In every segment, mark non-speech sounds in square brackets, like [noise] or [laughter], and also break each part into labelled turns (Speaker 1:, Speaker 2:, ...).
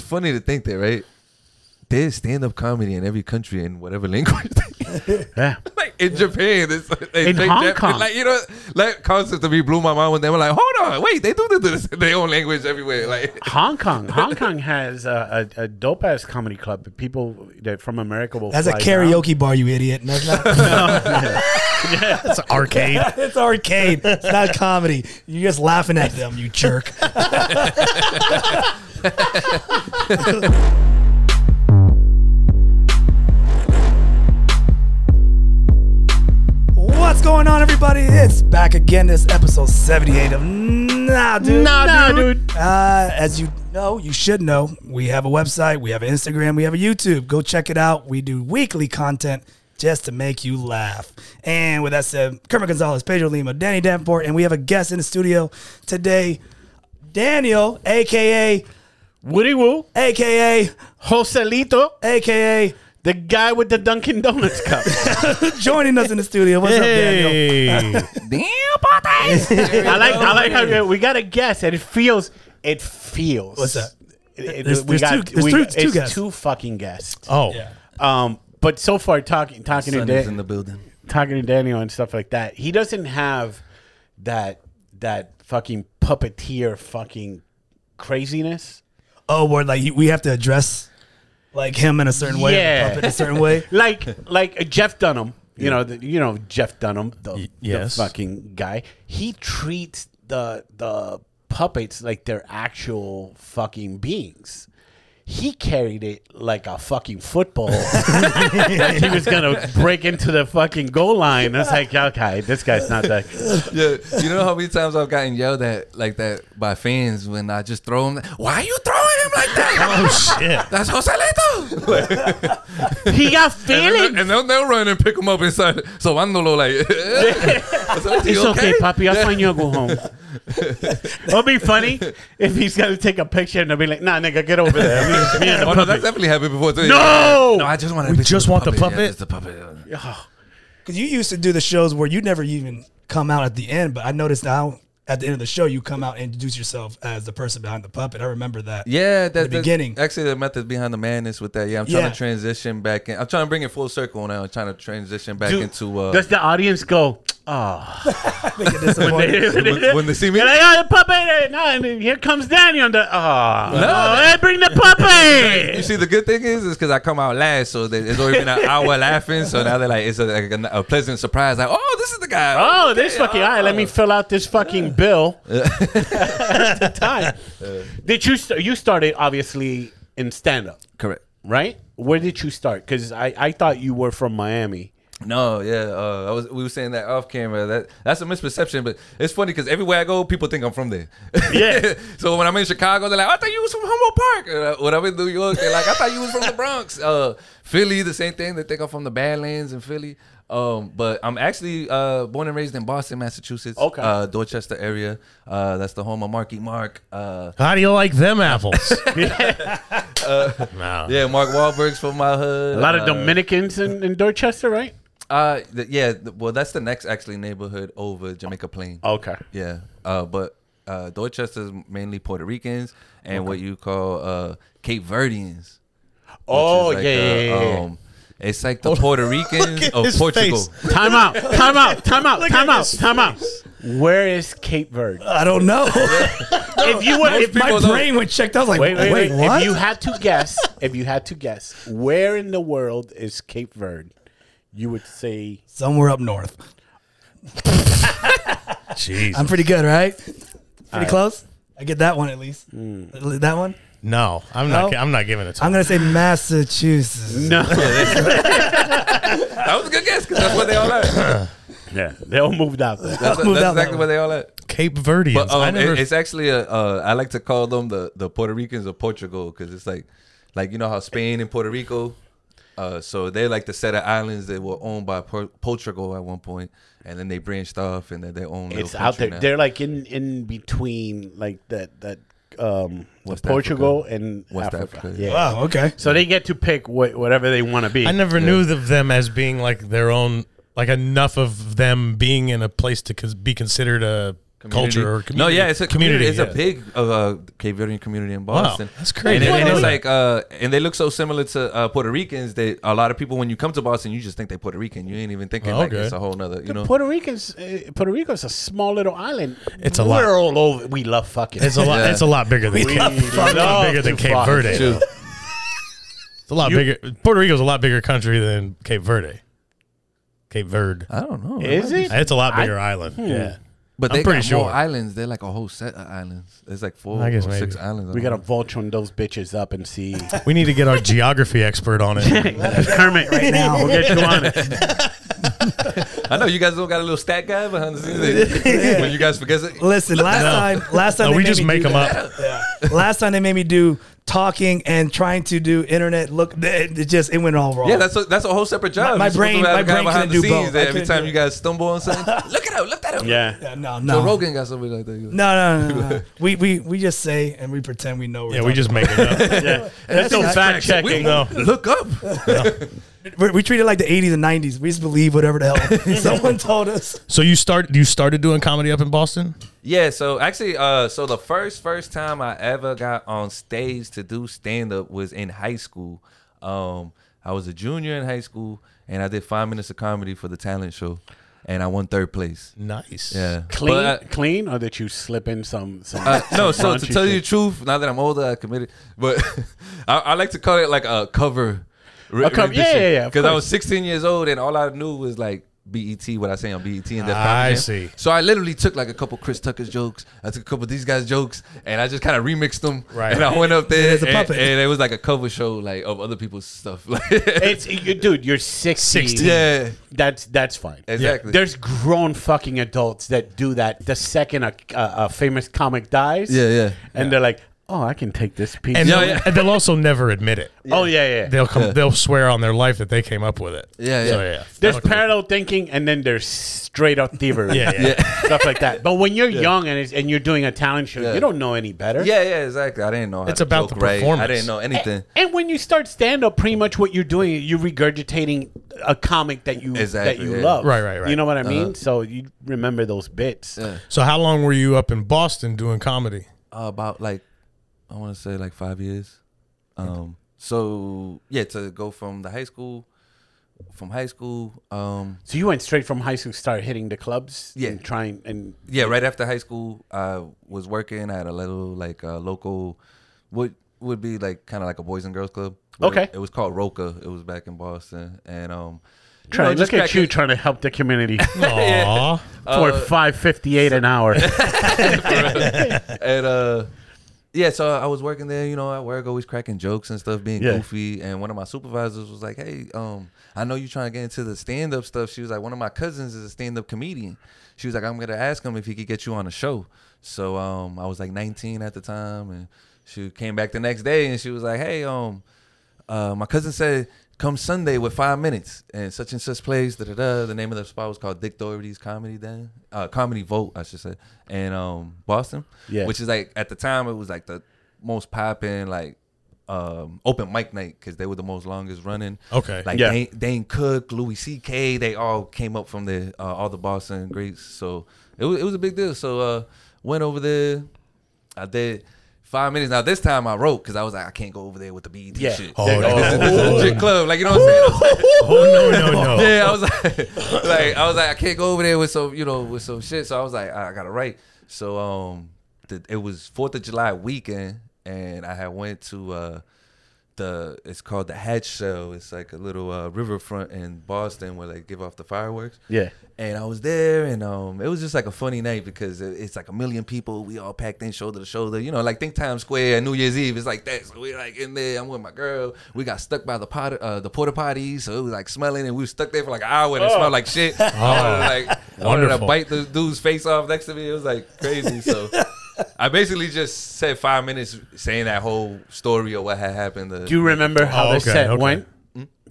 Speaker 1: funny to think that, right? There's stand up comedy in every country in whatever [laughs] language.
Speaker 2: Yeah.
Speaker 1: like in Japan, it's, they
Speaker 2: In
Speaker 1: take
Speaker 2: Hong
Speaker 1: Jap-
Speaker 2: Kong.
Speaker 1: like you know, like concept to me blew my mind when they were like, "Hold on, wait, they do this- this in their own language everywhere."
Speaker 2: [laughs]
Speaker 1: Like,
Speaker 2: Hong Kong. Hong Kong has a, a, a dope ass comedy club. that People that from America will.
Speaker 3: That's a
Speaker 2: fly
Speaker 3: karaoke bar, you idiot. And that's
Speaker 2: [laughs]
Speaker 3: not,
Speaker 4: That's an arcade.
Speaker 3: it's arcade. It's not comedy. You're just laughing at them, you jerk. What's going on, everybody? It's back again. This episode 78 of Nah, dude.
Speaker 2: Nah, Nah, Dude.
Speaker 3: Uh, as you know, you should know, we have a website, we have an Instagram, we have a YouTube. Go check it out. We do weekly content just to make you laugh. And with that said, Kermit Gonzalez, Pedro Lima, Danny Davenport, and we have a guest in the studio today, Daniel, aka,
Speaker 2: Woody Woo,
Speaker 3: aka,
Speaker 2: Joselito,
Speaker 3: aka,
Speaker 2: the guy with the Dunkin' Donuts
Speaker 3: [laughs]
Speaker 2: cup.
Speaker 3: joining us in the studio. What's up, Daniel?
Speaker 2: I like. I like how we got a guess, and it feels. It feels.
Speaker 3: What's that?
Speaker 2: It- it-
Speaker 3: There's-
Speaker 2: we
Speaker 3: there's
Speaker 2: got.
Speaker 3: two- there's
Speaker 2: we,
Speaker 3: two-
Speaker 2: it's
Speaker 3: two guests.
Speaker 2: two fucking guests.
Speaker 4: Oh,
Speaker 2: Um, but so far, talking talking to Dan,
Speaker 1: building.
Speaker 2: talking to Daniel and stuff like that, he doesn't have that that fucking puppeteer fucking craziness.
Speaker 3: Oh, where like we have to address like him in a certain way, or the
Speaker 2: Yeah.
Speaker 3: puppet in a certain way.
Speaker 2: like like Jeff Dunham. You know, the, you know Jeff Dunham, the, the
Speaker 4: yes.
Speaker 2: fucking guy. He treats the the puppets like they're actual fucking beings. He carried it like a fucking football. like he was gonna break into the fucking goal line. It's like, okay, this guy's not that.
Speaker 1: [laughs] Yeah, you know how many times I've gotten yelled at like that by fans when I just throw him. Why are you throwing him like
Speaker 2: [laughs]
Speaker 1: that?
Speaker 4: [laughs] oh shit.
Speaker 1: That's Joselito. Like,
Speaker 2: He got
Speaker 1: and,
Speaker 2: feelings.
Speaker 1: they'll- and they'll, they'll run and pick him up inside. So I'm
Speaker 2: [laughs]
Speaker 1: like, [laughs]
Speaker 2: It's
Speaker 1: it's
Speaker 2: okay, Poppy. I'll find you a
Speaker 1: [laughs]
Speaker 2: go home. It'll be funny if he's gonna take a picture and they'll be like, "Nah, nigga, get over there." Me- me and the
Speaker 1: Oh no, that's
Speaker 2: puppy.
Speaker 1: definitely happened before too.
Speaker 2: No! Ah.
Speaker 1: no, I just want.
Speaker 4: We just want the puppet?
Speaker 1: the puppet. Yeah,
Speaker 3: Because you used to do the shows where you never even come out at the end, but I noticed now at the end of the show you come out and introduce yourself as the person behind the puppet. I remember that.
Speaker 1: yeah that,
Speaker 3: The
Speaker 1: that's-
Speaker 3: beginning.
Speaker 1: Actually, the method behind the madness with that. Yeah, I'm trying
Speaker 3: Yeah.
Speaker 1: to transition back in. I'm trying to bring it full circle now. I'm trying to transition back
Speaker 2: Do-
Speaker 1: into uh,
Speaker 2: Does the audience go, oh,
Speaker 3: They
Speaker 1: [laughs]
Speaker 2: [laughs]
Speaker 3: get disappointed.
Speaker 1: "Ah." when, when they see me.
Speaker 2: they're like, oh, the puppet, no, and then here comes Danny on the, oh, no, hey, bring the
Speaker 1: [laughs] You
Speaker 2: puppet.
Speaker 1: see, the good thing is, is because I come out last, so they, it's already been an hour laughing. So now they're like, it's a, like a, a pleasant surprise. Like, oh, this is the guy. uh,
Speaker 2: Oh, this fucking, all right, let me fill out this fucking
Speaker 1: [laughs]
Speaker 2: bill. [laughs] time. Did you, st- you started obviously in stand up,
Speaker 1: correct.
Speaker 2: right? Where did you start? Because I, I thought you were from Miami.
Speaker 1: No, yeah, uh, I was. We were saying that off camera. That that's a misperception, but it's funny because everywhere I go, people think I'm from there.
Speaker 2: Yeah.
Speaker 1: [laughs] so when I'm in Chicago, they're like, "I thought you was from Humboldt Park." And, uh, when I'm in New York, they're like, "I thought you was from the Bronx." Uh, Philly, the same thing. They think I'm from the Badlands in Philly. Um, but I'm actually uh, born and raised in Boston, Massachusetts.
Speaker 2: Okay.
Speaker 1: Uh, Dorchester area. Uh, that's the home of Marky Mark. Uh,
Speaker 4: How do you like
Speaker 1: [laughs]
Speaker 4: them apples? [laughs] no.
Speaker 1: yeah, Mark Wahlberg's from my hood.
Speaker 2: A lot of
Speaker 1: Uh,
Speaker 2: Dominicans in, in Dorchester, right?
Speaker 1: Uh, th- yeah. th- Well, that's the next actually neighborhood over Jamaica Plain.
Speaker 2: Okay.
Speaker 1: Yeah, uh, but uh, Dorchester's mainly Puerto Ricans and what you call uh, Cape Verdeans. which
Speaker 2: Oh,
Speaker 1: is like
Speaker 2: yeah,
Speaker 1: a,
Speaker 2: yeah, yeah, yeah.
Speaker 1: um, it's like the Puerto Ricans
Speaker 4: at
Speaker 1: of
Speaker 4: his
Speaker 1: Portugal.
Speaker 2: [laughs]
Speaker 4: face.
Speaker 2: Time out, time out, time [laughs] out, time
Speaker 4: at
Speaker 2: out,
Speaker 4: his
Speaker 2: time out. Where is Cape Verde?
Speaker 3: I don't know.
Speaker 2: [laughs] if you were, if
Speaker 3: My
Speaker 1: people don't-
Speaker 3: brain went checked. I was like,
Speaker 2: Wait,
Speaker 3: wait,
Speaker 2: wait, wait.
Speaker 3: what?
Speaker 2: If you had to guess, if you had to guess, where in the world is Cape Verde? You would say
Speaker 3: Somewhere up north.
Speaker 4: Jeez.
Speaker 3: I'm pretty good, right? Pretty close. I get that one at least. That one.
Speaker 4: no, I'm not.
Speaker 3: No?
Speaker 4: gi- I'm not giving it to.
Speaker 3: I'm gonna say Massachusetts.
Speaker 2: no.
Speaker 1: That was a good guess because that's where they all at. That's,
Speaker 2: yeah, they all moved out. There.
Speaker 1: that's
Speaker 3: moved out that
Speaker 1: exactly
Speaker 3: way.
Speaker 1: where they all at.
Speaker 4: Cape Verdeans.
Speaker 1: But
Speaker 4: I
Speaker 1: um,
Speaker 4: never.
Speaker 1: it- it's actually a, uh, I like to call them the, the Puerto Ricans of Portugal because it's like, like you know how Spain and Puerto Rico, uh, so they like the set of islands that were owned by Por- Portugal at one point, and then they branched off and then they own. little
Speaker 2: It's out
Speaker 1: country
Speaker 2: there.
Speaker 1: now.
Speaker 2: They're like in in between, like that that um
Speaker 1: West
Speaker 2: Portugal
Speaker 1: Africa.
Speaker 2: and
Speaker 1: West
Speaker 2: Africa.
Speaker 1: Africa,
Speaker 2: Yeah.
Speaker 1: yeah.
Speaker 3: Wow. Okay.
Speaker 2: So they get to pick wh- whatever they want to be.
Speaker 4: I never knew of them as being like their own. Like enough of them being in a place to cons- be considered a
Speaker 1: community.
Speaker 4: Culture or
Speaker 1: No,
Speaker 4: community.
Speaker 1: yeah, it's a
Speaker 4: Community,
Speaker 1: community. It's
Speaker 4: yeah.
Speaker 1: a big uh, Cape Verdean community in Boston.
Speaker 4: that's crazy.
Speaker 1: And,
Speaker 4: I
Speaker 1: it- and
Speaker 4: didn't
Speaker 1: it's
Speaker 4: know
Speaker 1: like, uh, and they look so similar to uh, Puerto Ricans that a lot of people, when you come to Boston, you just think they Puerto Rican. You ain't even thinking
Speaker 4: Oh,
Speaker 1: like
Speaker 4: okay.
Speaker 1: it's a whole nother, you know.
Speaker 2: Puerto Rico's uh, Puerto Rico's a small little island.
Speaker 4: It's a
Speaker 2: We're
Speaker 4: lot.
Speaker 2: all over. We love fucking.
Speaker 4: It's a lot.
Speaker 1: Yeah.
Speaker 4: It's a lot bigger than Cape,
Speaker 2: love
Speaker 4: it's a lot
Speaker 2: fucking
Speaker 4: bigger than
Speaker 2: to
Speaker 4: Cape
Speaker 2: fuck.
Speaker 4: Verde.
Speaker 1: True.
Speaker 4: though. It's a lot bigger. Puerto Rico's a lot bigger country than Cape Verde. Cape Verde.
Speaker 1: I don't know.
Speaker 2: Is it?
Speaker 4: It's a lot bigger island.
Speaker 3: Hmm.
Speaker 4: Yeah.
Speaker 1: But
Speaker 4: I'm
Speaker 1: they
Speaker 4: pretty
Speaker 1: got more
Speaker 4: sure.
Speaker 1: islands. They're like a whole set of islands. There's like four
Speaker 4: I
Speaker 1: or
Speaker 4: guess
Speaker 1: six
Speaker 4: maybe.
Speaker 1: islands.
Speaker 2: We gotta vulture on those bitches up and see.
Speaker 4: We need to get our geography expert on
Speaker 3: [laughs]
Speaker 4: it.
Speaker 2: Kermit right now. We'll get you on it.
Speaker 1: I know you guys don't got a little stat guy behind the [laughs] scenes. when you guys forget it.
Speaker 3: Listen, last time, last time
Speaker 4: No,
Speaker 3: they
Speaker 4: we
Speaker 3: made
Speaker 4: just
Speaker 3: me
Speaker 4: make
Speaker 3: do
Speaker 4: them
Speaker 3: that.
Speaker 4: up.
Speaker 3: Yeah. Last time they made me do talking and trying to do internet look. It it just it went all wrong.
Speaker 1: Yeah, that's a, that's a whole separate job.
Speaker 3: My- my
Speaker 1: You're supposed to
Speaker 3: brain-
Speaker 1: have a
Speaker 3: my
Speaker 1: guy
Speaker 3: brain
Speaker 1: behind
Speaker 3: couldn't
Speaker 1: the
Speaker 3: do both.
Speaker 1: scenes
Speaker 3: I
Speaker 1: that every
Speaker 3: couldn't
Speaker 1: time
Speaker 3: do
Speaker 1: you guys stumble on something. look it up. Look that up.
Speaker 2: Yeah.
Speaker 3: Yeah, no,
Speaker 1: So
Speaker 3: no.
Speaker 1: Rogan got something like that.
Speaker 3: No, no, no,
Speaker 1: [laughs]
Speaker 3: no, no. we we we just say and we pretend we know. We're
Speaker 4: Yeah, we just make
Speaker 1: [laughs]
Speaker 4: it up.
Speaker 2: That's no fact
Speaker 1: We,
Speaker 2: checking though.
Speaker 1: Look up.
Speaker 3: we we treat it like the '80s and '90s. We just believe whatever the
Speaker 1: [laughs]
Speaker 3: hell [laughs] someone told us.
Speaker 4: So you start you started doing comedy up in Boston?
Speaker 1: Yeah, so actually, uh, so the first first time I ever got on stage to do stand up was in high school. Um, I was a junior in high school, and I did five minutes of comedy for the talent show, and I won third place.
Speaker 4: Nice.
Speaker 1: Yeah,
Speaker 2: Clean,
Speaker 1: But, uh,
Speaker 2: clean, or that you slip in some some. [laughs]
Speaker 1: uh, no, so to
Speaker 2: raunchy
Speaker 1: tell you the
Speaker 2: shit?
Speaker 1: truth, now that I'm older, I committed, but [laughs] I, I like to call it like a cover.
Speaker 2: A cover- yeah, yeah, yeah, of
Speaker 1: Because I
Speaker 2: course.
Speaker 1: was 16 years old, and all I knew was like BET, what I say on BET, and that
Speaker 4: I
Speaker 1: comedy.
Speaker 4: see.
Speaker 1: So I literally took like a couple Chris Tucker's jokes, I took a couple of these guys' jokes, and I just kind of remixed them.
Speaker 4: Right.
Speaker 1: And I went up there,
Speaker 3: It's a
Speaker 1: and,
Speaker 3: puppet.
Speaker 1: and it was like a cover show, like of other people's stuff. [laughs] Like,
Speaker 2: It's you, dude. You're 60.
Speaker 4: 60.
Speaker 1: yeah,
Speaker 2: That's that's fine.
Speaker 1: exactly.
Speaker 2: There's grown fucking adults that do that the second a, a, a famous comic dies.
Speaker 1: Yeah, yeah.
Speaker 2: And they're like, oh, I can take this piece.
Speaker 4: And,
Speaker 1: Yeah,
Speaker 4: they'll,
Speaker 1: yeah.
Speaker 4: and they'll also never admit it.
Speaker 2: oh yeah, yeah.
Speaker 4: They'll come
Speaker 1: Yeah.
Speaker 4: they'll swear on their life that they came up with it.
Speaker 1: Yeah,
Speaker 4: So
Speaker 1: yeah.
Speaker 4: yeah.
Speaker 2: there's
Speaker 4: That'll-
Speaker 2: parallel thinking, and then there's straight up thievery.
Speaker 4: [laughs] Yeah, yeah.
Speaker 2: [laughs] Stuff like that. But when you're young and it's, and you're doing a talent show,
Speaker 1: Yeah.
Speaker 2: you don't know any better.
Speaker 1: yeah, yeah, exactly. I didn't know. How
Speaker 4: It's
Speaker 1: to
Speaker 4: about
Speaker 1: joke
Speaker 4: the
Speaker 1: right. I
Speaker 4: performance.
Speaker 1: didn't know anything.
Speaker 2: And when you start stand up, pretty much what you're doing, you're regurgitating a comic that you that
Speaker 1: Exactly,
Speaker 2: you
Speaker 1: yeah. Uh-huh.
Speaker 2: love.
Speaker 4: Right, right, right.
Speaker 2: You know what I mean? So you remember those bits.
Speaker 4: So how long were you up in Boston doing
Speaker 1: [laughs]
Speaker 4: comedy?
Speaker 1: uh, about like I want to say like five years. Um, so yeah, to go from the high school, from high school, um,
Speaker 2: So you went straight from high school, started hitting the clubs,
Speaker 1: Yeah.
Speaker 2: and trying and
Speaker 1: yeah, right after high school, I was working at a little like uh, local, what would be like kind of like a boys and girls club. but
Speaker 2: Okay.
Speaker 1: it, it was called Roca. It was back in Boston, and um, you
Speaker 2: trying.
Speaker 1: know,
Speaker 2: look at
Speaker 1: crack-
Speaker 2: you trying to help the
Speaker 4: [laughs]
Speaker 2: community
Speaker 4: Aw.
Speaker 2: [laughs] for
Speaker 1: Uh,
Speaker 2: five fifty eight an
Speaker 1: [laughs]
Speaker 2: hour.
Speaker 1: and uh yeah, so I was working there, you know, at work, always cracking jokes and stuff, being
Speaker 2: Yeah.
Speaker 1: goofy. And one of my supervisors was like, Hey, um, I know you trying to get into the stand up stuff. She was like, One of my cousins is a stand up comedian. She was like, I'm gonna ask him if he could get you on a show. So um I was like nineteen at the time and she came back the next day and she was like, Hey, um, uh, my cousin said, come Sunday with five minutes and such and such plays. Da, da, da. The name of the spot was called Dick Doherty's Comedy Den, uh, Comedy Vote, I should say, in um, Boston.
Speaker 2: Yeah.
Speaker 1: Which is like, at the time, it was like the most popping, like, um, open mic night because they were the most longest running.
Speaker 4: Okay.
Speaker 1: Like
Speaker 2: Yeah.
Speaker 1: Dane, Dane Cook, Louis C.K., they all came up from the uh, all the Boston greats. So it was, it was a big deal. So uh, went over there. I did five minutes. Now this time I wrote because I was like, I can't go over there with the BET
Speaker 2: Yeah.
Speaker 1: shit.
Speaker 2: Oh,
Speaker 1: Like,
Speaker 4: no.
Speaker 1: this, is, this is a legit club. Like you know what I'm saying? I was like-
Speaker 4: Oh no, no,
Speaker 1: [laughs]
Speaker 4: no.
Speaker 1: yeah, I was like, like I was like, I can't go over there with some, you know, with some shit. So I was like, I gotta write. So um, the, it was Fourth of July weekend, and I had went to uh, the it's called the Hatch Show. It's like a little uh, riverfront in Boston where they give off the fireworks.
Speaker 2: Yeah.
Speaker 1: And I was there, and um, it was just like a funny night because it- it's like a million people. We all packed in shoulder to shoulder. You know, like think Times Square and New Year's Eve. It's like that. So we like in there. I'm with my girl. We got stuck by the pot, uh, the porta potties, so it was like smelling, and we was stuck there for like an hour, and it smelled like shit. I wanted to, like I wanted to
Speaker 4: Wonderful.
Speaker 1: bite the dude's face off next to me. It was like crazy.
Speaker 2: [laughs]
Speaker 1: So. I basically just said five minutes saying that whole story of what had happened. The,
Speaker 2: Do you remember how
Speaker 4: Oh,
Speaker 2: the
Speaker 4: okay,
Speaker 2: set
Speaker 1: Hmm?
Speaker 4: okay.
Speaker 2: went?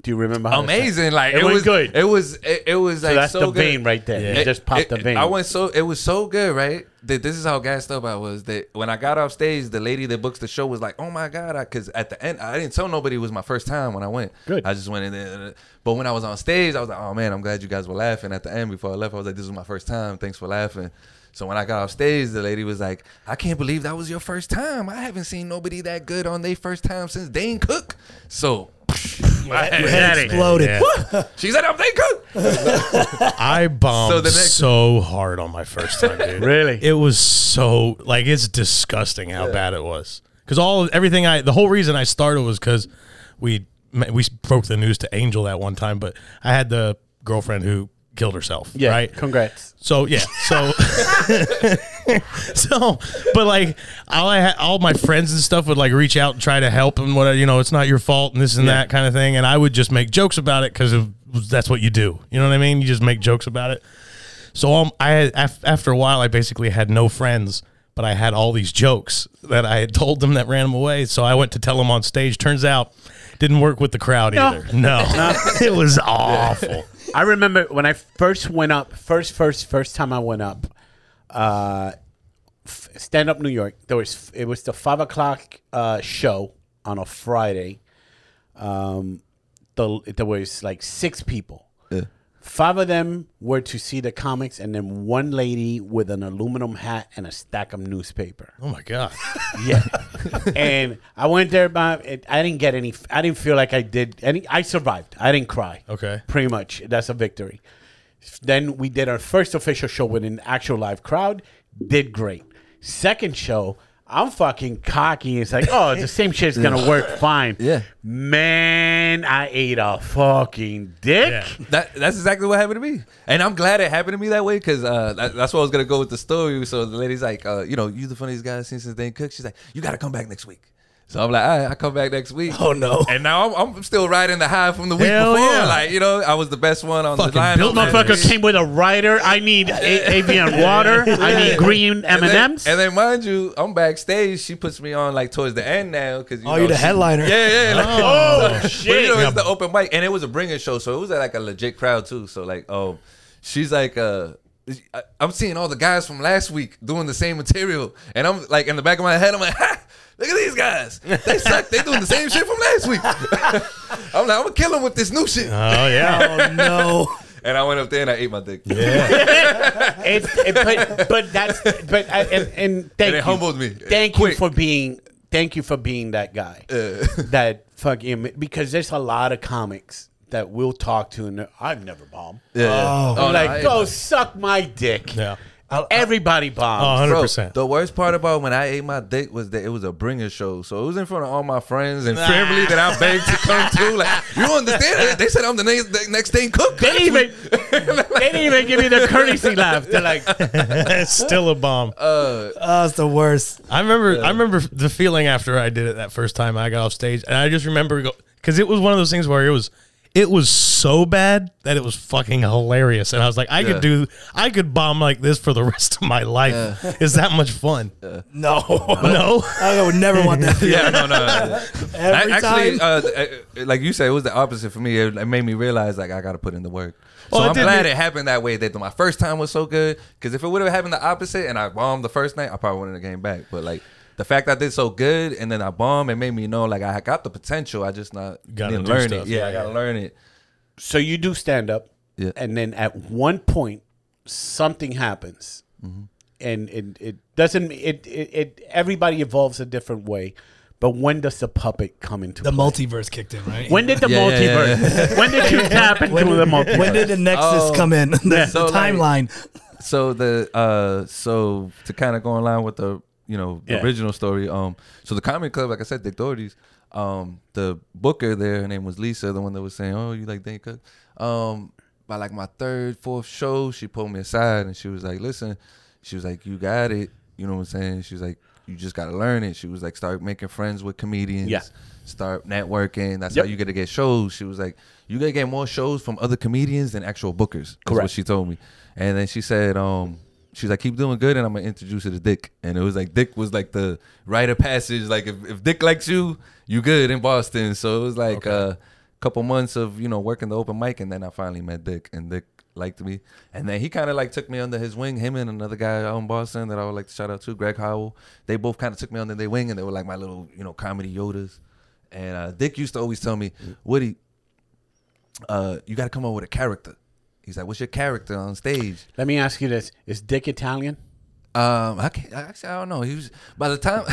Speaker 2: Do you remember how? it felt?
Speaker 1: amazing. Like
Speaker 2: It
Speaker 1: it,
Speaker 2: went
Speaker 1: was
Speaker 2: good.
Speaker 1: It was it, it was like
Speaker 2: So
Speaker 1: so
Speaker 2: that's the
Speaker 1: good.
Speaker 2: vein right there. You
Speaker 1: It-
Speaker 2: just popped
Speaker 1: it-
Speaker 2: the vein.
Speaker 1: I went so it was so good, right? That this is how gassed up I was. That when I got off stage, the lady that books the show was like, "Oh my god!" Because at the end, I didn't tell nobody it was my first time when I went.
Speaker 2: Good.
Speaker 1: I just went in there. But when I was on stage, I was like, "Oh man, I'm glad you guys were laughing." At the end, before I left, I was like, "This is my first time. Thanks for laughing." So when I got off stage, the lady was like, "I can't believe that was your first time. I haven't seen nobody that good on their first time since Dane Cook." So my head-
Speaker 4: Had it.
Speaker 3: Exploded.
Speaker 4: Yeah.
Speaker 1: she said, "I'm Dane Cook."
Speaker 4: I bombed so,
Speaker 1: So the next-
Speaker 4: hard on my first time, dude.
Speaker 2: Really?
Speaker 4: It was so like it's disgusting how bad it was. Because all everything I the whole reason I started was because we we broke the news to Angel that one time, but I had the girlfriend who killed herself.
Speaker 2: Yeah.
Speaker 4: Right.
Speaker 2: Congrats.
Speaker 4: So yeah, so [laughs] so, but like all I ha- all my friends and stuff would like reach out and try to help and whatever. You know, it's not your fault and this and that kind of thing. And I would just make jokes about it because that's what you do. You know what I mean? You just make jokes about it. So um, I had, af- after a while, I basically had no friends, but I had all these jokes that I had told them that ran them away. So I went to tell them on stage. Turns out, didn't work with the crowd either. [laughs] No, it was awful.
Speaker 2: I remember when I first went up, first, first, first time I went up, uh, f- stand up New York. There was it was the five o'clock uh, show on a Friday. Um, the there was like six people. Five of them were to see the comics, and then one lady with an aluminum hat and a stack of newspaper.
Speaker 4: Oh my [laughs] god.
Speaker 2: Yeah. [laughs] and I went there, but it, I didn't get any. I didn't feel like I did any. I survived. I didn't cry.
Speaker 4: Okay.
Speaker 2: Pretty much, that's a victory. Then we did our first official show with an actual live crowd. Did great. Second show, I'm fucking cocky. It's like, oh, the same shit's gonna work fine.
Speaker 1: [laughs] Yeah.
Speaker 2: Man, I ate a fucking dick.
Speaker 4: Yeah.
Speaker 1: That that's exactly what happened to me, and I'm glad it happened to me that way because uh, that, that's what I was gonna go with the story. So the lady's like, uh, you know, you the funniest guy I've seen since Dane Cook. She's like, you gotta come back next week. So I'm like, all right, I come back next week.
Speaker 3: Oh no.
Speaker 1: And now I'm, I'm still riding the high from the week
Speaker 4: Hell
Speaker 1: before.
Speaker 4: yeah.
Speaker 1: Like you know, I was the best one on
Speaker 4: Fucking
Speaker 1: the line.
Speaker 4: built
Speaker 2: Motherfucker came with a rider. I need a- avian
Speaker 4: [laughs]
Speaker 2: water. I need green
Speaker 1: And
Speaker 2: M and
Speaker 1: then,
Speaker 2: M's.
Speaker 1: and then, mind you, I'm backstage. She puts me on like towards the end now because you
Speaker 3: Oh,
Speaker 1: know,
Speaker 3: you're the
Speaker 1: she-
Speaker 3: headliner.
Speaker 1: Yeah, yeah. like- [laughs]
Speaker 4: Oh,
Speaker 1: But you know,
Speaker 4: Yeah.
Speaker 1: it's the open mic, and it was a bringer show, so it was at like a legit crowd too. So like, um, she's like, uh, I- I'm seeing all the guys from last week doing the same material, and I'm like in the back of my head, I'm like, [laughs] ha, look at these guys, they suck, they doing the same shit from last week. [laughs] I'm like, I'm gonna kill them with this new shit.
Speaker 4: [laughs] Oh yeah.
Speaker 3: Oh no.
Speaker 1: And I went up there and I ate my dick.
Speaker 2: [laughs] It, it- but but that's but I, and, and thank
Speaker 1: it
Speaker 2: you.
Speaker 1: humbled me.
Speaker 2: Thank you
Speaker 1: Quick. Uh.
Speaker 2: for being thank you for being that guy.
Speaker 1: [laughs]
Speaker 2: that fucking because there's a lot of comics that we'll talk to and they're- I've never bombed.
Speaker 1: Yeah. Oh,
Speaker 2: I'm
Speaker 1: no, I
Speaker 2: Oh, like
Speaker 1: ate
Speaker 2: go
Speaker 1: my-
Speaker 2: suck my dick.
Speaker 4: Yeah.
Speaker 2: Everybody bombs.
Speaker 4: 100
Speaker 1: Bro,
Speaker 4: percent.
Speaker 1: the worst part about when I ate my dick was that it was a bringer show, so it was in front of all my friends and family that I begged to come to. Like, you don't understand? They said I'm the next, the next thing cook.
Speaker 2: they didn't even they didn't even give me the courtesy laugh. They're like
Speaker 4: [laughs] It's still a bomb.
Speaker 1: Uh,
Speaker 3: Oh, it's the worst.
Speaker 4: I remember. I remember the feeling after I did it that first time I got off stage, and I just remember because it was one of those things where it was. It was so bad that it was fucking hilarious, and I was like, "I
Speaker 1: Yeah.
Speaker 4: could do, I could bomb like this for the [laughs] rest of my life. It's that much fun."
Speaker 3: [laughs] No.
Speaker 1: [laughs]
Speaker 4: No,
Speaker 3: I would never want that.
Speaker 1: Yeah, no, no.
Speaker 4: [laughs]
Speaker 1: no.
Speaker 3: Every
Speaker 1: A- Actually,
Speaker 3: time.
Speaker 1: uh, uh, like you said, it was the opposite for me. It, it made me realize like I got to put in the work. So
Speaker 4: Well, Oh, it
Speaker 1: I'm
Speaker 4: did
Speaker 1: glad
Speaker 4: make-
Speaker 1: it happened that way. That my first time was so good. Because if it would have happened the opposite and I bombed the first night, I probably wouldn't have came back. But like the fact I did so good and then I bombed, it made me know like I got the potential. I just not
Speaker 4: Gotta
Speaker 1: didn't
Speaker 4: do
Speaker 1: learn
Speaker 4: stuff.
Speaker 1: it. Yeah,
Speaker 4: Yeah,
Speaker 1: I gotta
Speaker 4: yeah.
Speaker 1: learn it.
Speaker 2: so you do stand up
Speaker 1: Yeah.
Speaker 2: and then at one point something happens
Speaker 1: Mm-hmm.
Speaker 2: and it, it doesn't it, it it everybody evolves a different way but when does the puppet come into
Speaker 3: the
Speaker 2: play?
Speaker 3: multiverse kicked in, right?
Speaker 2: when did the
Speaker 1: Yeah, yeah,
Speaker 2: multiverse when did you tap into
Speaker 3: [laughs] when,
Speaker 2: the multiverse
Speaker 3: when did the Nexus
Speaker 1: Oh.
Speaker 3: come in? [laughs] The, the
Speaker 1: So, like-
Speaker 3: timeline.
Speaker 1: so the uh so to kind of go in line with the you know
Speaker 2: Yeah.
Speaker 1: original story um so the comedy club like i said dick doherty's um the booker there her name was lisa the one that was saying oh you like dane cook um by like my third fourth show she pulled me aside and she was like listen she was like you got it you know what i'm saying she was like you just gotta learn it she was like start making friends with comedians
Speaker 2: Yeah.
Speaker 1: start networking that's
Speaker 2: Yep.
Speaker 1: how you gotta get shows she was like you gotta get more shows from other comedians than actual bookers Correct.
Speaker 2: Correct.
Speaker 1: what she told me. And then she said, um, she's like, keep doing good, and I'm gonna introduce you to Dick. And it was like Dick was like the rite of passage. Like if, if Dick likes you, you good in Boston. So it was like uh, couple months of you know working the open mic, and then I finally met Dick, and Dick liked me, and then he kind of like took me under his wing. Him and another guy out in Boston that I would like to shout out to, Greg Howell. They both kind of took me under their wing, and they were like my little you know comedy yodas. And uh, Dick used to always tell me, Woody, uh, you got to come up with a character. He's like, what's your character on stage?
Speaker 5: Let me ask you this: Is Dick
Speaker 3: [laughs]
Speaker 5: Italian?
Speaker 1: Um, I can't, actually, I don't know. He was by the time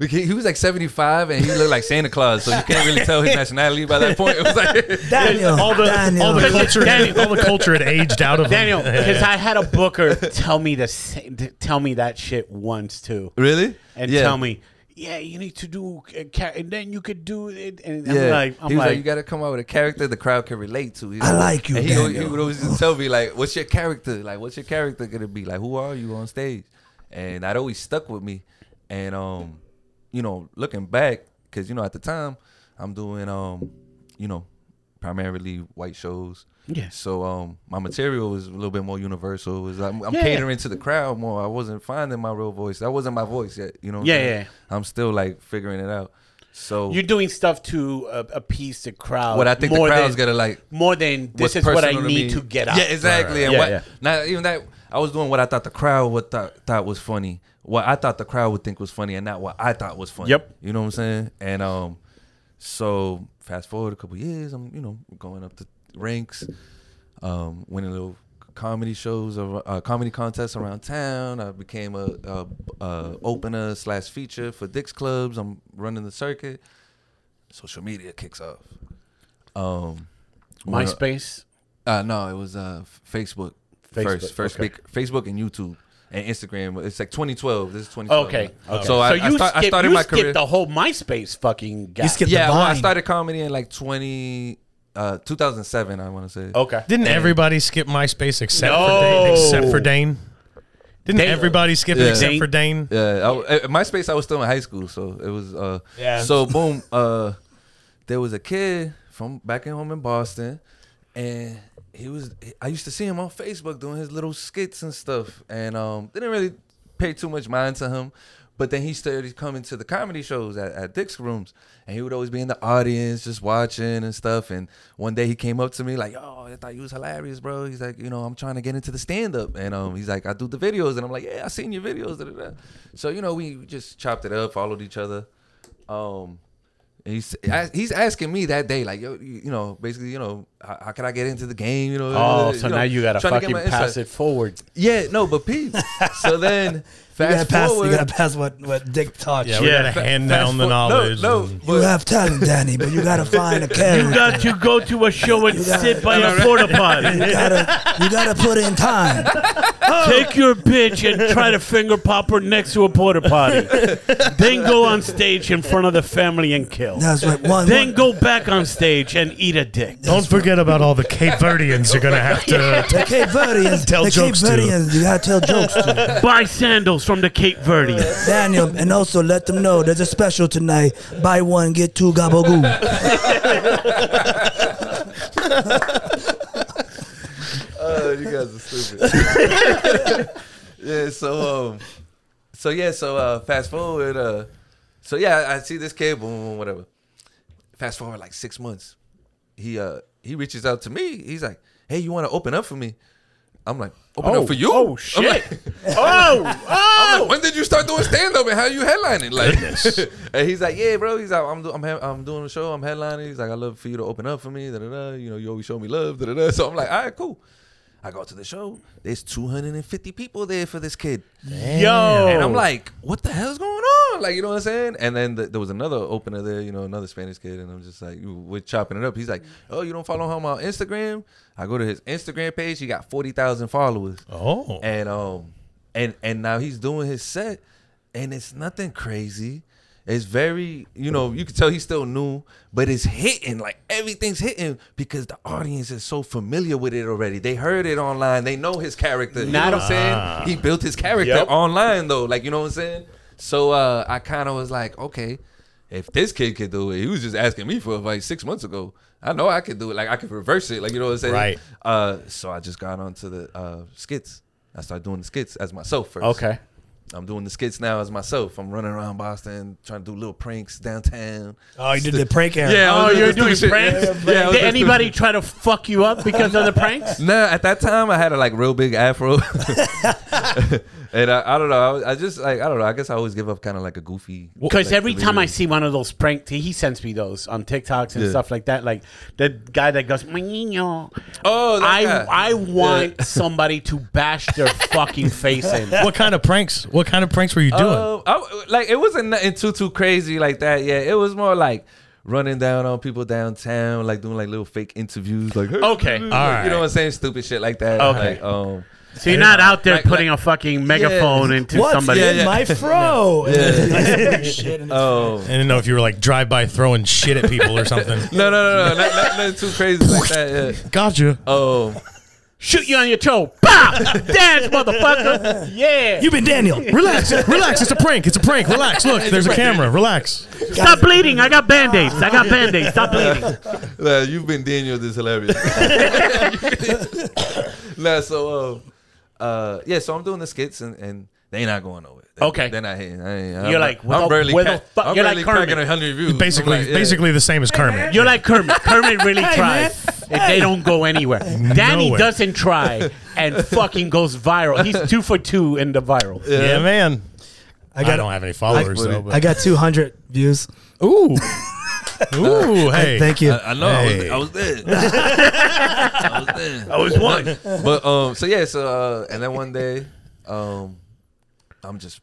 Speaker 1: [laughs] he he was like seventy five, and he looked like Santa Claus, so you can't really tell his nationality by that point. [laughs] It was like,
Speaker 3: Daniel,
Speaker 4: all the
Speaker 3: Daniel.
Speaker 4: [laughs] all the culture all the culture had aged out of him.
Speaker 5: Daniel, because I had a booker tell me to say, to tell me that shit once too,
Speaker 1: really?
Speaker 5: and tell me, yeah, you need to do,
Speaker 2: uh,
Speaker 5: a ca- and then you could do it, and I'm
Speaker 1: Yeah,
Speaker 5: like, I'm
Speaker 1: he was like,
Speaker 5: like,
Speaker 1: you got to come up with a character the crowd can relate to. He's
Speaker 3: I like you,
Speaker 1: And he, al- he
Speaker 3: Daniel.
Speaker 1: would always just tell me like, "What's your character? Like, what's your character gonna be? Like, who are you on stage?" And that always stuck with me. And um, you know, looking back, because you know at the time I'm doing um, you know, primarily white shows.
Speaker 5: Yeah.
Speaker 1: So um, my material was a little bit more universal. It was I'm, I'm
Speaker 5: Yeah.
Speaker 1: catering to the crowd more. I wasn't finding my real voice. That wasn't my voice yet. You know. what I'm
Speaker 5: Yeah,
Speaker 1: saying?
Speaker 5: yeah.
Speaker 1: I'm still like figuring it out. So
Speaker 5: you're doing stuff to uh, appease the crowd.
Speaker 1: what I think the
Speaker 5: more
Speaker 1: crowd's
Speaker 5: than,
Speaker 1: gonna like.
Speaker 5: more than this
Speaker 1: what's
Speaker 5: is what I
Speaker 1: personal
Speaker 5: need
Speaker 1: me.
Speaker 5: to get out.
Speaker 1: Yeah, exactly. And
Speaker 5: Yeah,
Speaker 1: what,
Speaker 5: yeah.
Speaker 1: not even that. I was doing what I thought the crowd would th- thought was funny, what I thought the crowd would think was funny, and not what I thought was funny.
Speaker 5: Yep.
Speaker 1: You know what I'm saying? And um, so fast forward a couple years, I'm you know going up the ranks, um, winning little comedy shows or uh, comedy contests around town. I became a, a, a opener slash feature for Dick's clubs. I'm running the circuit. Social media kicks off. Um, when I-
Speaker 5: MySpace.
Speaker 1: uh, no, it was uh, f- Facebook,
Speaker 5: Facebook,
Speaker 1: first, first
Speaker 5: okay.
Speaker 1: big- Facebook and YouTube and Instagram. It's like 2012. This is 2012.
Speaker 5: Okay. okay.
Speaker 1: So, I, I,
Speaker 5: you
Speaker 1: start- I
Speaker 5: skipped-
Speaker 1: started
Speaker 5: you
Speaker 1: my
Speaker 5: skipped
Speaker 1: career.
Speaker 5: the whole MySpace fucking guy.
Speaker 3: skipped-
Speaker 1: yeah,
Speaker 3: The
Speaker 1: well, I
Speaker 3: Vine.
Speaker 1: started comedy in like 20, uh, 2007. I want to say.
Speaker 5: okay.
Speaker 4: Didn't everybody skip MySpace except for
Speaker 5: No.
Speaker 4: Dane, except for Dane? Didn't
Speaker 5: Dane-
Speaker 4: everybody skip it
Speaker 1: Yeah.
Speaker 4: except
Speaker 5: Dane-
Speaker 4: for Dane?
Speaker 1: Yeah, I, at MySpace. I was still in high school, so it was. Uh,
Speaker 3: Yeah.
Speaker 1: So boom, uh, there was a kid from back at home in Boston, and he was. I used to see him on Facebook doing his little skits and stuff, and um, didn't really pay too much mind to him. But then he started coming to the comedy shows at, at Dick's rooms, and he would always be in the audience just watching and stuff. And one day he came up to me like, "Yo, I thought you was hilarious, bro." He's like, "You know, I'm trying to get into the stand up," and um, he's like, "I do the videos," and I'm like, "Yeah, I seen your videos." Da, da, da. So you know, we just chopped it up, followed each other. Um, and he's I- he's asking me that day, like, yo, you you know, basically, you know, how, how can I get into the game? You know.
Speaker 5: Oh, so
Speaker 1: know,
Speaker 5: now you gotta
Speaker 1: trying to
Speaker 5: fucking
Speaker 1: get my
Speaker 5: pass
Speaker 1: insight.
Speaker 5: it forward.
Speaker 1: Yeah, no, but peep.
Speaker 5: [laughs]
Speaker 1: so then,
Speaker 3: You gotta
Speaker 1: fast
Speaker 3: pass.
Speaker 1: forward.
Speaker 3: You gotta pass what, what Dick taught
Speaker 4: Yeah,
Speaker 3: you.
Speaker 4: we
Speaker 5: Yeah.
Speaker 4: gotta hand
Speaker 1: fast
Speaker 4: down the
Speaker 1: forward-
Speaker 4: knowledge.
Speaker 1: No, no
Speaker 4: and-
Speaker 1: but-
Speaker 3: You have talent, Danny, but you gotta find a
Speaker 2: You
Speaker 3: character.
Speaker 2: got to go to a
Speaker 1: [laughs]
Speaker 2: show and sit by a porta potty.
Speaker 3: gotta, you gotta put in time.
Speaker 2: [laughs] Take your bitch and try to finger pop her next to a porta
Speaker 1: [laughs]
Speaker 2: potty. then go on stage in front of the family and kill.
Speaker 3: That's right. One,
Speaker 2: Then
Speaker 3: one-
Speaker 2: go back on stage and eat a dick.
Speaker 4: Don't forget about all the Cape Verdeans you're
Speaker 1: [laughs]
Speaker 4: gonna have to.
Speaker 3: The Cape Verdeans.
Speaker 4: [laughs] Tell
Speaker 3: the
Speaker 4: jokes to.
Speaker 3: Cape Verdeans. You gotta tell jokes to
Speaker 2: Buy sandals from the Cape Verdeans.
Speaker 3: Daniel, and also let them know there's a special tonight. Buy one, get two gabagoo.
Speaker 1: Oh, you guys are stupid.
Speaker 2: [laughs]
Speaker 1: yeah, so um, so yeah, so uh, fast forward. Uh, so yeah, I see this kid, boom, boom, whatever. Fast forward like six months, he uh he reaches out to me. He's like, "Hey, you want to open up for me?" I'm like, "Open up for you?"
Speaker 2: Oh
Speaker 1: I'm
Speaker 2: shit!
Speaker 1: like-
Speaker 2: oh
Speaker 1: I'm
Speaker 2: oh!
Speaker 1: like, when did you start doing stand up and how you headlining? Like, [laughs] and he's like, yeah, bro. He's like, I'm, do- I'm, he- I'm doing a show. I'm headlining. He's like, I love for you to open up for me. Da, da, da. You know, you always show me love. Da, da, da. So I'm like, all right, cool. I go to the show. There's 250 people there for this kid.
Speaker 2: Yo!
Speaker 1: And I'm like, what the hell's going on? Like, you know what I'm saying? And then th there was another opener there, you know, another Spanish kid, and I'm just like, we're chopping it up. He's like, oh, you don't follow him on Instagram? I go to his Instagram page. He got 40,000 followers
Speaker 4: Oh,
Speaker 1: and um and and now he's doing his set and it's nothing crazy it's very you know you can tell he's still new but it's hitting like everything's hitting because the audience is so familiar with it already they heard it online they know his character you
Speaker 5: Not
Speaker 1: know
Speaker 5: a-
Speaker 1: what i'm saying he built his character
Speaker 5: Yep.
Speaker 1: online though like you know what i'm saying so uh i kind of was like okay if this kid could do it he was just asking me for advice six months ago i know i could do it like i could reverse it like you know what i'm saying
Speaker 4: Right.
Speaker 1: uh, so I just got onto the uh, skits. I started doing the skits as myself first.
Speaker 5: Okay.
Speaker 1: I'm doing the skits now as myself. I'm running around Boston trying to do little pranks downtown.
Speaker 4: Uh,
Speaker 3: Oh, you did the prank error.
Speaker 1: Yeah, I
Speaker 6: Oh,
Speaker 1: was
Speaker 6: you're
Speaker 1: just
Speaker 6: doing
Speaker 1: stupid
Speaker 6: pranks?
Speaker 1: shit. Yeah, I was
Speaker 6: Did
Speaker 1: just
Speaker 6: anybody try to fuck you up because of the
Speaker 1: [laughs]
Speaker 6: pranks?
Speaker 1: No, at that time I had a like real big afro, [laughs] and I, I don't know. I, was- I just like I don't know. I guess I always give up kind of like a goofy.
Speaker 2: Because
Speaker 1: like,
Speaker 2: every time I
Speaker 1: delivery.
Speaker 2: see one of those prank, he sends me those on TikToks and
Speaker 1: Yeah.
Speaker 2: stuff like that. Like the guy that goes, "Manino."
Speaker 1: Oh, that
Speaker 2: I
Speaker 1: guy.
Speaker 2: I want somebody to bash
Speaker 1: [laughs]
Speaker 2: their fucking face in.
Speaker 4: [laughs] What kind of pranks? What kind of pranks were you doing?
Speaker 1: Um, I- like it wasn't nothing too too crazy like that. Yeah, it was more like running down on people downtown, like doing like little fake interviews, like hey,
Speaker 2: Okay,
Speaker 1: you
Speaker 4: alright.
Speaker 1: know what I'm saying, stupid shit like that.
Speaker 2: Okay.
Speaker 1: Like, um,
Speaker 2: So you're not out there
Speaker 1: Like-
Speaker 2: putting a fucking megaphone into
Speaker 3: What's
Speaker 2: somebody.
Speaker 3: in
Speaker 1: Yeah, yeah.
Speaker 3: my fro? yeah. shit in his
Speaker 1: um,
Speaker 4: I didn't know if you were like drive by throwing shit at people or something.
Speaker 1: [laughs] no, no, no, no, not, not, nothing too crazy like that. Yeah.
Speaker 4: Gotcha.
Speaker 1: Um,
Speaker 2: Shoot you on your toe.
Speaker 1: [laughs]
Speaker 2: Bah! Dance, motherfucker. Yeah.
Speaker 3: You've been Daniel.
Speaker 1: [laughs]
Speaker 4: Relax, relax. It's a prank. It's a prank. Relax. Look, there's a camera. Relax.
Speaker 6: Stop bleeding. I got band aids. I got band aids. Stop bleeding.
Speaker 1: Nah, you've been Daniel this is hilarious. [laughs] nah, so uh, uh, yeah, so I'm doing the skits and, and they not going nowhere. They-
Speaker 2: Okay.
Speaker 1: they're not hitting. I ain't,
Speaker 2: You're
Speaker 1: I'm,
Speaker 2: like,
Speaker 1: I'm
Speaker 2: well,
Speaker 1: barely,
Speaker 2: where the
Speaker 1: ca-
Speaker 2: fuck-
Speaker 1: I'm
Speaker 2: you're
Speaker 1: barely
Speaker 2: like Kermit.
Speaker 1: cracking a hundred views. I'm
Speaker 4: Basically,
Speaker 1: like, yeah.
Speaker 4: basically the same as Kermit.
Speaker 2: You're like Kermit. Kermit really tries. If they don't go anywhere, Danny
Speaker 4: Nowhere.
Speaker 2: doesn't try and fucking goes viral. He's two for two in the viral.
Speaker 4: Yeah, man.
Speaker 3: I
Speaker 4: I,
Speaker 3: got
Speaker 4: don't have any followers
Speaker 1: I-
Speaker 4: though. But.
Speaker 3: I got 200 views.
Speaker 4: ooh, ooh. Hey,
Speaker 3: Thank you.
Speaker 1: I, I know.
Speaker 4: Hey.
Speaker 1: I, was, I
Speaker 6: [laughs]
Speaker 1: was there. I was there.
Speaker 6: I was one.
Speaker 1: But um, so yeah, so uh, and then one day, um, I'm just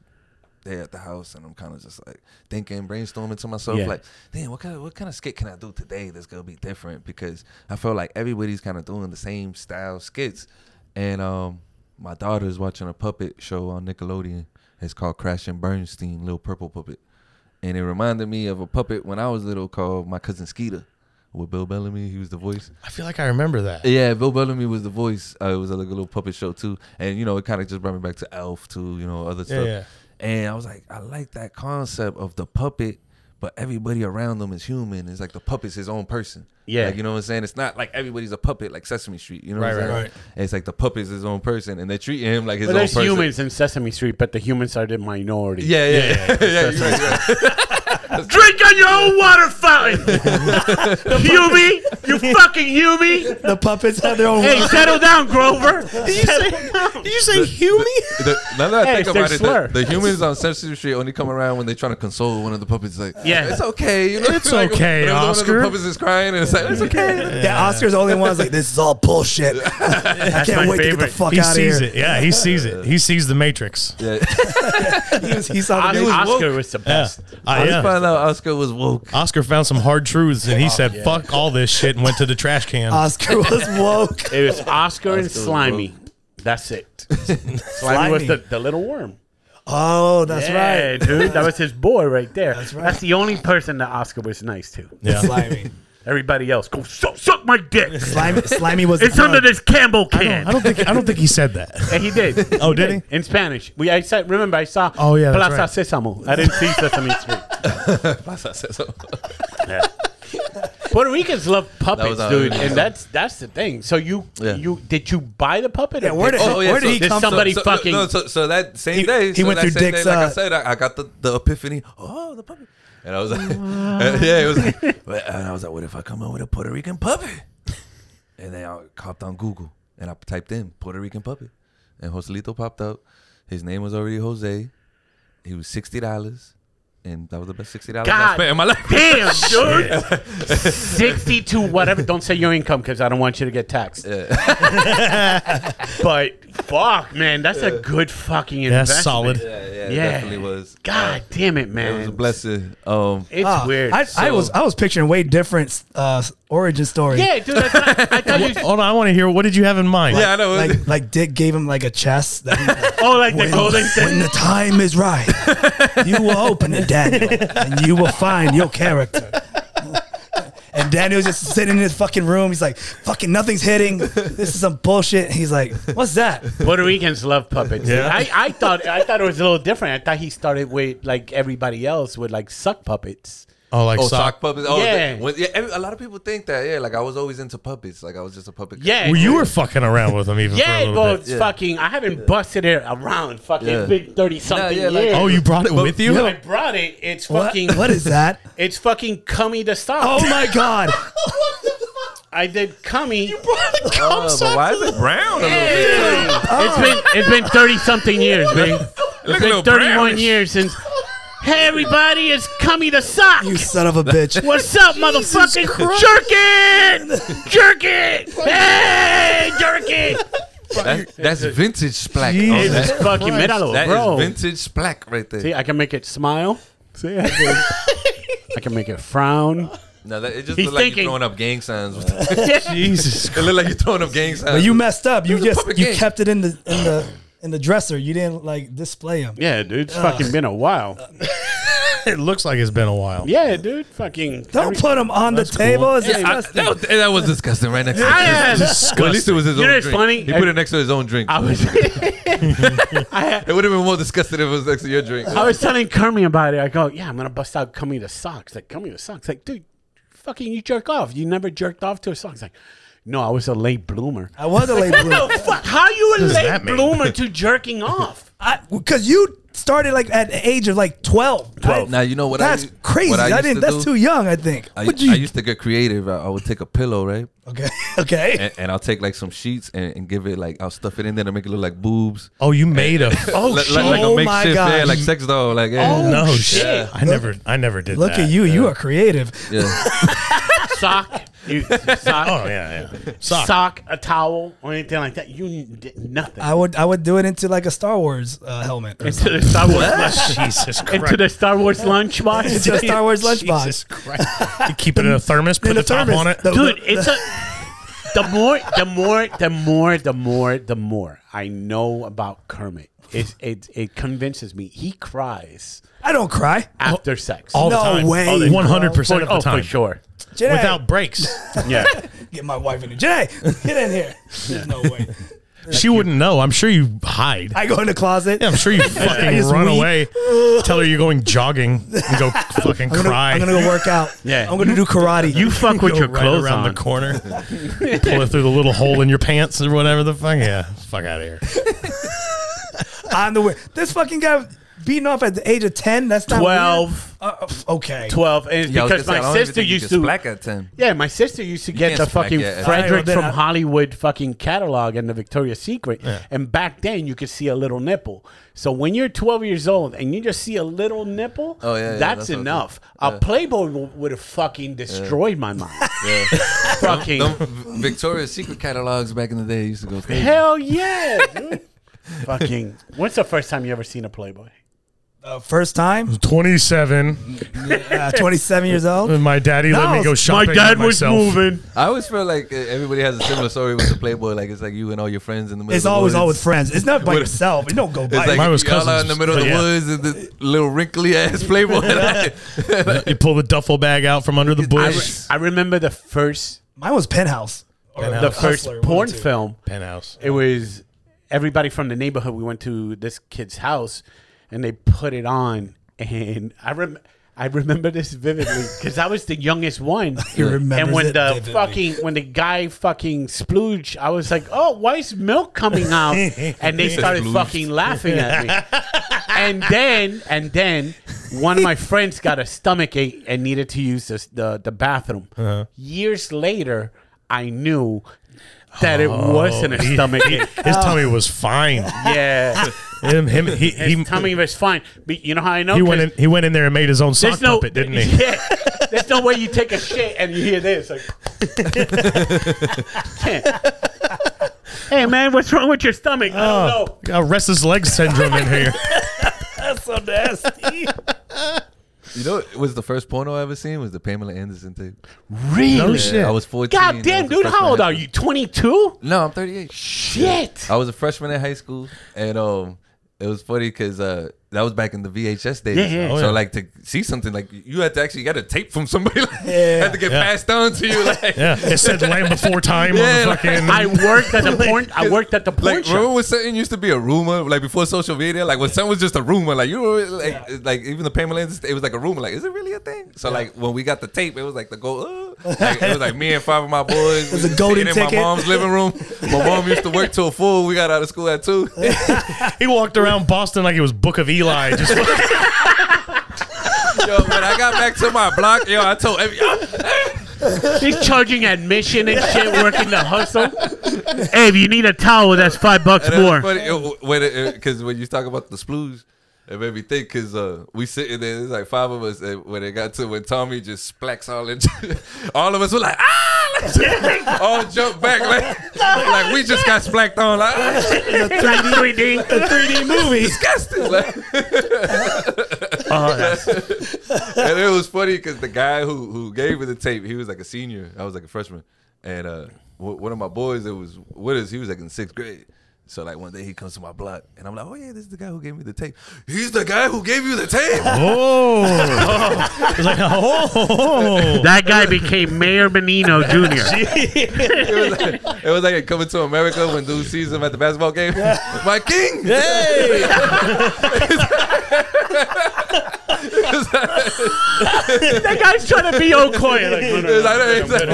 Speaker 1: there at the house, and I'm kind of just like thinking, brainstorming to myself,
Speaker 2: Yeah.
Speaker 1: like, damn, what kind of what kind of skit can I do today that's gonna be different? Because I felt like everybody's kind of doing the same style skits, and um, my daughter's watching a puppet show on Nickelodeon. It's called Crash and Bernstein, Little Purple Puppet, and it reminded me of a puppet when I was little called my cousin Skeeter. With Bill Bellamy, he was the voice.
Speaker 4: I feel like I remember that.
Speaker 1: Yeah, Bill Bellamy was the voice. Uh, it was like a little puppet show too, and you know, it kind of just brought me back to Elf too. You know, other stuff.
Speaker 4: yeah.
Speaker 1: And I was like, I like that concept of the puppet, but everybody around them is human. It's like the puppet's his own person.
Speaker 2: Yeah.
Speaker 1: like, you know what I'm saying. It's not like everybody's a puppet like Sesame Street. You know,
Speaker 4: Right,
Speaker 1: what I'm
Speaker 4: right,
Speaker 1: saying?
Speaker 4: right.
Speaker 1: It's like the puppet's his own person, and they treat him like his
Speaker 2: But
Speaker 1: own
Speaker 2: there's
Speaker 1: person.
Speaker 2: humans in Sesame Street, but the humans are the minority.
Speaker 1: Yeah, yeah, [laughs] yeah. yeah, you're right, you're right.
Speaker 6: Drink on your own water fountain.
Speaker 2: [laughs]
Speaker 6: Hubie, you fucking Hubie.
Speaker 3: the puppets have their own.
Speaker 6: Hey, settle down, Grover.
Speaker 4: Did you say Huey?
Speaker 1: The- now that I
Speaker 2: Hey,
Speaker 1: think
Speaker 2: it's their
Speaker 1: about it,
Speaker 2: slur.
Speaker 1: the, the humans on Sesame Street only come around when they're trying to console one of the puppets. Like,
Speaker 2: Yeah.
Speaker 1: it's okay. You know,
Speaker 4: It's
Speaker 1: like,
Speaker 4: okay,
Speaker 1: whenever [laughs] One
Speaker 4: Oscar.
Speaker 1: of the puppets is crying, and it's like, it's
Speaker 4: [laughs]
Speaker 1: okay.
Speaker 3: [laughs] Yeah, Oscar's the only one's like, this is all bullshit. I can't
Speaker 6: my
Speaker 3: wait to get the
Speaker 6: favorite.
Speaker 3: fuck
Speaker 4: He
Speaker 3: out of here.
Speaker 4: sees it. Yeah, he sees it. He sees the Matrix.
Speaker 1: Yeah.
Speaker 3: He, was, he saw
Speaker 2: Os-
Speaker 3: the
Speaker 1: was
Speaker 2: Oscar
Speaker 1: woke.
Speaker 2: was the
Speaker 4: Yeah.
Speaker 2: best.
Speaker 4: I
Speaker 1: I just
Speaker 4: am.
Speaker 1: found out Oscar was woke. [laughs]
Speaker 4: Oscar found some hard truths and he said, fuck all this shit and went to the trash can.
Speaker 3: Oscar was
Speaker 2: [laughs]
Speaker 3: woke.
Speaker 2: It was Oscar and
Speaker 1: was woke.
Speaker 2: Slimy. That's it. Slimy, was the, the little worm.
Speaker 3: Oh, that's
Speaker 2: yeah,
Speaker 3: right.
Speaker 2: dude. That was his boy right there. That's
Speaker 3: right.
Speaker 2: That's the only person that Oscar was nice to.
Speaker 3: [laughs]
Speaker 4: yeah.
Speaker 3: Slimy.
Speaker 2: Everybody else, go suck, suck
Speaker 6: My dick.
Speaker 3: Slimy, Slimy was.
Speaker 6: It's
Speaker 3: the
Speaker 6: under
Speaker 3: drug.
Speaker 6: this Campbell
Speaker 4: I
Speaker 6: can.
Speaker 4: don't think I don't think he said that.
Speaker 2: And he did.
Speaker 4: Oh, did he?
Speaker 2: In Spanish. We I said remember I saw
Speaker 4: Oh, yeah, that's
Speaker 2: Plaza
Speaker 4: right.
Speaker 2: Sesamo. I didn't see Sesame
Speaker 4: [laughs]
Speaker 2: Street. Puerto Ricans love puppets,
Speaker 1: our
Speaker 2: dude,
Speaker 1: original.
Speaker 2: and that's that's the thing. So you
Speaker 1: Yeah.
Speaker 2: you did you buy the puppet?
Speaker 3: Yeah, where
Speaker 2: did
Speaker 3: did,
Speaker 1: Oh, yeah,
Speaker 3: where did
Speaker 1: so-
Speaker 3: he
Speaker 2: did
Speaker 3: come from?
Speaker 2: somebody
Speaker 1: so,
Speaker 2: fucking?
Speaker 1: No, so, so that same
Speaker 3: He-
Speaker 1: day,
Speaker 3: he
Speaker 1: so
Speaker 3: went
Speaker 1: that
Speaker 3: through
Speaker 1: same
Speaker 3: Dick's,
Speaker 1: Day, like
Speaker 3: uh,
Speaker 1: I said, I, I got the, the epiphany. Oh, the puppet, and I was like, [laughs] yeah, it was. Like, and I was like, what if I come up with a Puerto Rican puppet? And then I copped on Google and I typed in Puerto Rican puppet, and Joselito popped up. His name was already Jose. He was sixty dollars, and that was the best sixty dollars I
Speaker 2: God.
Speaker 1: spent in my life.
Speaker 2: [laughs] Damn, dude, [laughs] sixty-two, whatever. Don't say your income because I don't want you to get taxed. [laughs] but fuck, man, that's a good fucking investment.
Speaker 4: That's solid.
Speaker 1: Yeah, yeah, it
Speaker 2: Yeah.
Speaker 1: definitely was.
Speaker 2: God damn it,
Speaker 1: it
Speaker 2: man.
Speaker 1: was a blessing. Um,
Speaker 2: It's
Speaker 3: Ah,
Speaker 2: weird.
Speaker 3: I, I was
Speaker 1: So-
Speaker 3: I was picturing way different uh, origin
Speaker 2: [laughs]
Speaker 3: story.
Speaker 2: yeah, dude. I thought, I thought you.
Speaker 4: Hold on, I want to hear what did you have in mind?
Speaker 1: yeah, I know. [laughs]
Speaker 3: Like like Dick gave him like a chest. That he,
Speaker 2: [laughs]
Speaker 6: Oh, like the golden
Speaker 3: when the time is right, you will open it, Daniel, and you will find your character. [laughs] And Daniel's just sitting in his fucking room. He's like, fucking nothing's hitting. This is some bullshit. He's like, what's that?
Speaker 2: Puerto Ricans love puppets.
Speaker 4: Yeah.
Speaker 2: I, I thought I thought it was a little different. I thought he started with like everybody else with like suck puppets.
Speaker 4: Oh, like
Speaker 1: oh, sock,
Speaker 4: sock.
Speaker 1: puppets. Oh,
Speaker 5: Yeah.
Speaker 1: yeah. When, yeah every- a lot of people think that. Yeah, like I was always into puppets. Like I was just a puppet. guy.
Speaker 5: Yeah.
Speaker 4: well, you were fucking around with them even for a
Speaker 5: Yeah,
Speaker 4: little
Speaker 5: but
Speaker 4: bit.
Speaker 5: it's fucking, I haven't busted it around fucking
Speaker 1: Yeah.
Speaker 5: big 30 something
Speaker 1: yeah, like-
Speaker 5: years.
Speaker 4: Oh, you brought it with you?
Speaker 5: I brought it. It's
Speaker 3: What?
Speaker 5: fucking.
Speaker 3: what is that?
Speaker 5: It's fucking cummy to stop.
Speaker 2: [laughs]
Speaker 3: Oh my god!
Speaker 5: I did cummy.
Speaker 1: Uh, but why is it brown? A little bit?
Speaker 2: It's been it's been thirty something years, man. It's
Speaker 1: a little
Speaker 2: been thirty one
Speaker 1: brownish.
Speaker 2: years since. Hey everybody, it's Cummy the Sock.
Speaker 3: You son of a bitch.
Speaker 2: What's up, motherfucking jerk it, jerk it, hey, jerk it.
Speaker 1: That-
Speaker 2: [laughs]
Speaker 1: that's vintage splack.
Speaker 2: It's
Speaker 1: that,
Speaker 2: fucking míralo,
Speaker 1: that is
Speaker 2: bro.
Speaker 1: vintage splack right there.
Speaker 2: See, I can make it smile. See, I can, I can make it frown.
Speaker 1: no, that, it just
Speaker 2: He's
Speaker 1: looked like
Speaker 2: thinking-
Speaker 1: you're throwing up gang signs. [laughs] with-
Speaker 4: Jesus. [laughs]
Speaker 1: it looked like you're throwing up gang signs.
Speaker 3: But you messed up. You
Speaker 1: was a
Speaker 3: just
Speaker 1: puppet
Speaker 3: you
Speaker 1: game.
Speaker 3: kept it in the in the in the dresser. You didn't like display them.
Speaker 2: Yeah, dude, it's fucking been a while.
Speaker 4: It looks like it's been a while.
Speaker 2: Yeah, dude, fucking.
Speaker 3: Don't put them on the table. It's
Speaker 1: Yeah, I-
Speaker 3: disgusting.
Speaker 1: that, was, that was disgusting right next to
Speaker 2: I-
Speaker 1: his- Well, at least it was his
Speaker 2: You know
Speaker 1: own
Speaker 2: what's
Speaker 1: drink.
Speaker 2: funny?
Speaker 1: He put it next to his own drink.
Speaker 2: I was. [laughs]
Speaker 1: it would have been more disgusting if it was next to your drink.
Speaker 2: I was telling Kermit about it. I go, yeah, I'm gonna bust out Kermit the socks. Like Kermit the socks. Like, dude, fucking, you jerk off. You never jerked off to a sock. It's like, no, I was a late bloomer.
Speaker 3: I was a late
Speaker 2: No,
Speaker 3: bloomer
Speaker 2: fuck. How you a late
Speaker 4: that mean?
Speaker 2: bloomer to jerking off?
Speaker 3: because you started like at the age of like twelve. I-
Speaker 1: Now you know what?
Speaker 3: that's
Speaker 1: I, u-
Speaker 3: crazy.
Speaker 1: What I,
Speaker 3: I
Speaker 1: used
Speaker 3: didn't.
Speaker 1: to
Speaker 3: That's
Speaker 1: do?
Speaker 3: too young. I think.
Speaker 1: I,
Speaker 3: What'd you-
Speaker 1: I used to get creative. I, I would take a pillow, right,
Speaker 3: [laughs] okay. Okay.
Speaker 1: and, and I'll take like some sheets and, and give it like I'll stuff it in there to make it look like boobs.
Speaker 4: Oh, you
Speaker 1: [laughs]
Speaker 4: made a.
Speaker 1: Oh, like,
Speaker 3: shit.
Speaker 1: like a
Speaker 3: Oh, my
Speaker 1: makeshift, yeah,
Speaker 3: gosh. Oh.
Speaker 1: like sex doll, like yeah.
Speaker 4: no shit. I never, I never did
Speaker 3: Look
Speaker 4: that.
Speaker 3: at you. You are creative.
Speaker 1: [laughs] Yeah.
Speaker 2: Sock, [laughs] you, sock,
Speaker 4: Oh yeah, yeah. Sock.
Speaker 2: sock, a towel, or anything like that. You did nothing.
Speaker 3: I would. I would do it into like a Star Wars uh, helmet. Or
Speaker 2: into the Star Wars lunch,
Speaker 4: [laughs] Jesus Christ.
Speaker 2: into the Star Wars lunchbox.
Speaker 3: into a Star Wars lunchbox.
Speaker 4: [laughs] Jesus Christ. You keep it in a thermos, put
Speaker 3: In
Speaker 4: the
Speaker 3: a
Speaker 4: top
Speaker 3: thermos.
Speaker 4: on it.
Speaker 3: The-
Speaker 2: [laughs] dude it's a the more the more the more the more the more i know about kermit it it, it convinces me he cries
Speaker 3: I don't cry.
Speaker 1: Oh,
Speaker 2: after sex
Speaker 4: All
Speaker 3: No
Speaker 4: the time. Oh,
Speaker 3: way, bro.
Speaker 4: One hundred percent of the
Speaker 2: oh
Speaker 4: time.
Speaker 2: for sure
Speaker 3: Jedi, [laughs]
Speaker 4: Without breaks,
Speaker 2: yeah
Speaker 3: get my wife in here. Jedi, [laughs] get in here. There's no way.
Speaker 4: she wouldn't know. I'm sure you hide.
Speaker 3: I go in the closet.
Speaker 4: Yeah,
Speaker 3: [laughs]
Speaker 4: I'm sure you fucking
Speaker 3: just
Speaker 4: run
Speaker 3: wee.
Speaker 4: away. Tell her you're going jogging and
Speaker 3: [laughs]
Speaker 4: go fucking
Speaker 3: I'm gonna,
Speaker 4: cry.
Speaker 3: I'm gonna go work out.
Speaker 2: [laughs] Yeah.
Speaker 3: I'm gonna do karate.
Speaker 2: you fuck with
Speaker 4: Go
Speaker 2: your
Speaker 4: right
Speaker 2: clothes
Speaker 4: around
Speaker 2: on
Speaker 4: the corner, [laughs] pull it through the little hole in your pants or whatever the fuck. Yeah, fuck out of here.
Speaker 3: I'm the weird. This fucking guy beating off at the age of ten. That's not weird?
Speaker 2: 12
Speaker 3: Uh, pff, okay.
Speaker 2: 12 and it's
Speaker 1: Yeah, I was
Speaker 2: because
Speaker 1: gonna say, I
Speaker 2: my
Speaker 1: don't even
Speaker 2: sister
Speaker 1: think you
Speaker 2: used
Speaker 1: can
Speaker 2: to
Speaker 1: splack at ten.
Speaker 2: yeah my sister used to get
Speaker 1: can't
Speaker 2: the
Speaker 1: smack
Speaker 2: fucking
Speaker 1: yet.
Speaker 3: Alright, well,
Speaker 2: frederick
Speaker 3: then
Speaker 2: from
Speaker 3: I-
Speaker 2: hollywood fucking catalog and the victoria's secret and back then you could see a little nipple so when you're 12 years old and you just see a little nipple
Speaker 1: Oh, yeah, yeah,
Speaker 2: that's,
Speaker 1: that's what I'm
Speaker 2: enough a playboy w- would have fucking destroyed my mind
Speaker 1: [laughs] Yeah.
Speaker 2: [laughs] fucking
Speaker 1: Them V- [laughs] Victoria's Secret catalogs back in the day used to go crazy.
Speaker 2: hell yeah dude fucking when's the first time you ever seen a playboy
Speaker 3: Uh,
Speaker 1: [laughs]
Speaker 3: first time.
Speaker 4: Twenty-seven,
Speaker 3: Uh, 27 years old.
Speaker 4: and my daddy
Speaker 3: No,
Speaker 4: let me go
Speaker 3: my
Speaker 4: shopping. by myself.
Speaker 1: I always feel like uh, everybody has a similar story with the Playboy. Like it's like you and all your friends in the middle.
Speaker 3: It's
Speaker 1: of the
Speaker 3: always
Speaker 1: woods.
Speaker 3: all with friends. It's not by
Speaker 1: What-
Speaker 3: yourself. You don't go by.
Speaker 1: It's like
Speaker 4: Mine was
Speaker 1: y'all are in
Speaker 4: cousins,
Speaker 1: the middle of
Speaker 4: but
Speaker 1: the
Speaker 4: yeah.
Speaker 1: woods and this little wrinkly ass Playboy. [laughs]
Speaker 4: You pull the duffel bag out from under the
Speaker 2: I, re-
Speaker 4: bush.
Speaker 2: I remember the first
Speaker 3: Mine was penthouse.
Speaker 1: Oh,
Speaker 3: Or
Speaker 2: the first
Speaker 3: Hustler, one or
Speaker 2: porn
Speaker 3: two.
Speaker 2: film
Speaker 4: Penthouse.
Speaker 2: it was everybody from the neighborhood. We went to this kid's house, and they put it on, and I rem- I remember this vividly because I was the youngest one.
Speaker 3: [laughs] He remembers
Speaker 2: and when
Speaker 3: it
Speaker 2: the
Speaker 3: vividly.
Speaker 2: fucking when the guy fucking splooge, I was like, "Oh, why is milk coming
Speaker 3: [laughs]
Speaker 2: out?" And they started
Speaker 1: Splooged.
Speaker 2: fucking laughing at me.
Speaker 3: [laughs]
Speaker 2: and then and then one of my friends got a stomach ache and needed to use this, the the bathroom.
Speaker 3: Uh-huh.
Speaker 2: Years later, I knew that it wasn't
Speaker 3: Oh,
Speaker 2: a stomach ache.
Speaker 4: His tummy was fine.
Speaker 2: Yeah,
Speaker 4: Him, him, he, he,
Speaker 2: tummy was fine. But you know how I know?
Speaker 4: he went
Speaker 2: 'Cause
Speaker 4: in. He went in there and made his own sock puppet, didn't he?
Speaker 2: [laughs] Yeah, there's no way you take a shit and you hear this. Like, [laughs] hey man, what's wrong with your stomach? I
Speaker 4: Oh,
Speaker 2: don't know.
Speaker 4: Got restless Uh, leg syndrome in here.
Speaker 3: That's so nasty.
Speaker 1: you know, it was the first porno I ever seen was the Pamela Anderson tape.
Speaker 2: Really?
Speaker 4: No shit.
Speaker 1: I was fourteen.
Speaker 2: God
Speaker 1: That
Speaker 2: damn,
Speaker 1: was the
Speaker 2: dude,
Speaker 1: freshman
Speaker 2: how old
Speaker 1: high
Speaker 2: are
Speaker 1: school.
Speaker 2: you? 22?
Speaker 1: No, I'm 38.
Speaker 2: Shit.
Speaker 1: I was a freshman in high school, and um, it was funny because uh, that that was back in the VHS days.
Speaker 2: Yeah, yeah.
Speaker 4: Oh,
Speaker 1: so
Speaker 4: yeah.
Speaker 1: like to see something like you had to actually get a tape from somebody. [laughs] Like,
Speaker 3: Yeah.
Speaker 1: had to get passed on to you. [laughs] Like,
Speaker 4: Yeah, it said "Land Before Time"
Speaker 1: Yeah,
Speaker 4: on the
Speaker 1: like-
Speaker 4: fucking.
Speaker 2: I worked at the porn. I worked at the porn
Speaker 1: Like
Speaker 2: shop.
Speaker 1: remember when something used to be a rumor, like before social media, like when something was just a rumor, like you were like, like even the Pamela, Anderson, it was like a rumor, like is it really a thing? So like when we got the tape, it was like the go,
Speaker 3: [laughs]
Speaker 1: uh, like, it was like me and five of my boys. It
Speaker 3: was a golden
Speaker 1: in
Speaker 3: ticket.
Speaker 1: my mom's living room. My mom used to work till four. We got out of school at two.
Speaker 4: he walked around Boston like it was Book of Eli. Just
Speaker 1: Yo, when I got back to my block, yo, I told every,
Speaker 2: He's charging admission and shit, working the hustle. hey, if you need a towel, that's five bucks more.
Speaker 1: because when you talk about the splues. It made me think because uh, we sitting there, it's like five of us. And when it got to when Tommy just splacks all in, [laughs] all of us were like, ah, [laughs]
Speaker 2: [laughs]
Speaker 1: like, all jump back. Like, like we just got splacked on. Like, ah,
Speaker 3: The 3D movie.
Speaker 1: disgusting. Like,
Speaker 4: [laughs] Uh-huh.
Speaker 1: and it was funny because the guy who who gave me the tape, he was like a senior. I was like a freshman, and uh, w- one of my boys that was with us, he was like in sixth grade. So like one day he comes to my block, and I'm like, oh yeah, this is the guy who gave me the tape. He's the guy who gave you the tape.
Speaker 4: oh, It's like oh,
Speaker 2: That guy became Mayor Menino Jr.
Speaker 1: it, was like, it was like a coming to America when dude sees him at the basketball game. [laughs] my king. [laughs]
Speaker 4: hey,
Speaker 2: that guy's trying to be Okoye. Like, no, no,
Speaker 1: It was
Speaker 2: no.
Speaker 1: like, it's like-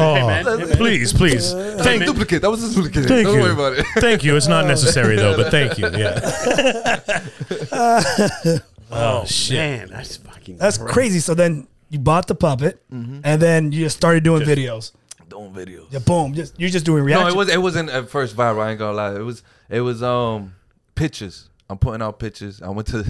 Speaker 4: oh, please, please,
Speaker 1: Thank
Speaker 4: thank,
Speaker 1: duplicate. That was a duplicate.
Speaker 4: thank
Speaker 1: Don't
Speaker 4: you,
Speaker 1: worry about it.
Speaker 4: thank you. It's not necessary though, but thank you. Yeah. oh shit.
Speaker 2: Man, that's fucking.
Speaker 3: That's crazy. So then you bought the puppet,
Speaker 1: Mm-hmm.
Speaker 3: and then you just started doing videos.
Speaker 1: Don't videos.
Speaker 3: Yeah, boom. Just you're just doing
Speaker 1: No,
Speaker 3: reactions.
Speaker 1: it was it wasn't at first viral. I ain't gonna lie. It was it was um pictures. I'm putting out pictures. I went to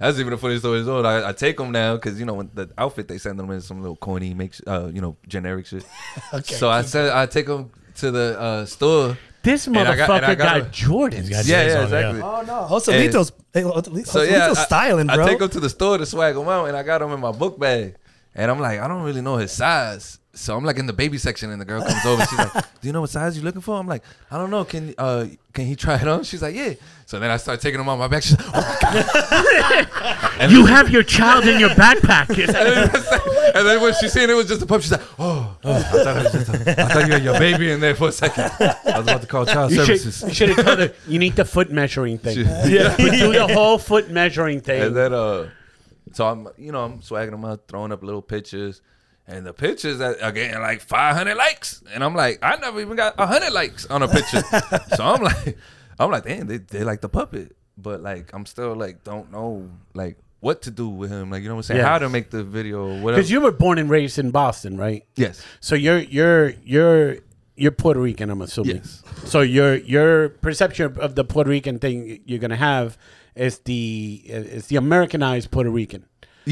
Speaker 1: that's even the [laughs] funniest story. So I, I take them now because you know when the outfit they send them in is some little corny makes uh you know generic shit. [laughs] okay, so I said I take them to the uh, store.
Speaker 2: This
Speaker 1: And I
Speaker 2: motherfucker
Speaker 1: got-
Speaker 2: got,
Speaker 1: and I got a-
Speaker 2: Jordans.
Speaker 4: Got
Speaker 1: Yeah, yeah,
Speaker 4: J's on it,
Speaker 1: exactly.
Speaker 3: Oh no,
Speaker 1: And-
Speaker 3: Joselito's hey, Joselito's
Speaker 1: So yeah, I-
Speaker 3: styling,
Speaker 1: I,
Speaker 3: bro.
Speaker 1: take him to the store to swag him out, and I got him in my book bag, and I'm like, I don't really know his size. So I'm like in the baby section, and the girl comes over. She's like, "Do you know what size you're looking for?" I'm like, "I don't know. Can uh can he try it on?" She's like, "Yeah." So then I start taking him on my back. She's like, "Oh my god!" And
Speaker 2: You have your child in your
Speaker 1: [laughs]
Speaker 2: backpack.
Speaker 1: and then- and then when she seen it was just a pup, she's like, "Oh, oh, I, thought it was just a, I thought you had your baby in there for a second. I was about to call child
Speaker 2: You
Speaker 1: services."
Speaker 2: should, you should have told her you need the foot measuring thing.
Speaker 1: She-
Speaker 2: You do the whole foot measuring
Speaker 1: And
Speaker 2: thing.
Speaker 1: then uh so I'm you know, I'm swagging them out, throwing up little pictures. And the pictures that are getting like 500 likes, and I'm like, I never even got 100 likes on a
Speaker 2: [laughs]
Speaker 1: picture. so I'm like, I'm like, damn, they, they like the puppet, but like, I'm still like, don't know like what to do with him, like you know what I'm saying,
Speaker 2: Yeah.
Speaker 1: how to make the video, or whatever.
Speaker 2: Because you were born and raised in Boston, right?
Speaker 1: yes,
Speaker 2: So you're you're you're you're Puerto Rican, I'm assuming.
Speaker 1: Yes.
Speaker 2: So your your perception of the Puerto Rican thing you're gonna have is the is the Americanized Puerto Rican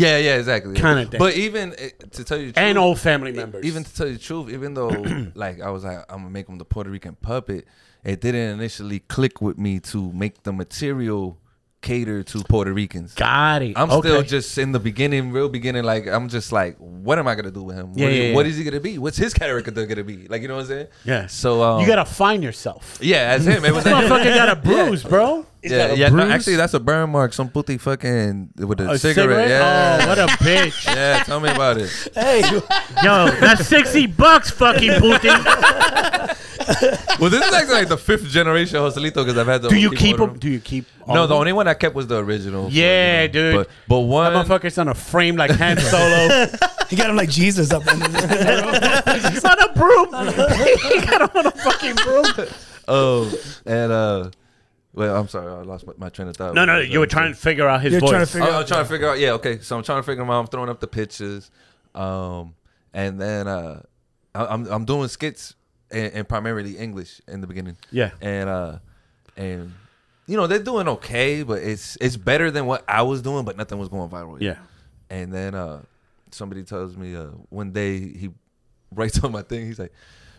Speaker 1: yeah, yeah, exactly,
Speaker 2: Kinda thing.
Speaker 1: But even eh, to tell you, the
Speaker 2: and
Speaker 1: truth-
Speaker 2: old family members.
Speaker 1: E, Even to tell you the truth, even
Speaker 2: [clears throat]
Speaker 1: though like I was like, I'm gonna make them the Puerto Rican puppet, it didn't initially click with me to make the material cater to Puerto Ricans.
Speaker 2: got it.
Speaker 1: I'm
Speaker 2: okay.
Speaker 1: still just in the beginning, real beginning. Like I'm just like, what am I gonna do with him?
Speaker 2: Yeah,
Speaker 1: what, is,
Speaker 2: yeah, yeah.
Speaker 1: what is he gonna be? What's his character gonna be? Like you know what I'm saying?
Speaker 2: Yeah.
Speaker 1: So um,
Speaker 2: you gotta find yourself.
Speaker 1: [laughs] yeah, as
Speaker 2: [laughs]
Speaker 1: him, it was
Speaker 2: You
Speaker 1: like,
Speaker 2: fucking got a bruise, bro.
Speaker 1: [laughs] yeah, yeah. no, actually, that's a burn mark. Some putty fucking with a,
Speaker 2: A
Speaker 1: cigarette. Yeah.
Speaker 2: Oh,
Speaker 1: [laughs]
Speaker 2: what a bitch.
Speaker 1: yeah, tell me about it.
Speaker 3: hey,
Speaker 2: Yo, that's 60 bucks, fucking
Speaker 1: [laughs]
Speaker 2: Putin.
Speaker 1: Well, this is actually like the fifth generation Joselito because I've had the
Speaker 2: Do you
Speaker 1: people
Speaker 2: keep
Speaker 1: order
Speaker 2: them? Do you keep all
Speaker 1: No,
Speaker 2: of
Speaker 1: the
Speaker 2: them?
Speaker 1: only one I kept was the original.
Speaker 2: Yeah,
Speaker 1: you know,
Speaker 2: dude.
Speaker 1: But, but one,
Speaker 2: That motherfucker's on a frame like
Speaker 1: [laughs]
Speaker 2: Han Solo.
Speaker 3: he got him like Jesus up. in his-
Speaker 2: on a broom. he got him on a fucking broom.
Speaker 1: [laughs] oh, and uh, well, I'm sorry, I lost my, my train of thought.
Speaker 2: No, no, you were trying to figure out his
Speaker 3: You're
Speaker 2: voice.
Speaker 3: trying to figure
Speaker 1: Oh, I'm
Speaker 3: out.
Speaker 1: trying to figure out. Yeah, okay. So I'm trying to figure them out. I'm throwing up the pictures, um, and then uh, I, I'm I'm doing skits and, and primarily English in the beginning.
Speaker 2: Yeah.
Speaker 1: and uh, and you know they're doing okay, but it's it's better than what I was doing, but nothing was going viral. yet.
Speaker 2: Yeah.
Speaker 1: and then uh, somebody tells me uh, one day he writes [laughs] on my thing. He's like,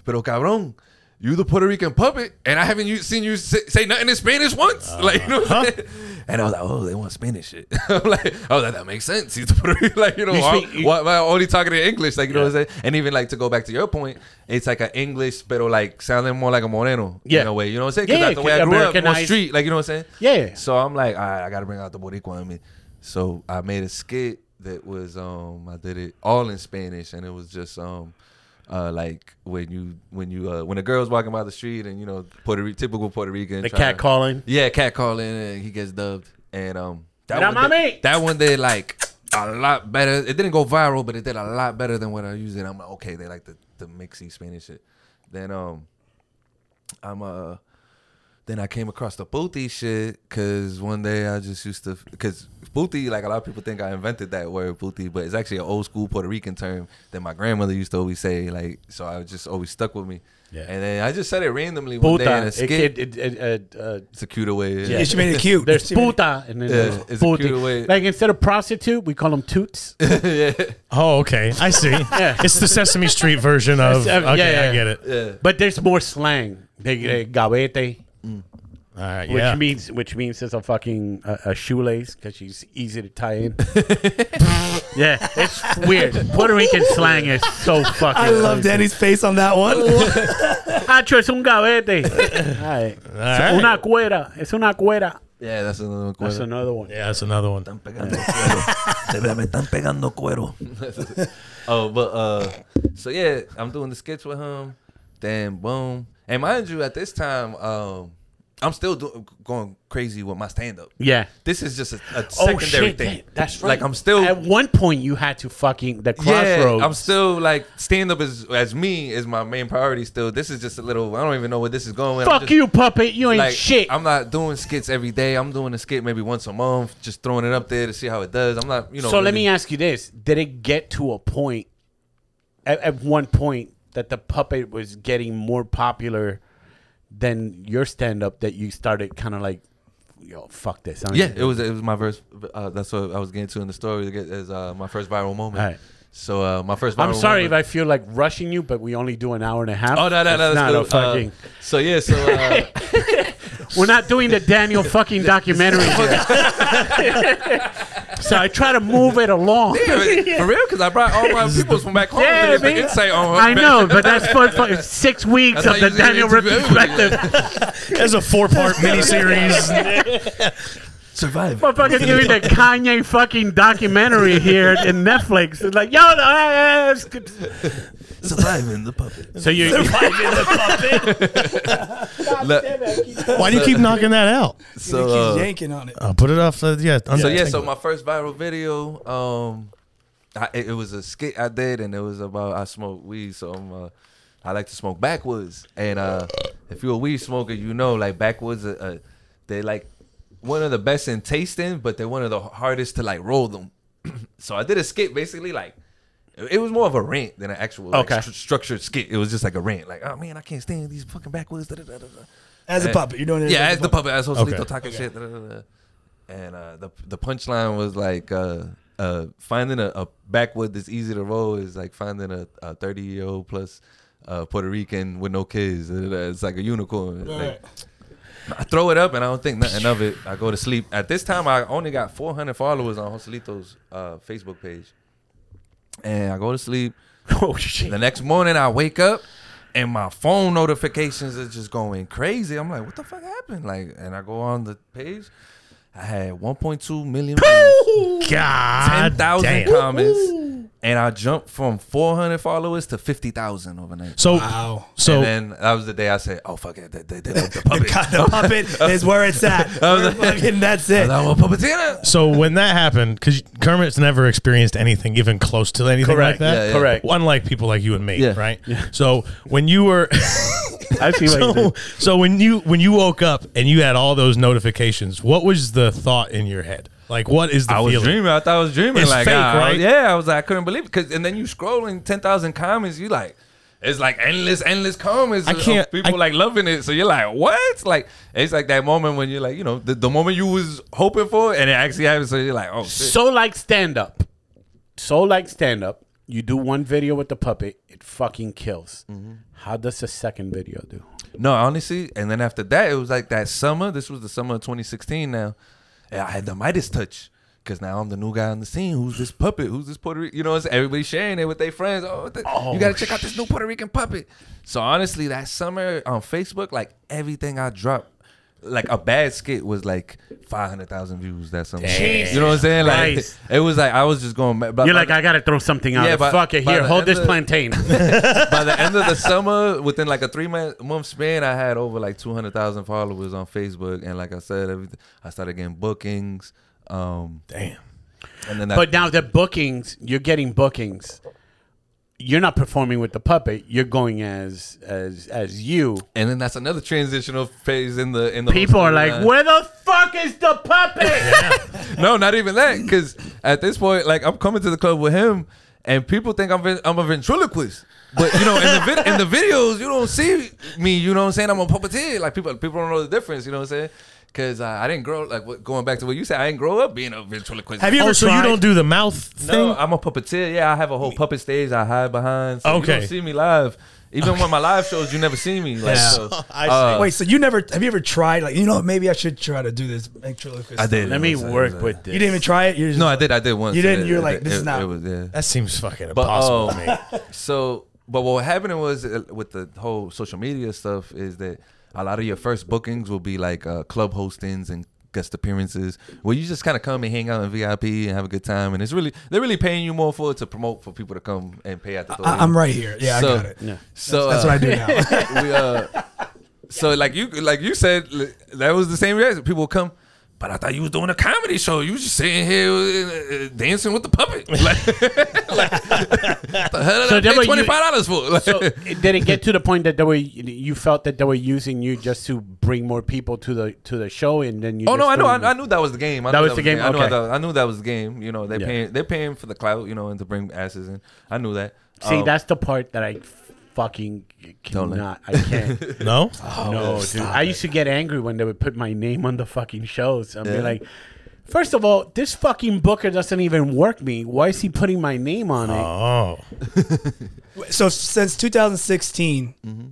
Speaker 1: "Pero cabrón." You the Puerto Rican puppet, and I haven't you seen you say, say nothing in Spanish once. [laughs] like you know, what I'm
Speaker 2: Uh-huh.
Speaker 1: saying? and I was like, oh, they want Spanish shit. [laughs] I'm like, I was like, that makes sense. He's the Puerto Rican, [laughs] like you know,
Speaker 2: You
Speaker 1: why,
Speaker 2: speak- you-
Speaker 1: why, why only talking in English? Like you know what I'm saying? And even like to go back to your point, it's like an English, but like sounding more like a Moreno
Speaker 2: Yeah.
Speaker 1: in a way. You know what I'm saying?
Speaker 2: Yeah,
Speaker 1: Because that's the way I grew up, more
Speaker 2: Americanized.
Speaker 1: street. Like you know what I'm saying?
Speaker 2: Yeah.
Speaker 1: So I'm like, all right, I gotta bring out the Boricua in me. So I made a skit that was um I did it all in Spanish and it was just um uh like when you when you uh when a girl's walking by the street and you know Puerto Ri- typical Puerto Rican
Speaker 2: The
Speaker 1: trying
Speaker 2: cat
Speaker 1: to-
Speaker 2: calling.
Speaker 1: yeah cat calling and he gets dubbed and um that
Speaker 2: Mira,
Speaker 1: one
Speaker 2: mami.
Speaker 1: did, that one did like a lot better it didn't go viral but it did a lot better than what I used it I'm like okay they like the the mixy Spanish shit then um I'm uh then I came across the booty shit because one day I just used to because booty like a lot of people think I invented that word booty, but it's actually an old school Puerto Rican term that my grandmother used to always say. Like so, I was just always stuck with me. Yeah. And then I just said it randomly one day in
Speaker 2: Puta.
Speaker 1: a
Speaker 2: It,
Speaker 1: skit.
Speaker 2: it, it, it, uh, uh,
Speaker 1: it's a cuter way.
Speaker 3: Yeah, she made it cute.
Speaker 2: there's
Speaker 3: She made it-
Speaker 2: puta and then
Speaker 1: Yeah,
Speaker 2: there's
Speaker 1: it's a
Speaker 2: puti.
Speaker 1: cute way-
Speaker 2: Like instead of prostitute, we call
Speaker 1: [laughs]
Speaker 2: them toots.
Speaker 4: Oh, okay. I see. It's the Sesame Street version of.
Speaker 2: Yeah,
Speaker 4: Okay,
Speaker 2: yeah.
Speaker 4: I get it.
Speaker 2: But there's more slang. They, they
Speaker 1: Mm.
Speaker 2: gavete,
Speaker 4: All right.
Speaker 2: which
Speaker 4: Yeah.
Speaker 2: means which means it's a fucking uh, a shoelace because she's easy to
Speaker 1: [laughs]
Speaker 2: tie in. yeah, it's weird. Puerto Rican slang is
Speaker 1: [laughs]
Speaker 2: so fucking.
Speaker 3: I love Danny's face on that one.
Speaker 2: Hacho es
Speaker 1: [laughs]
Speaker 2: un gavete. Alright.
Speaker 4: All right.
Speaker 2: Una cuera. Es una cuera.
Speaker 1: yeah, that's another
Speaker 2: That's
Speaker 1: question.
Speaker 2: another one.
Speaker 4: yeah, that's another one.
Speaker 2: [laughs]
Speaker 1: [laughs] Oh, but uh, so yeah, I'm doing the skits with him. Then boom, and mind you, at this time, um, I'm still do- going crazy with my stand up.
Speaker 2: Yeah.
Speaker 1: This is just a, a
Speaker 2: Oh,
Speaker 1: secondary
Speaker 2: shit,
Speaker 1: thing.
Speaker 2: yeah, That's right.
Speaker 1: Like I'm still
Speaker 2: At one point, you had to fucking the crossroads.
Speaker 1: yeah, I'm still like stand up as as me is my main priority still. This is just a little I don't even know where this is going. I'm
Speaker 2: Fuck
Speaker 1: just-
Speaker 2: you, puppet. You ain't
Speaker 1: like,
Speaker 2: shit.
Speaker 1: I'm not doing skits every day. I'm doing a skit maybe once a month, just throwing it up there to see how it does. I'm not, you know.
Speaker 2: so let
Speaker 1: really-
Speaker 2: me ask you this: Did it get to a point, at, at one point, that the puppet was getting more popular than your stand-up that you started kind of like, yo, fuck this. I'm
Speaker 1: Yeah, it was it was my first. Uh, that's what I was getting to in the story. Is uh, my first viral moment.
Speaker 2: All right.
Speaker 1: So uh, my first.
Speaker 2: I'm
Speaker 1: viral
Speaker 2: sorry
Speaker 1: moment-
Speaker 2: if I feel like rushing you, but we only do an hour and a half.
Speaker 1: Oh no no no!
Speaker 2: It's
Speaker 1: that's
Speaker 2: not a
Speaker 1: cool. Uh,
Speaker 2: fucking.
Speaker 1: so yeah, so
Speaker 2: [laughs]
Speaker 1: uh, [laughs]
Speaker 2: We're not doing the Daniel fucking documentary. so I try to move it along.
Speaker 1: for real, because I brought all my people from back home
Speaker 2: Yeah,
Speaker 1: to get the
Speaker 2: man.
Speaker 1: insight on.
Speaker 2: I know,
Speaker 1: [laughs]
Speaker 2: but that's for, for six weeks
Speaker 1: That's how
Speaker 2: of
Speaker 1: you do
Speaker 2: the
Speaker 1: it
Speaker 2: Daniel
Speaker 1: to everybody.
Speaker 2: retrospective.
Speaker 4: That's a four part [laughs] miniseries.
Speaker 1: survive.
Speaker 2: Motherfuckers doing the Kanye fucking documentary here in Netflix. It's like, yo, no, eh, eh, it's good.
Speaker 1: Surviving the puppet.
Speaker 2: [laughs] so you
Speaker 4: Why do you keep knocking that out?
Speaker 1: So,
Speaker 3: Keeps
Speaker 1: uh,
Speaker 3: yanking on it.
Speaker 4: Uh, put it off. Uh, yeah.
Speaker 1: so yeah, so my first viral video, um, I, it it was a skit I did, and it was about I smoke weed, so I'm, uh, I like to smoke backwoods. And uh, if you're a weed smoker, you know like backwoods, uh, uh, they like one of the best in tasting, but they're one of the hardest to like roll them. [clears throat] so I did a skit basically like. it- It was more of a rant than an actual like,
Speaker 2: Okay.
Speaker 1: stru- structured skit. It was just like a rant, like, "Oh man, I can't stand these fucking backwoods." da, da, da, da, da."
Speaker 3: As a puppet, you're doing it.
Speaker 1: eh, Yeah, as
Speaker 3: as
Speaker 1: the puppet, as Joselito
Speaker 4: Okay.
Speaker 1: talking shit. da, da, da, da. And uh, the the punchline was like uh, uh, finding a, a backwood that's easy to roll is like finding a, a thirty year old plus uh, Puerto Rican with no kids. Da, da, da. It's like a unicorn. It's like- I throw it up and I don't think nothing of it. I go to sleep. At this time, I only got four hundred followers on Joselito's uh, Facebook page, and I go to sleep.
Speaker 2: Oh shit.
Speaker 1: The next morning, I wake up and my phone notifications are just going crazy. I'm like, what the fuck happened? Like, and I go on the page. I had 1.2 million views,
Speaker 4: God.
Speaker 1: 10,000
Speaker 4: damn.
Speaker 1: comments, and I jumped from 400 followers to 50,000 overnight.
Speaker 4: So,
Speaker 3: Wow.
Speaker 4: so
Speaker 1: and then that was the day I said, oh, fuck it. They, they, they love the puppet.
Speaker 3: [laughs] God, the puppet
Speaker 1: [laughs]
Speaker 3: is where it's at. We're fucking, that's it.
Speaker 1: I want puppeteer.
Speaker 4: So when that happened, because Kermit's never experienced anything even close to anything
Speaker 2: Correct.
Speaker 4: like that.
Speaker 1: Yeah, yeah. Correct.
Speaker 4: Unlike people like you and me,
Speaker 1: Yeah.
Speaker 4: right? So when you were, [laughs]
Speaker 2: I see what you
Speaker 4: so,
Speaker 2: did.
Speaker 4: so when you when you woke up and you had all those notifications, what was the thought in your head? Like, what is the
Speaker 1: I was
Speaker 4: feeling?
Speaker 1: dreaming. I thought I was dreaming.
Speaker 4: It's
Speaker 1: like,
Speaker 4: fake,
Speaker 1: ah,
Speaker 4: right?
Speaker 1: Yeah, I was like, I couldn't believe it. 'Cause- and then you scrolling ten thousand comments, you like, it's like endless, endless comments.
Speaker 4: I
Speaker 1: of- of
Speaker 4: can't-
Speaker 1: people
Speaker 4: I-
Speaker 1: like loving it. So you're like, what? Like, it's like that moment when you're like, you know, the, the moment you was hoping for, and it actually happened. So you're like, oh shit.
Speaker 2: So like stand up. So like stand up. You do one video with the puppet, it fucking kills. How does the second video do?
Speaker 1: No, honestly. And then after that, it was like that summer. This was the summer of 2016. Now, and I had the Midas touch. Cause now I'm the new guy on the scene. Who's this puppet? Who's this Puerto Rican? You know, it's everybody sharing it with their friends. Oh, what the- you gotta check out this new Puerto Rican puppet. So honestly, that summer on Facebook, like everything I dropped, like a bad skit was like five hundred thousand views. That's something. You know what I'm saying? Like
Speaker 2: Christ.
Speaker 1: it was like I was just going. Blah,
Speaker 2: You're like, I gotta throw something out.
Speaker 1: Yeah, but-
Speaker 2: Fuck it.
Speaker 1: but
Speaker 2: Here,
Speaker 1: the
Speaker 2: hold
Speaker 1: end
Speaker 2: this
Speaker 1: of-
Speaker 2: plantain.
Speaker 1: by the end of the summer, within like a three month month span, I had over like two hundred thousand followers on Facebook, and like I said, everything, I started getting bookings. Um,
Speaker 4: Damn.
Speaker 1: and then that,
Speaker 2: but now the bookings, you're getting bookings. You're not performing with the puppet. You're going as as as you.
Speaker 1: and then that's another transitional phase in the in the
Speaker 2: People are like,
Speaker 1: storyline.
Speaker 2: where the fuck is the puppet? [laughs]
Speaker 1: no, not even that. Because at this point, like I'm coming to the club with him, and people think I'm ven- I'm a ventriloquist. But you know, in the vid- in the videos, you don't see me. You know what I'm saying? I'm a puppeteer. Like people people don't know the difference. You know what I'm saying? Because uh, I didn't grow like what, going back to what you said. I didn't grow up being a ventriloquist.
Speaker 3: Have you ever
Speaker 4: Oh, so
Speaker 3: tried?
Speaker 4: you don't do the mouth thing?
Speaker 1: No, I'm a puppeteer. Yeah, I have a whole puppet stage I hide behind. So You
Speaker 4: Okay.
Speaker 1: don't see me live. Even when my live shows, you never see me. Like,
Speaker 3: Yeah. [laughs]
Speaker 1: so,
Speaker 4: I
Speaker 1: uh,
Speaker 3: Wait, so you never have you ever tried like you know what, maybe I should try to do this ventriloquist?
Speaker 1: I did.
Speaker 2: Let
Speaker 1: It
Speaker 2: me
Speaker 1: was- it
Speaker 2: work
Speaker 1: was, uh,
Speaker 2: with this.
Speaker 3: You didn't even try it. You're just,
Speaker 1: No, I did. I did once.
Speaker 3: You didn't?
Speaker 1: It-
Speaker 3: You're
Speaker 1: it-
Speaker 3: like, this
Speaker 1: it-
Speaker 3: is not-
Speaker 1: It was, yeah.
Speaker 4: That seems fucking
Speaker 1: But
Speaker 4: impossible
Speaker 1: um,
Speaker 4: to me.
Speaker 1: [laughs] so, but what happened was uh, with the whole social media stuff is that a lot of your first bookings will be like uh, club hostings and guest appearances where you just kind of come and hang out in VIP and have a good time, and it's really they're really paying you more for it to promote for people to come and pay out the door.
Speaker 3: I, am right here. Yeah,
Speaker 1: so,
Speaker 3: I got it.
Speaker 1: So
Speaker 3: That's
Speaker 1: uh,
Speaker 3: what I do
Speaker 1: [laughs]
Speaker 3: now.
Speaker 1: we uh so like you like you said li- that was the same reaction people would come but I thought you was doing a comedy show. You was just sitting here uh, uh, dancing with the puppet. [laughs] Like,
Speaker 2: [laughs]
Speaker 1: like what the hell did
Speaker 2: So
Speaker 1: I
Speaker 2: then
Speaker 1: pay
Speaker 2: what
Speaker 1: twenty
Speaker 2: you-
Speaker 1: five dollars for? Like,
Speaker 2: So [laughs] did it get to the point that they were you felt that they were using you just to bring more people to the to the show and then you?
Speaker 1: [laughs] oh no,
Speaker 2: just
Speaker 1: I know,
Speaker 2: threw them-
Speaker 1: I, I knew that was the game. I
Speaker 2: That
Speaker 1: knew
Speaker 2: was the game?
Speaker 1: I knew,
Speaker 2: Okay.
Speaker 1: that, I knew that was the game. You know, they
Speaker 2: Yeah.
Speaker 1: paying they're paying for the clout, you know, and to bring asses in. I knew that.
Speaker 2: See,
Speaker 1: Um,
Speaker 2: that's the part that I fucking
Speaker 1: Don't let- [laughs]
Speaker 2: cannot. I can't.
Speaker 4: no?
Speaker 1: Oh,
Speaker 2: no, dude. I used to get angry when they would put my name on the fucking shows. I'd be like, first of all, this fucking booker doesn't even work me. Why is he putting my name on it?
Speaker 4: Oh.
Speaker 3: so since 2016,
Speaker 1: Mm-hmm.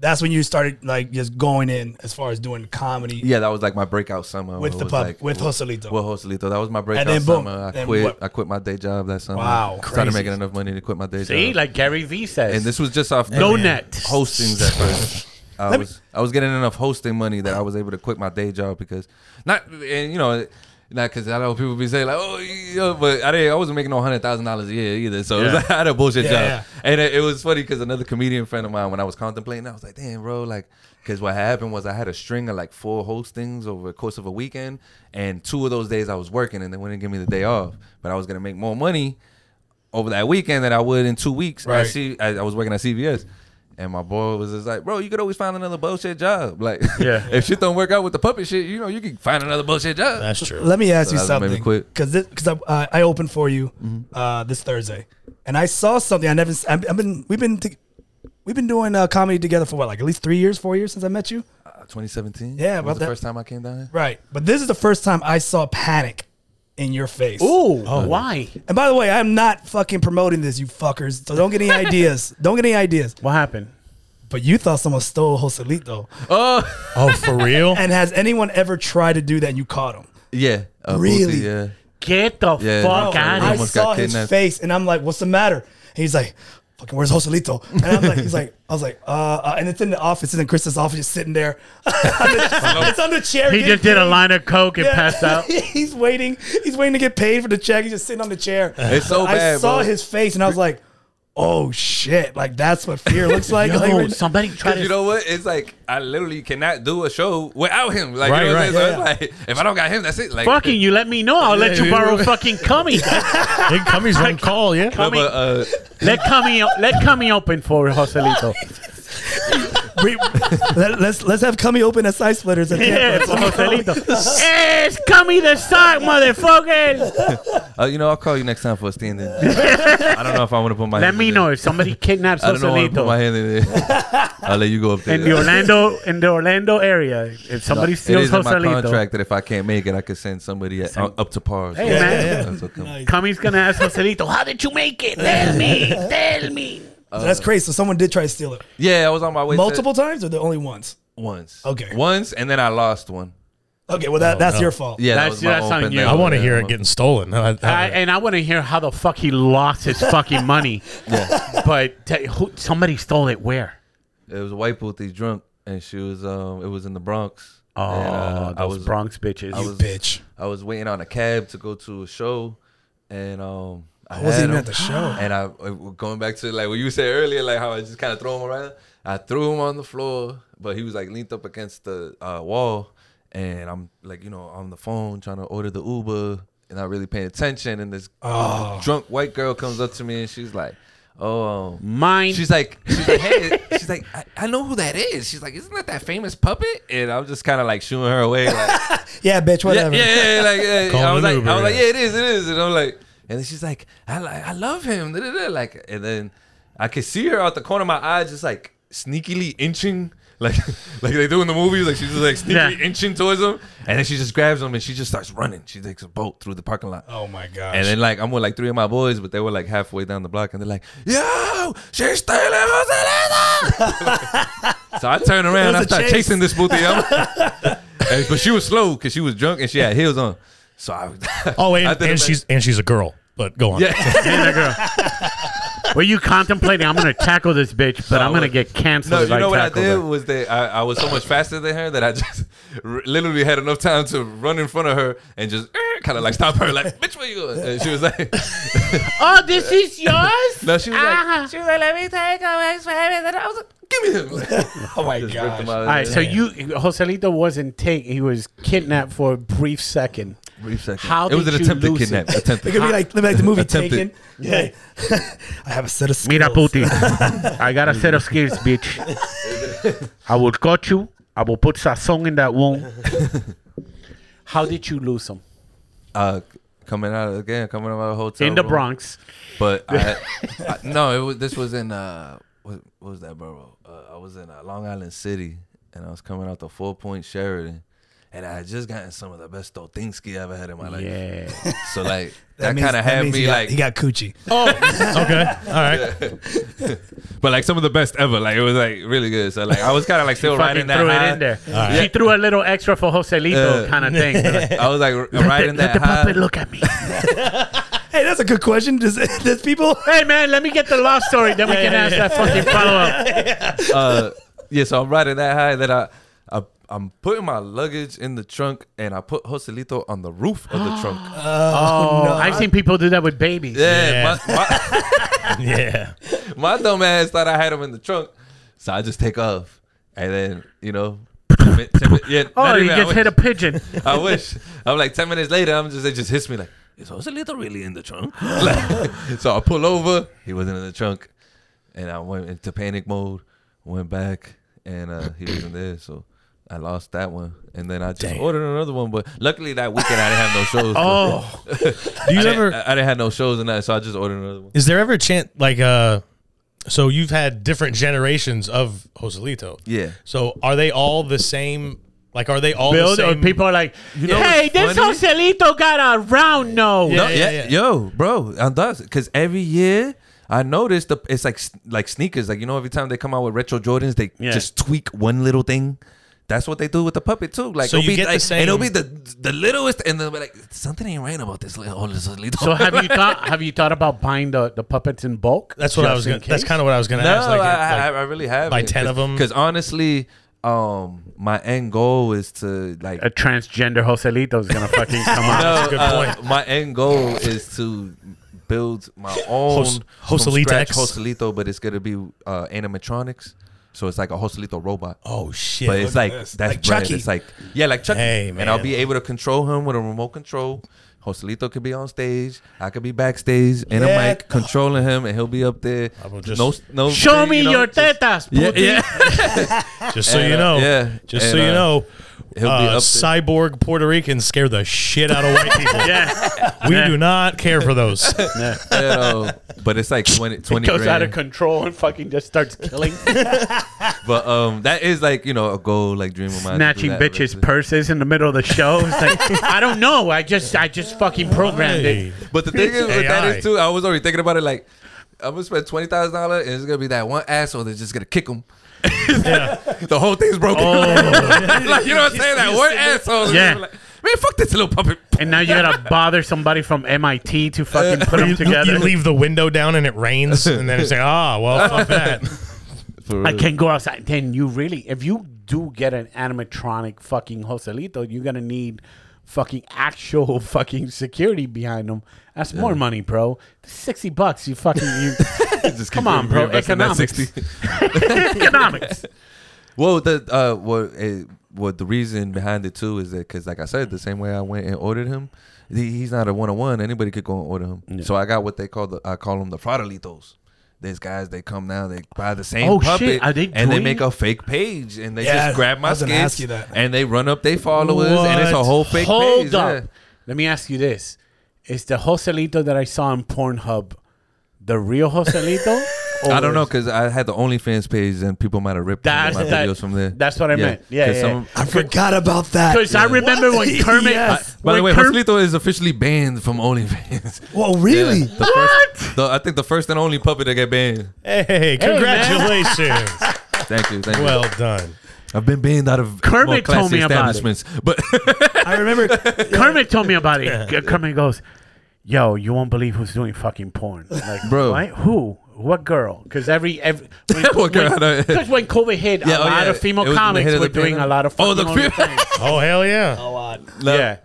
Speaker 3: that's when you started like just going in as far as doing comedy.
Speaker 1: yeah, that was like my breakout summer
Speaker 3: With
Speaker 1: It
Speaker 3: the
Speaker 1: was
Speaker 3: pub-
Speaker 1: like-
Speaker 3: with Joselito.
Speaker 1: With Joselito, that was my breakout
Speaker 3: then boom,
Speaker 1: summer. I
Speaker 3: then
Speaker 1: quit.
Speaker 3: what?
Speaker 1: I quit my day job that summer.
Speaker 3: Wow,
Speaker 1: started
Speaker 3: crazy.
Speaker 1: making enough money to quit my day
Speaker 2: See,
Speaker 1: job.
Speaker 2: like Gary Vee says.
Speaker 1: and this was just off
Speaker 2: No net.
Speaker 1: hostings at
Speaker 3: [laughs]
Speaker 1: first. I was I was getting enough hosting money that I was able to quit my day job because not and you know not because I know people be saying like oh you know, but I didn't I wasn't making no hundred thousand dollars a year either so it was like, [laughs] I had a bullshit
Speaker 3: Yeah,
Speaker 1: job
Speaker 3: yeah.
Speaker 1: and it, it was funny because another comedian friend of mine when I was contemplating I was like damn bro like because what happened was I had a string of like four hostings over the course of a weekend and two of those days I was working and they wouldn't give me the day off but I was gonna make more money over that weekend than I would in two weeks. I
Speaker 3: Right.
Speaker 1: see, I, I was working at CVS, and my boy was just like, "Bro, you could always find another bullshit job. [laughs] Like,
Speaker 2: Yeah.
Speaker 1: if shit don't work out with the puppet shit, you know, you can find another bullshit job."
Speaker 4: That's true.
Speaker 3: Let me ask
Speaker 1: So
Speaker 3: you
Speaker 1: that's what made me
Speaker 3: something,
Speaker 1: quit.
Speaker 3: because because I, I- I opened for you
Speaker 1: Mm-hmm.
Speaker 3: uh, this Thursday, and I saw something I never. s- I've, I've been we've been t- we've been doing uh, comedy together for what like at least three years, four years since I met you.
Speaker 1: Uh, 2017. That
Speaker 3: Yeah,
Speaker 1: was
Speaker 3: about
Speaker 1: the
Speaker 3: that-
Speaker 1: first time I came down here.
Speaker 3: Right, but this is the first time I saw panic in your face.
Speaker 2: Ooh,
Speaker 1: Oh.
Speaker 2: why?
Speaker 3: And by the way, I'm not fucking promoting this, you fuckers. So don't get
Speaker 1: [laughs]
Speaker 3: any ideas. Don't get any ideas.
Speaker 2: What happened?
Speaker 3: But you thought someone stole Joselito.
Speaker 1: Oh,
Speaker 4: Oh, for
Speaker 1: [laughs]
Speaker 4: real?
Speaker 3: And has anyone ever tried to do that and you caught him?
Speaker 1: yeah, uh,
Speaker 3: Really?
Speaker 1: Boosie, yeah.
Speaker 2: Get the
Speaker 1: Yeah,
Speaker 2: fuck
Speaker 1: no,
Speaker 2: out
Speaker 3: I
Speaker 2: of here.
Speaker 1: Oh, almost got
Speaker 3: saw his
Speaker 1: kidnapped.
Speaker 3: face and I'm like, what's the matter? And he's like, fucking, where's Joselito? And I'm like, he's like, I was like, uh, uh, and it's in the office, it's in Chris's office, just sitting there. [laughs] it's on the chair.
Speaker 2: He
Speaker 3: getting
Speaker 2: just did a
Speaker 3: paid.
Speaker 2: line of coke and
Speaker 3: Yeah.
Speaker 2: passed out.
Speaker 3: [laughs] he's waiting. He's waiting to get paid for the check. He's just sitting on the chair.
Speaker 1: It's so
Speaker 3: I
Speaker 1: bad,
Speaker 3: saw
Speaker 1: bro.
Speaker 3: his face and I was like, oh shit. Like that's what
Speaker 1: [laughs]
Speaker 3: fear looks like. Like,
Speaker 2: Yo,
Speaker 3: right-
Speaker 2: somebody try
Speaker 1: 'Cause
Speaker 2: to.
Speaker 1: you know what? It's like I literally cannot do a show without him. Like,
Speaker 4: Right,
Speaker 1: you know what I'm
Speaker 4: right.
Speaker 1: saying? So
Speaker 3: Yeah,
Speaker 1: it's like, if I don't got him, that's it. Like,
Speaker 2: Fucking, you let me know. I'll let you borrow fucking Cummy.
Speaker 4: Big Cummy's one call, yeah?
Speaker 1: [laughs] no, but, uh,
Speaker 2: let Cummy, let Cummy open for
Speaker 1: [laughs]
Speaker 2: Joselito.
Speaker 3: we- [laughs] let, us let's have Cummy open as side splitters. At
Speaker 2: Yeah,
Speaker 3: [laughs] Tampa.
Speaker 2: for Joselito.
Speaker 1: [laughs]
Speaker 2: Eh, it's Cummy the sock, motherfuckers.
Speaker 1: uh, you know, I'll call you next time for a
Speaker 2: [laughs]
Speaker 1: stand-in. I don't know if I want to put my.
Speaker 2: Let
Speaker 1: hand
Speaker 2: me
Speaker 1: in there.
Speaker 2: know if somebody kidnaps
Speaker 1: I don't know. if I wanna put my
Speaker 2: Joselito
Speaker 1: hand in there.
Speaker 3: [laughs]
Speaker 1: I'll let you go up there. [laughs]
Speaker 2: in the Orlando in the Orlando area. If somebody
Speaker 1: it
Speaker 2: steals
Speaker 1: is in my
Speaker 2: Joselito,
Speaker 1: contract that if I can't make it, I could send somebody at, uh, up to par.
Speaker 2: Hey, man. Yeah, yeah.
Speaker 1: That's okay.
Speaker 2: Cummy's gonna ask Joselito, "How did you make it?
Speaker 1: [laughs]
Speaker 2: Tell me, tell me."
Speaker 1: Uh,
Speaker 3: So that's crazy. So someone did try to steal it
Speaker 1: Yeah, I was on my way. to-
Speaker 3: multiple times, or the only once.
Speaker 1: once.
Speaker 3: Okay.
Speaker 1: Once, and then I lost one.
Speaker 3: Okay, well that, that's your fault.
Speaker 1: Oh, Yeah, that
Speaker 2: That's-
Speaker 1: was my
Speaker 2: that's
Speaker 1: own
Speaker 2: on
Speaker 1: penalty.
Speaker 2: you.
Speaker 4: I want to
Speaker 1: Yeah,
Speaker 4: hear
Speaker 1: my-
Speaker 4: it getting stolen. I- I-
Speaker 2: I, and I want to hear how the fuck he lost his fucking money. But t- who, somebody stole it where?
Speaker 1: It was a white booth. He's drunk, and she was. Um, it was in the Bronx.
Speaker 2: Oh,
Speaker 1: uh, I
Speaker 2: those
Speaker 1: was-
Speaker 2: Bronx bitches.
Speaker 1: I
Speaker 2: You
Speaker 1: was-
Speaker 3: bitch.
Speaker 1: I was waiting on a cab to go to a show, and um, I, had
Speaker 3: wasn't even
Speaker 1: him.
Speaker 3: at the show.
Speaker 1: [gasps] And I I- going back to like what you said earlier, like how I just kind of throw him around. I threw him on the floor, but he was like leaned up against the uh, wall, and I'm like, you know, on the phone trying to order the Uber, and not really paying attention. And this
Speaker 3: Oh.
Speaker 1: drunk white girl comes up to me, and she's like, "Oh, um,
Speaker 2: Mine.
Speaker 1: She's like, she's like, hey, she's like, I, I know who that is. She's like, isn't that that famous puppet? And I'm just kind of like shooing her away, like,
Speaker 3: Yeah, bitch,
Speaker 1: yeah,
Speaker 3: whatever.
Speaker 1: yeah, yeah, like yeah.
Speaker 4: Call
Speaker 1: I was
Speaker 4: an
Speaker 1: like,
Speaker 4: Uber,
Speaker 1: I was like,
Speaker 4: yeah.
Speaker 1: yeah, it is, it is, and I'm like, and then she's like, I like, I love him, da, da, da, like, and then I could see her out the corner of my eye, just like sneakily inching. [laughs] Like, like they do in the movies, like she's just like sneakily
Speaker 2: Yeah.
Speaker 1: inching towards him, and then she just grabs him and she just starts running. She takes a boat through the parking lot.
Speaker 3: Oh my gosh.
Speaker 1: And then like I'm with like three of my boys, but they were like halfway down the block, and they're like, "Yo, she's stealing Joselita!" So I turn around,
Speaker 3: It was
Speaker 1: I
Speaker 3: a
Speaker 1: start
Speaker 3: chase.
Speaker 1: chasing this booty, but she was slow because she was drunk and she had heels on. So I, [laughs]
Speaker 4: Oh,
Speaker 1: I
Speaker 4: and,
Speaker 1: did it
Speaker 4: and
Speaker 1: back-
Speaker 4: she's and she's a girl. But go on.
Speaker 1: yeah. [laughs]
Speaker 2: Were you contemplating? I'm gonna tackle this bitch, but I'm gonna
Speaker 1: what-
Speaker 2: get canceled.
Speaker 1: No,
Speaker 2: if
Speaker 1: you know what I
Speaker 2: tackle
Speaker 1: did
Speaker 2: her.
Speaker 1: was that I, I was so much faster than her that I just [laughs] r- literally had enough time to run in front of her and just kind of like stop her, like, "Bitch, where you going?" And she was like, [laughs]
Speaker 2: Oh, this is yours.
Speaker 1: "No," she was
Speaker 2: Ah.
Speaker 1: like, "She was like, let me take her ex and then I was like, "Give me
Speaker 2: [laughs]
Speaker 1: him."
Speaker 3: oh my
Speaker 1: Just ripped him out
Speaker 3: gosh.
Speaker 1: of
Speaker 2: All right,
Speaker 1: there.
Speaker 2: so you Joselito wasn't take. He was kidnapped for a brief second.
Speaker 1: Brief second.
Speaker 2: How
Speaker 1: it was
Speaker 2: did
Speaker 1: an
Speaker 2: you
Speaker 1: attempted
Speaker 2: lose it?
Speaker 1: kidnap.
Speaker 3: It
Speaker 1: Attempted.
Speaker 3: could be like, like the movie Taken.
Speaker 1: Attempted.
Speaker 3: Yeah. [laughs] I have a set of skills.
Speaker 2: Mira, puti, [laughs] I got a set of skills, bitch. I will cut you. I will put sazon in that wound. How did you lose him
Speaker 1: Uh, coming out again, coming out of the hotel
Speaker 2: in the
Speaker 1: room.
Speaker 2: Bronx?
Speaker 1: But
Speaker 2: [laughs]
Speaker 1: I, I- no, it was, this was in uh, what, what was that borough? Uh, I was in uh, Long Island City, and I was coming out the Four Point Sheridan, and I had just gotten some of the best Dotinski I ever had in my life.
Speaker 2: Yeah.
Speaker 1: So
Speaker 2: [laughs]
Speaker 1: like that,
Speaker 3: That means-
Speaker 1: kind of
Speaker 3: that
Speaker 1: had
Speaker 3: means
Speaker 1: me
Speaker 3: he got,
Speaker 1: like,
Speaker 3: he got coochie.
Speaker 4: Oh, [laughs] okay. All right.
Speaker 1: but like some of the best ever. Like it was like really good. So like I was kind of like
Speaker 2: [laughs]
Speaker 1: still
Speaker 2: Fucking
Speaker 1: riding that
Speaker 2: threw
Speaker 1: high.
Speaker 2: it in there. She threw a little extra for Joselito,
Speaker 1: Uh,
Speaker 2: kind of [laughs] thing. Let
Speaker 1: I was like r-
Speaker 2: the-
Speaker 1: riding
Speaker 2: let
Speaker 1: that
Speaker 2: the
Speaker 1: high.
Speaker 2: puppet look at me.
Speaker 3: Hey, that's a good question. Does, [laughs] does people?
Speaker 2: [laughs] hey man, let me get the love story, then we can ask that fucking follow up.
Speaker 1: uh, yeah, so I'm riding that high that I, I I'm putting my luggage in the trunk and I put Joselito on the roof of the trunk.
Speaker 2: [gasps] Oh, I've seen people do that with babies.
Speaker 1: Yeah, my, my,
Speaker 4: Yeah.
Speaker 1: my dumb ass thought I had him in the trunk, so I just take off and then you know. 10 min- 10 min- yeah,
Speaker 2: Oh,
Speaker 1: not
Speaker 2: you
Speaker 1: even, I
Speaker 2: just
Speaker 1: wish-
Speaker 2: hit a
Speaker 4: [laughs]
Speaker 2: pigeon.
Speaker 1: I wish. I'm like ten minutes later. I'm just it just hits me like is Joselito really in the trunk? [laughs] Like, so I pull over. He wasn't in the trunk, and I went into panic mode. Went back, and uh, he wasn't there. So I lost that one, and then I just ordered another one. But luckily that weekend I didn't have no shows.
Speaker 2: Oh,
Speaker 4: Do you
Speaker 1: I,
Speaker 4: ever?
Speaker 1: didn't, I didn't have no shows and that, so I just ordered another one.
Speaker 4: Is there ever a chance like uh so you've had different generations of Joselito.
Speaker 1: Yeah.
Speaker 4: So are they all the same like are they all the
Speaker 2: build or
Speaker 4: same
Speaker 2: uh, people are like,
Speaker 1: know
Speaker 2: hey,
Speaker 1: what's
Speaker 2: this
Speaker 1: funny?
Speaker 2: Joselito got a round nose.
Speaker 4: Yeah.
Speaker 1: No, yeah, yo, bro, I'm does because every year I notice the it's like s- like sneakers, like you know, every time they come out with retro Jordans, they
Speaker 2: Yeah.
Speaker 1: just tweak one little thing. That's what they do with the puppet too. Like
Speaker 4: So
Speaker 1: it'll
Speaker 4: you
Speaker 1: be
Speaker 4: get the
Speaker 1: like,
Speaker 4: same-
Speaker 1: and it'll be the the littlest, and they'll be like something ain't right about this little. Oh, this little.
Speaker 2: So have you thought have you thought about buying the, the puppets in bulk?
Speaker 4: That's what I
Speaker 2: Just
Speaker 4: was
Speaker 2: in
Speaker 4: gonna that's
Speaker 2: case?
Speaker 4: kind of what I was gonna
Speaker 1: [laughs] No,
Speaker 4: ask. Like,
Speaker 1: I,
Speaker 4: like-
Speaker 1: I, I really have
Speaker 4: buy 10 of 'em?
Speaker 1: Because honestly, um, my end goal is to like
Speaker 2: a transgender Joselito is gonna fucking
Speaker 4: [laughs]
Speaker 2: come out.
Speaker 1: No,
Speaker 4: a good
Speaker 1: uh, My end goal is to build my own
Speaker 4: Hos-
Speaker 1: from
Speaker 4: Joselito
Speaker 1: scratch
Speaker 4: X.
Speaker 1: Joselito, but it's gonna be uh, animatronics. So it's like a Joselito robot.
Speaker 4: oh shit.
Speaker 1: But it's like
Speaker 3: this.
Speaker 1: that's
Speaker 3: Like
Speaker 1: like
Speaker 3: Chucky.
Speaker 1: It's like yeah, like Chucky.
Speaker 4: Hey,
Speaker 1: And I'll
Speaker 4: man.
Speaker 1: be able to control him with a remote control. Joselito could be on stage. I could be backstage in
Speaker 3: Yeah.
Speaker 1: a mic controlling him, and he'll be up there.
Speaker 4: I will just-
Speaker 1: no, no
Speaker 2: Show
Speaker 1: thing,
Speaker 2: me
Speaker 1: you know,
Speaker 2: your
Speaker 1: just-
Speaker 2: tetas,
Speaker 1: Yeah,
Speaker 2: puti.
Speaker 1: yeah.
Speaker 4: just so
Speaker 1: and,
Speaker 4: you
Speaker 1: uh,
Speaker 4: know.
Speaker 1: yeah,
Speaker 4: Just so
Speaker 1: and,
Speaker 4: you
Speaker 1: uh,
Speaker 4: know.
Speaker 1: he'll be
Speaker 4: uh,
Speaker 1: up there.
Speaker 4: cyborg Puerto Ricans scare the shit out of white
Speaker 1: [laughs]
Speaker 2: [laughs]
Speaker 4: people.
Speaker 2: Yeah.
Speaker 4: We do not care for those.
Speaker 1: You know, but it's
Speaker 4: [laughs]
Speaker 1: like 20, 20
Speaker 2: Goes out of
Speaker 1: grand.
Speaker 2: control and fucking just starts killing,
Speaker 1: But um, that is like you know a goal, like dream of mine. to do
Speaker 2: snatching
Speaker 1: that
Speaker 2: bitches'
Speaker 1: eventually.
Speaker 2: purses in the middle of the show. It's like, [laughs] I don't know. I just, I just fucking programmed
Speaker 4: Hey.
Speaker 2: it.
Speaker 1: But the thing is,
Speaker 2: [laughs]
Speaker 1: with
Speaker 4: AI.
Speaker 1: that is too. I was already thinking about it. Like, I'm gonna spend twenty thousand dollars, and it's gonna be that one asshole that's just gonna kick him. the whole thing's broken. [laughs] like, you know what I'm saying? That one asshole. is
Speaker 2: Oh. Yeah.
Speaker 1: gonna be Like, Man, fuck this little puppet.
Speaker 2: And now you gotta bother somebody from MIT to fucking put them
Speaker 4: Uh, You,
Speaker 2: together.
Speaker 4: you leave the window down and
Speaker 2: [laughs]
Speaker 4: it rains, and then it's like, ah, well, fuck that.
Speaker 2: I can't go outside. Then you really, if you do get an animatronic fucking Joselito, you're gonna need fucking actual [laughs] fucking security behind them. That's more money, bro. Sixty bucks, you fucking you.
Speaker 1: [laughs]
Speaker 2: [laughs]
Speaker 1: Just
Speaker 2: Come
Speaker 1: keep
Speaker 2: on, bro.
Speaker 1: reinvesting that
Speaker 2: Economics.
Speaker 1: 60. [laughs]
Speaker 2: [laughs] Economics.
Speaker 1: Well, the uh, what eh, what the reason behind it too is that because, like I said, the same way I went and ordered him, he- he's not a one on one. Anybody could go and order him. So I got what they call the I call them the fraudalitos. There's guys they come now they buy the same
Speaker 2: Oh,
Speaker 1: puppet
Speaker 2: shit. Are they
Speaker 1: and they
Speaker 2: doing
Speaker 1: make
Speaker 2: it?
Speaker 1: a fake page and they
Speaker 3: Yeah,
Speaker 1: just grab my
Speaker 3: I was gonna ask
Speaker 1: skits
Speaker 3: you that.
Speaker 1: and they run up their followers and it's a
Speaker 4: What?
Speaker 1: whole fake
Speaker 2: Hold
Speaker 1: page.
Speaker 2: up.
Speaker 1: yeah.
Speaker 2: Let me ask you this: Is the Joselito that I saw on Pornhub the real Joselito?
Speaker 1: [laughs] I don't know because I had the OnlyFans page and people might have ripped
Speaker 2: That's
Speaker 1: my
Speaker 2: that-
Speaker 1: videos from there.
Speaker 2: that's what I meant. Yeah,
Speaker 1: 'cause
Speaker 2: yeah,
Speaker 1: some-
Speaker 3: I forgot about that.
Speaker 2: Because I remember
Speaker 1: [laughs]
Speaker 2: when Kermit.
Speaker 3: Yes.
Speaker 1: By the
Speaker 2: when
Speaker 1: way,
Speaker 2: Kerm-
Speaker 1: Joselito is officially banned from [laughs] OnlyFans.
Speaker 3: Well, really?
Speaker 1: The first, the, I think the first and only puppet that got banned.
Speaker 4: Hey, congratulations.
Speaker 1: Thank you. Thank you.
Speaker 4: well done.
Speaker 1: I've been banned out of
Speaker 2: Kermit
Speaker 1: more classy
Speaker 2: told me about it.
Speaker 1: establishments, but
Speaker 3: I
Speaker 1: [laughs]
Speaker 3: remember.
Speaker 2: Kermit told me about it. K- Kermit goes, "Yo, you won't believe who's doing fucking porn, like,
Speaker 1: Bro.
Speaker 2: What? Who? What girl? Because every
Speaker 1: [laughs]
Speaker 2: every because
Speaker 1: What girl? I know.
Speaker 2: when, 'cause when COVID hit,
Speaker 1: Yeah, oh,
Speaker 2: a lot
Speaker 1: yeah.
Speaker 2: of female
Speaker 1: It was when it hit
Speaker 2: comics
Speaker 1: the
Speaker 2: were doing
Speaker 1: pandemic.
Speaker 2: a lot of
Speaker 1: Oh,
Speaker 2: fucking
Speaker 1: the
Speaker 2: only
Speaker 1: female-
Speaker 2: things.
Speaker 1: [laughs]
Speaker 4: Oh hell yeah.
Speaker 2: yeah,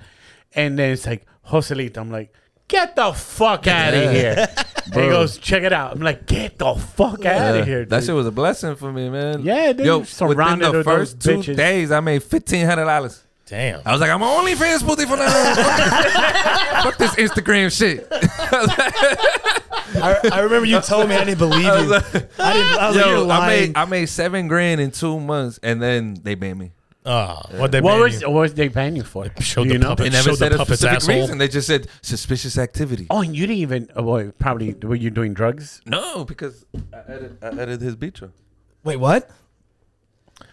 Speaker 2: and then it's like Joselito. I'm like, get the fuck out of
Speaker 1: [laughs]
Speaker 2: here. And he
Speaker 1: Bro.
Speaker 2: goes, check it out. I'm like, get the fuck
Speaker 1: [laughs]
Speaker 2: out
Speaker 1: Yeah,
Speaker 2: of here.
Speaker 1: that
Speaker 2: Dude.
Speaker 1: shit was a blessing for me, man.
Speaker 2: Yeah, dude,
Speaker 1: Yo, within
Speaker 2: surrounded
Speaker 1: the
Speaker 2: with those
Speaker 1: first two
Speaker 2: bitches.
Speaker 1: days, I made fifteen hundred dollars.
Speaker 4: Damn.
Speaker 1: I was like, I'm an OnlyFans booty for now. [laughs] Fuck this Instagram shit. [laughs]
Speaker 3: I, I remember you told me I didn't believe you. I, didn't. I was like, you're
Speaker 1: Yo, I
Speaker 3: lying.
Speaker 1: made I made seven grand in two months, and then they banned me.
Speaker 4: Oh, what they
Speaker 2: what
Speaker 4: ban
Speaker 2: was
Speaker 4: you?
Speaker 2: what was they paying you for?
Speaker 4: Showed
Speaker 2: Do
Speaker 4: the
Speaker 2: you know?
Speaker 4: puppet.
Speaker 1: They never
Speaker 4: Showed the
Speaker 1: said a
Speaker 4: puppet's
Speaker 1: specific
Speaker 4: asshole.
Speaker 1: reason. They just said suspicious activity.
Speaker 2: Oh, and you didn't even. Oh, well, probably were you doing drugs?
Speaker 1: No, because I edited, I edited his beat.
Speaker 3: Wait, what?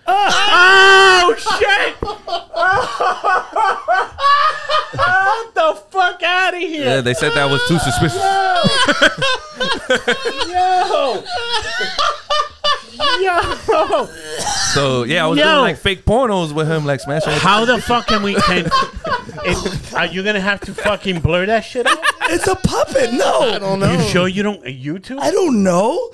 Speaker 2: Oh [laughs] shit! Get the fuck out of here!
Speaker 1: Yeah, they said that was too suspicious.
Speaker 2: Yo! Yo!
Speaker 1: So yeah, I was
Speaker 2: Yo.
Speaker 1: doing like fake pornos with him, like smashing. with-
Speaker 2: How the fuck can we? Can, it, are you gonna have to fucking blur that shit out?
Speaker 3: It's a puppet. No, I don't
Speaker 2: You sure you don't? YouTube?
Speaker 3: I
Speaker 1: [laughs]
Speaker 3: don't know.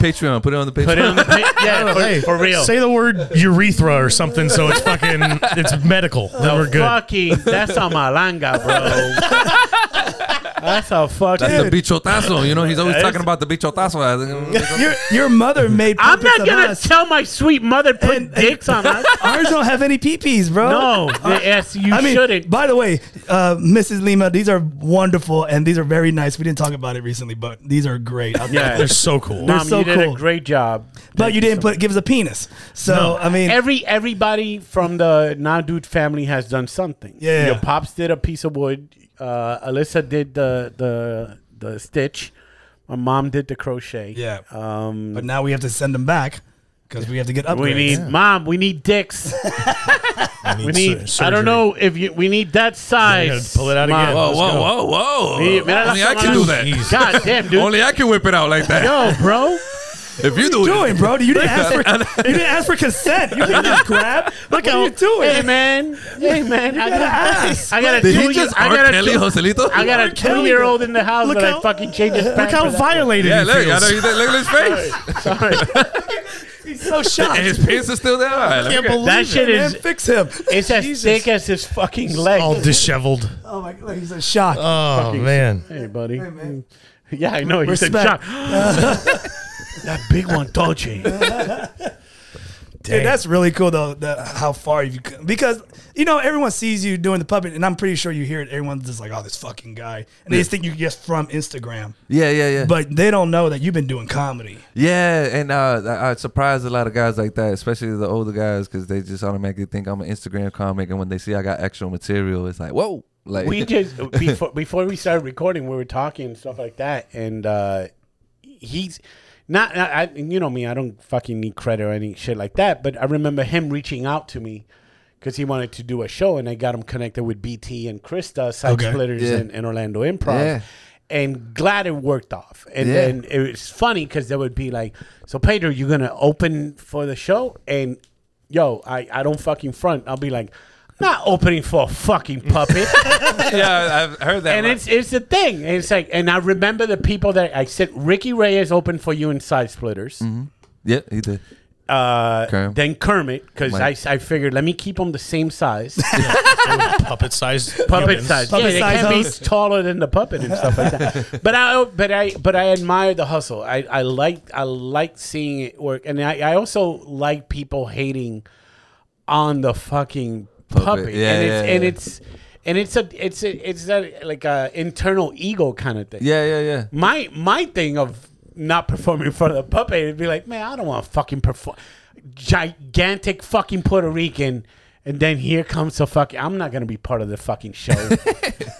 Speaker 1: Patreon, put it on the Patreon.
Speaker 2: Put it on the pa- yeah, for,
Speaker 4: Hey,
Speaker 2: for real.
Speaker 4: Say the word urethra or something, so it's fucking it's medical. Then we're good.
Speaker 2: Fucking, that's a malanga, bro. that's a fucking.
Speaker 1: That's the bichotazo. You know, he's always
Speaker 2: That's-
Speaker 1: talking about the bichotazo. mm.
Speaker 3: Your your mother made.
Speaker 2: I'm
Speaker 3: puppets
Speaker 2: not
Speaker 3: of
Speaker 2: gonna
Speaker 3: us.
Speaker 2: tell my sweet mother put dicks on us.
Speaker 3: Ours don't have any peepees, bro.
Speaker 2: No, yes, you
Speaker 3: I mean,
Speaker 2: shouldn't.
Speaker 3: by the way, uh, Mrs. Lima, these are wonderful and these are very nice. We didn't talk about it recently, but these are great.
Speaker 2: Yeah.
Speaker 4: They're so cool.
Speaker 3: They're
Speaker 2: Mom,
Speaker 3: so
Speaker 2: you did
Speaker 3: cool.
Speaker 2: a great job.
Speaker 3: [laughs] But you didn't put give us a penis. So I mean,
Speaker 2: Every everybody from the now dude family has done something.
Speaker 3: Yeah.
Speaker 2: your pops did a piece of wood. Uh, Alyssa did the the the stitch. My mom did the crochet.
Speaker 3: Yeah.
Speaker 2: Um,
Speaker 3: but now we have to send them back because we have to get upgrades.
Speaker 2: we need mom. We need
Speaker 4: [laughs]
Speaker 2: dicks. we need.
Speaker 4: sur-
Speaker 2: I
Speaker 4: surgery.
Speaker 2: don't know if you. We need that size.
Speaker 4: Yeah, pull it out
Speaker 2: Mom.
Speaker 4: again.
Speaker 1: Whoa,
Speaker 4: Let's
Speaker 1: whoa,
Speaker 4: go.
Speaker 1: whoa, whoa!
Speaker 2: Me- mira la
Speaker 1: Only I can
Speaker 2: semana-
Speaker 1: do that.
Speaker 4: Jeez.
Speaker 2: God damn, dude.
Speaker 1: Only I can whip it out like that. [laughs]
Speaker 2: Yo, bro.
Speaker 1: If you do
Speaker 3: doing,
Speaker 1: it, [laughs]
Speaker 3: bro? You didn't ask
Speaker 2: [laughs]
Speaker 3: for you didn't ask for consent. You didn't just grab. Look how you doing.
Speaker 2: Hey man. Hey man. I got.
Speaker 3: ask.
Speaker 2: I got a
Speaker 1: did he
Speaker 2: two. year-
Speaker 1: just
Speaker 2: I
Speaker 1: R.
Speaker 2: got a
Speaker 1: Kelly
Speaker 2: two-
Speaker 1: Joselito?
Speaker 2: I got a
Speaker 3: R. Kelly.
Speaker 2: two-year-old in the house,
Speaker 3: Look
Speaker 2: but
Speaker 3: how-
Speaker 2: I fucking changed his
Speaker 4: Look
Speaker 2: pants.
Speaker 4: how
Speaker 2: for that.
Speaker 4: violated
Speaker 1: Yeah,
Speaker 4: he
Speaker 1: look, I
Speaker 4: feels.
Speaker 1: know you did. Look at his
Speaker 2: [laughs]
Speaker 1: face.
Speaker 3: He's so shocked.
Speaker 1: And his pants are still there. All right, let me
Speaker 4: Can't
Speaker 1: get-
Speaker 4: believe
Speaker 2: That
Speaker 4: it.
Speaker 2: shit
Speaker 3: Man,
Speaker 2: is
Speaker 3: fix him.
Speaker 2: it's as thick as his fucking leg.
Speaker 4: all disheveled.
Speaker 3: Oh my god, look, he's a shock. [laughs]
Speaker 4: Oh man,
Speaker 2: hey, buddy. Yeah, I know. You said shock.
Speaker 3: Respect.
Speaker 2: [laughs] that big one, Dolce.
Speaker 3: Dude, that's really cool though. That, how far you've come. because you know everyone sees you doing the puppet, and I'm pretty sure you hear it. Everyone's just like, "Oh, this fucking guy," and they just think you just from Instagram,
Speaker 1: Yeah, yeah, yeah.
Speaker 3: [laughs] but they don't know that you've been doing comedy.
Speaker 1: Yeah, and uh, I, I surprised a lot of guys like that, especially the older guys, because they just automatically think I'm an Instagram comic, and when they see I got extra material, it's like, whoa, like [laughs]
Speaker 2: we just before before we started recording, we were talking and stuff like that, and uh, he's not. I, I- you know me, I don't fucking need credit or any shit like that. But I remember him reaching out to me because he wanted to do a show, and I got him connected with BT and Krista, Side
Speaker 3: Okay.
Speaker 2: Splitters,
Speaker 1: Yeah.
Speaker 2: and, and Orlando Improv.
Speaker 1: Yeah.
Speaker 2: And glad it worked off. And
Speaker 1: Yeah.
Speaker 2: then it was funny because there would be like, so Pedro, you're gonna open for the show, and yo, I, I don't fucking front. I'll be like, not opening for a fucking puppet.
Speaker 1: yeah, I've heard that.
Speaker 2: and it's it's the thing. It's like, and I
Speaker 1: Mm-hmm.
Speaker 2: remember the people that I said Ricky Reyes opened for you in Side Splitters.
Speaker 1: yeah, he did.
Speaker 2: uh,
Speaker 1: Kerm.
Speaker 2: then Kermit because I,
Speaker 1: Mike.
Speaker 2: I figured let me keep them the same
Speaker 1: [laughs]
Speaker 2: size,
Speaker 4: puppet size.
Speaker 2: puppet size. yeah,
Speaker 3: Puppet
Speaker 2: they
Speaker 3: size
Speaker 2: can't
Speaker 3: hoes.
Speaker 2: be taller than the puppet and stuff
Speaker 1: [laughs]
Speaker 2: like that. But I but I but I admire the hustle. I I like I like seeing it work, and I, I also like people hating on the fucking puppet.
Speaker 1: Puppet. Yeah,
Speaker 2: and, it's,
Speaker 1: yeah,
Speaker 2: and
Speaker 1: yeah.
Speaker 2: it's and it's a it's a, it's that like a internal ego kind of thing
Speaker 1: Yeah, yeah, yeah.
Speaker 2: my my thing of not performing in front of the puppet would be like, man, I don't want to fucking perform gigantic fucking Puerto Rican. And then here comes the fucking. I'm not gonna be part of the fucking show.
Speaker 4: [laughs]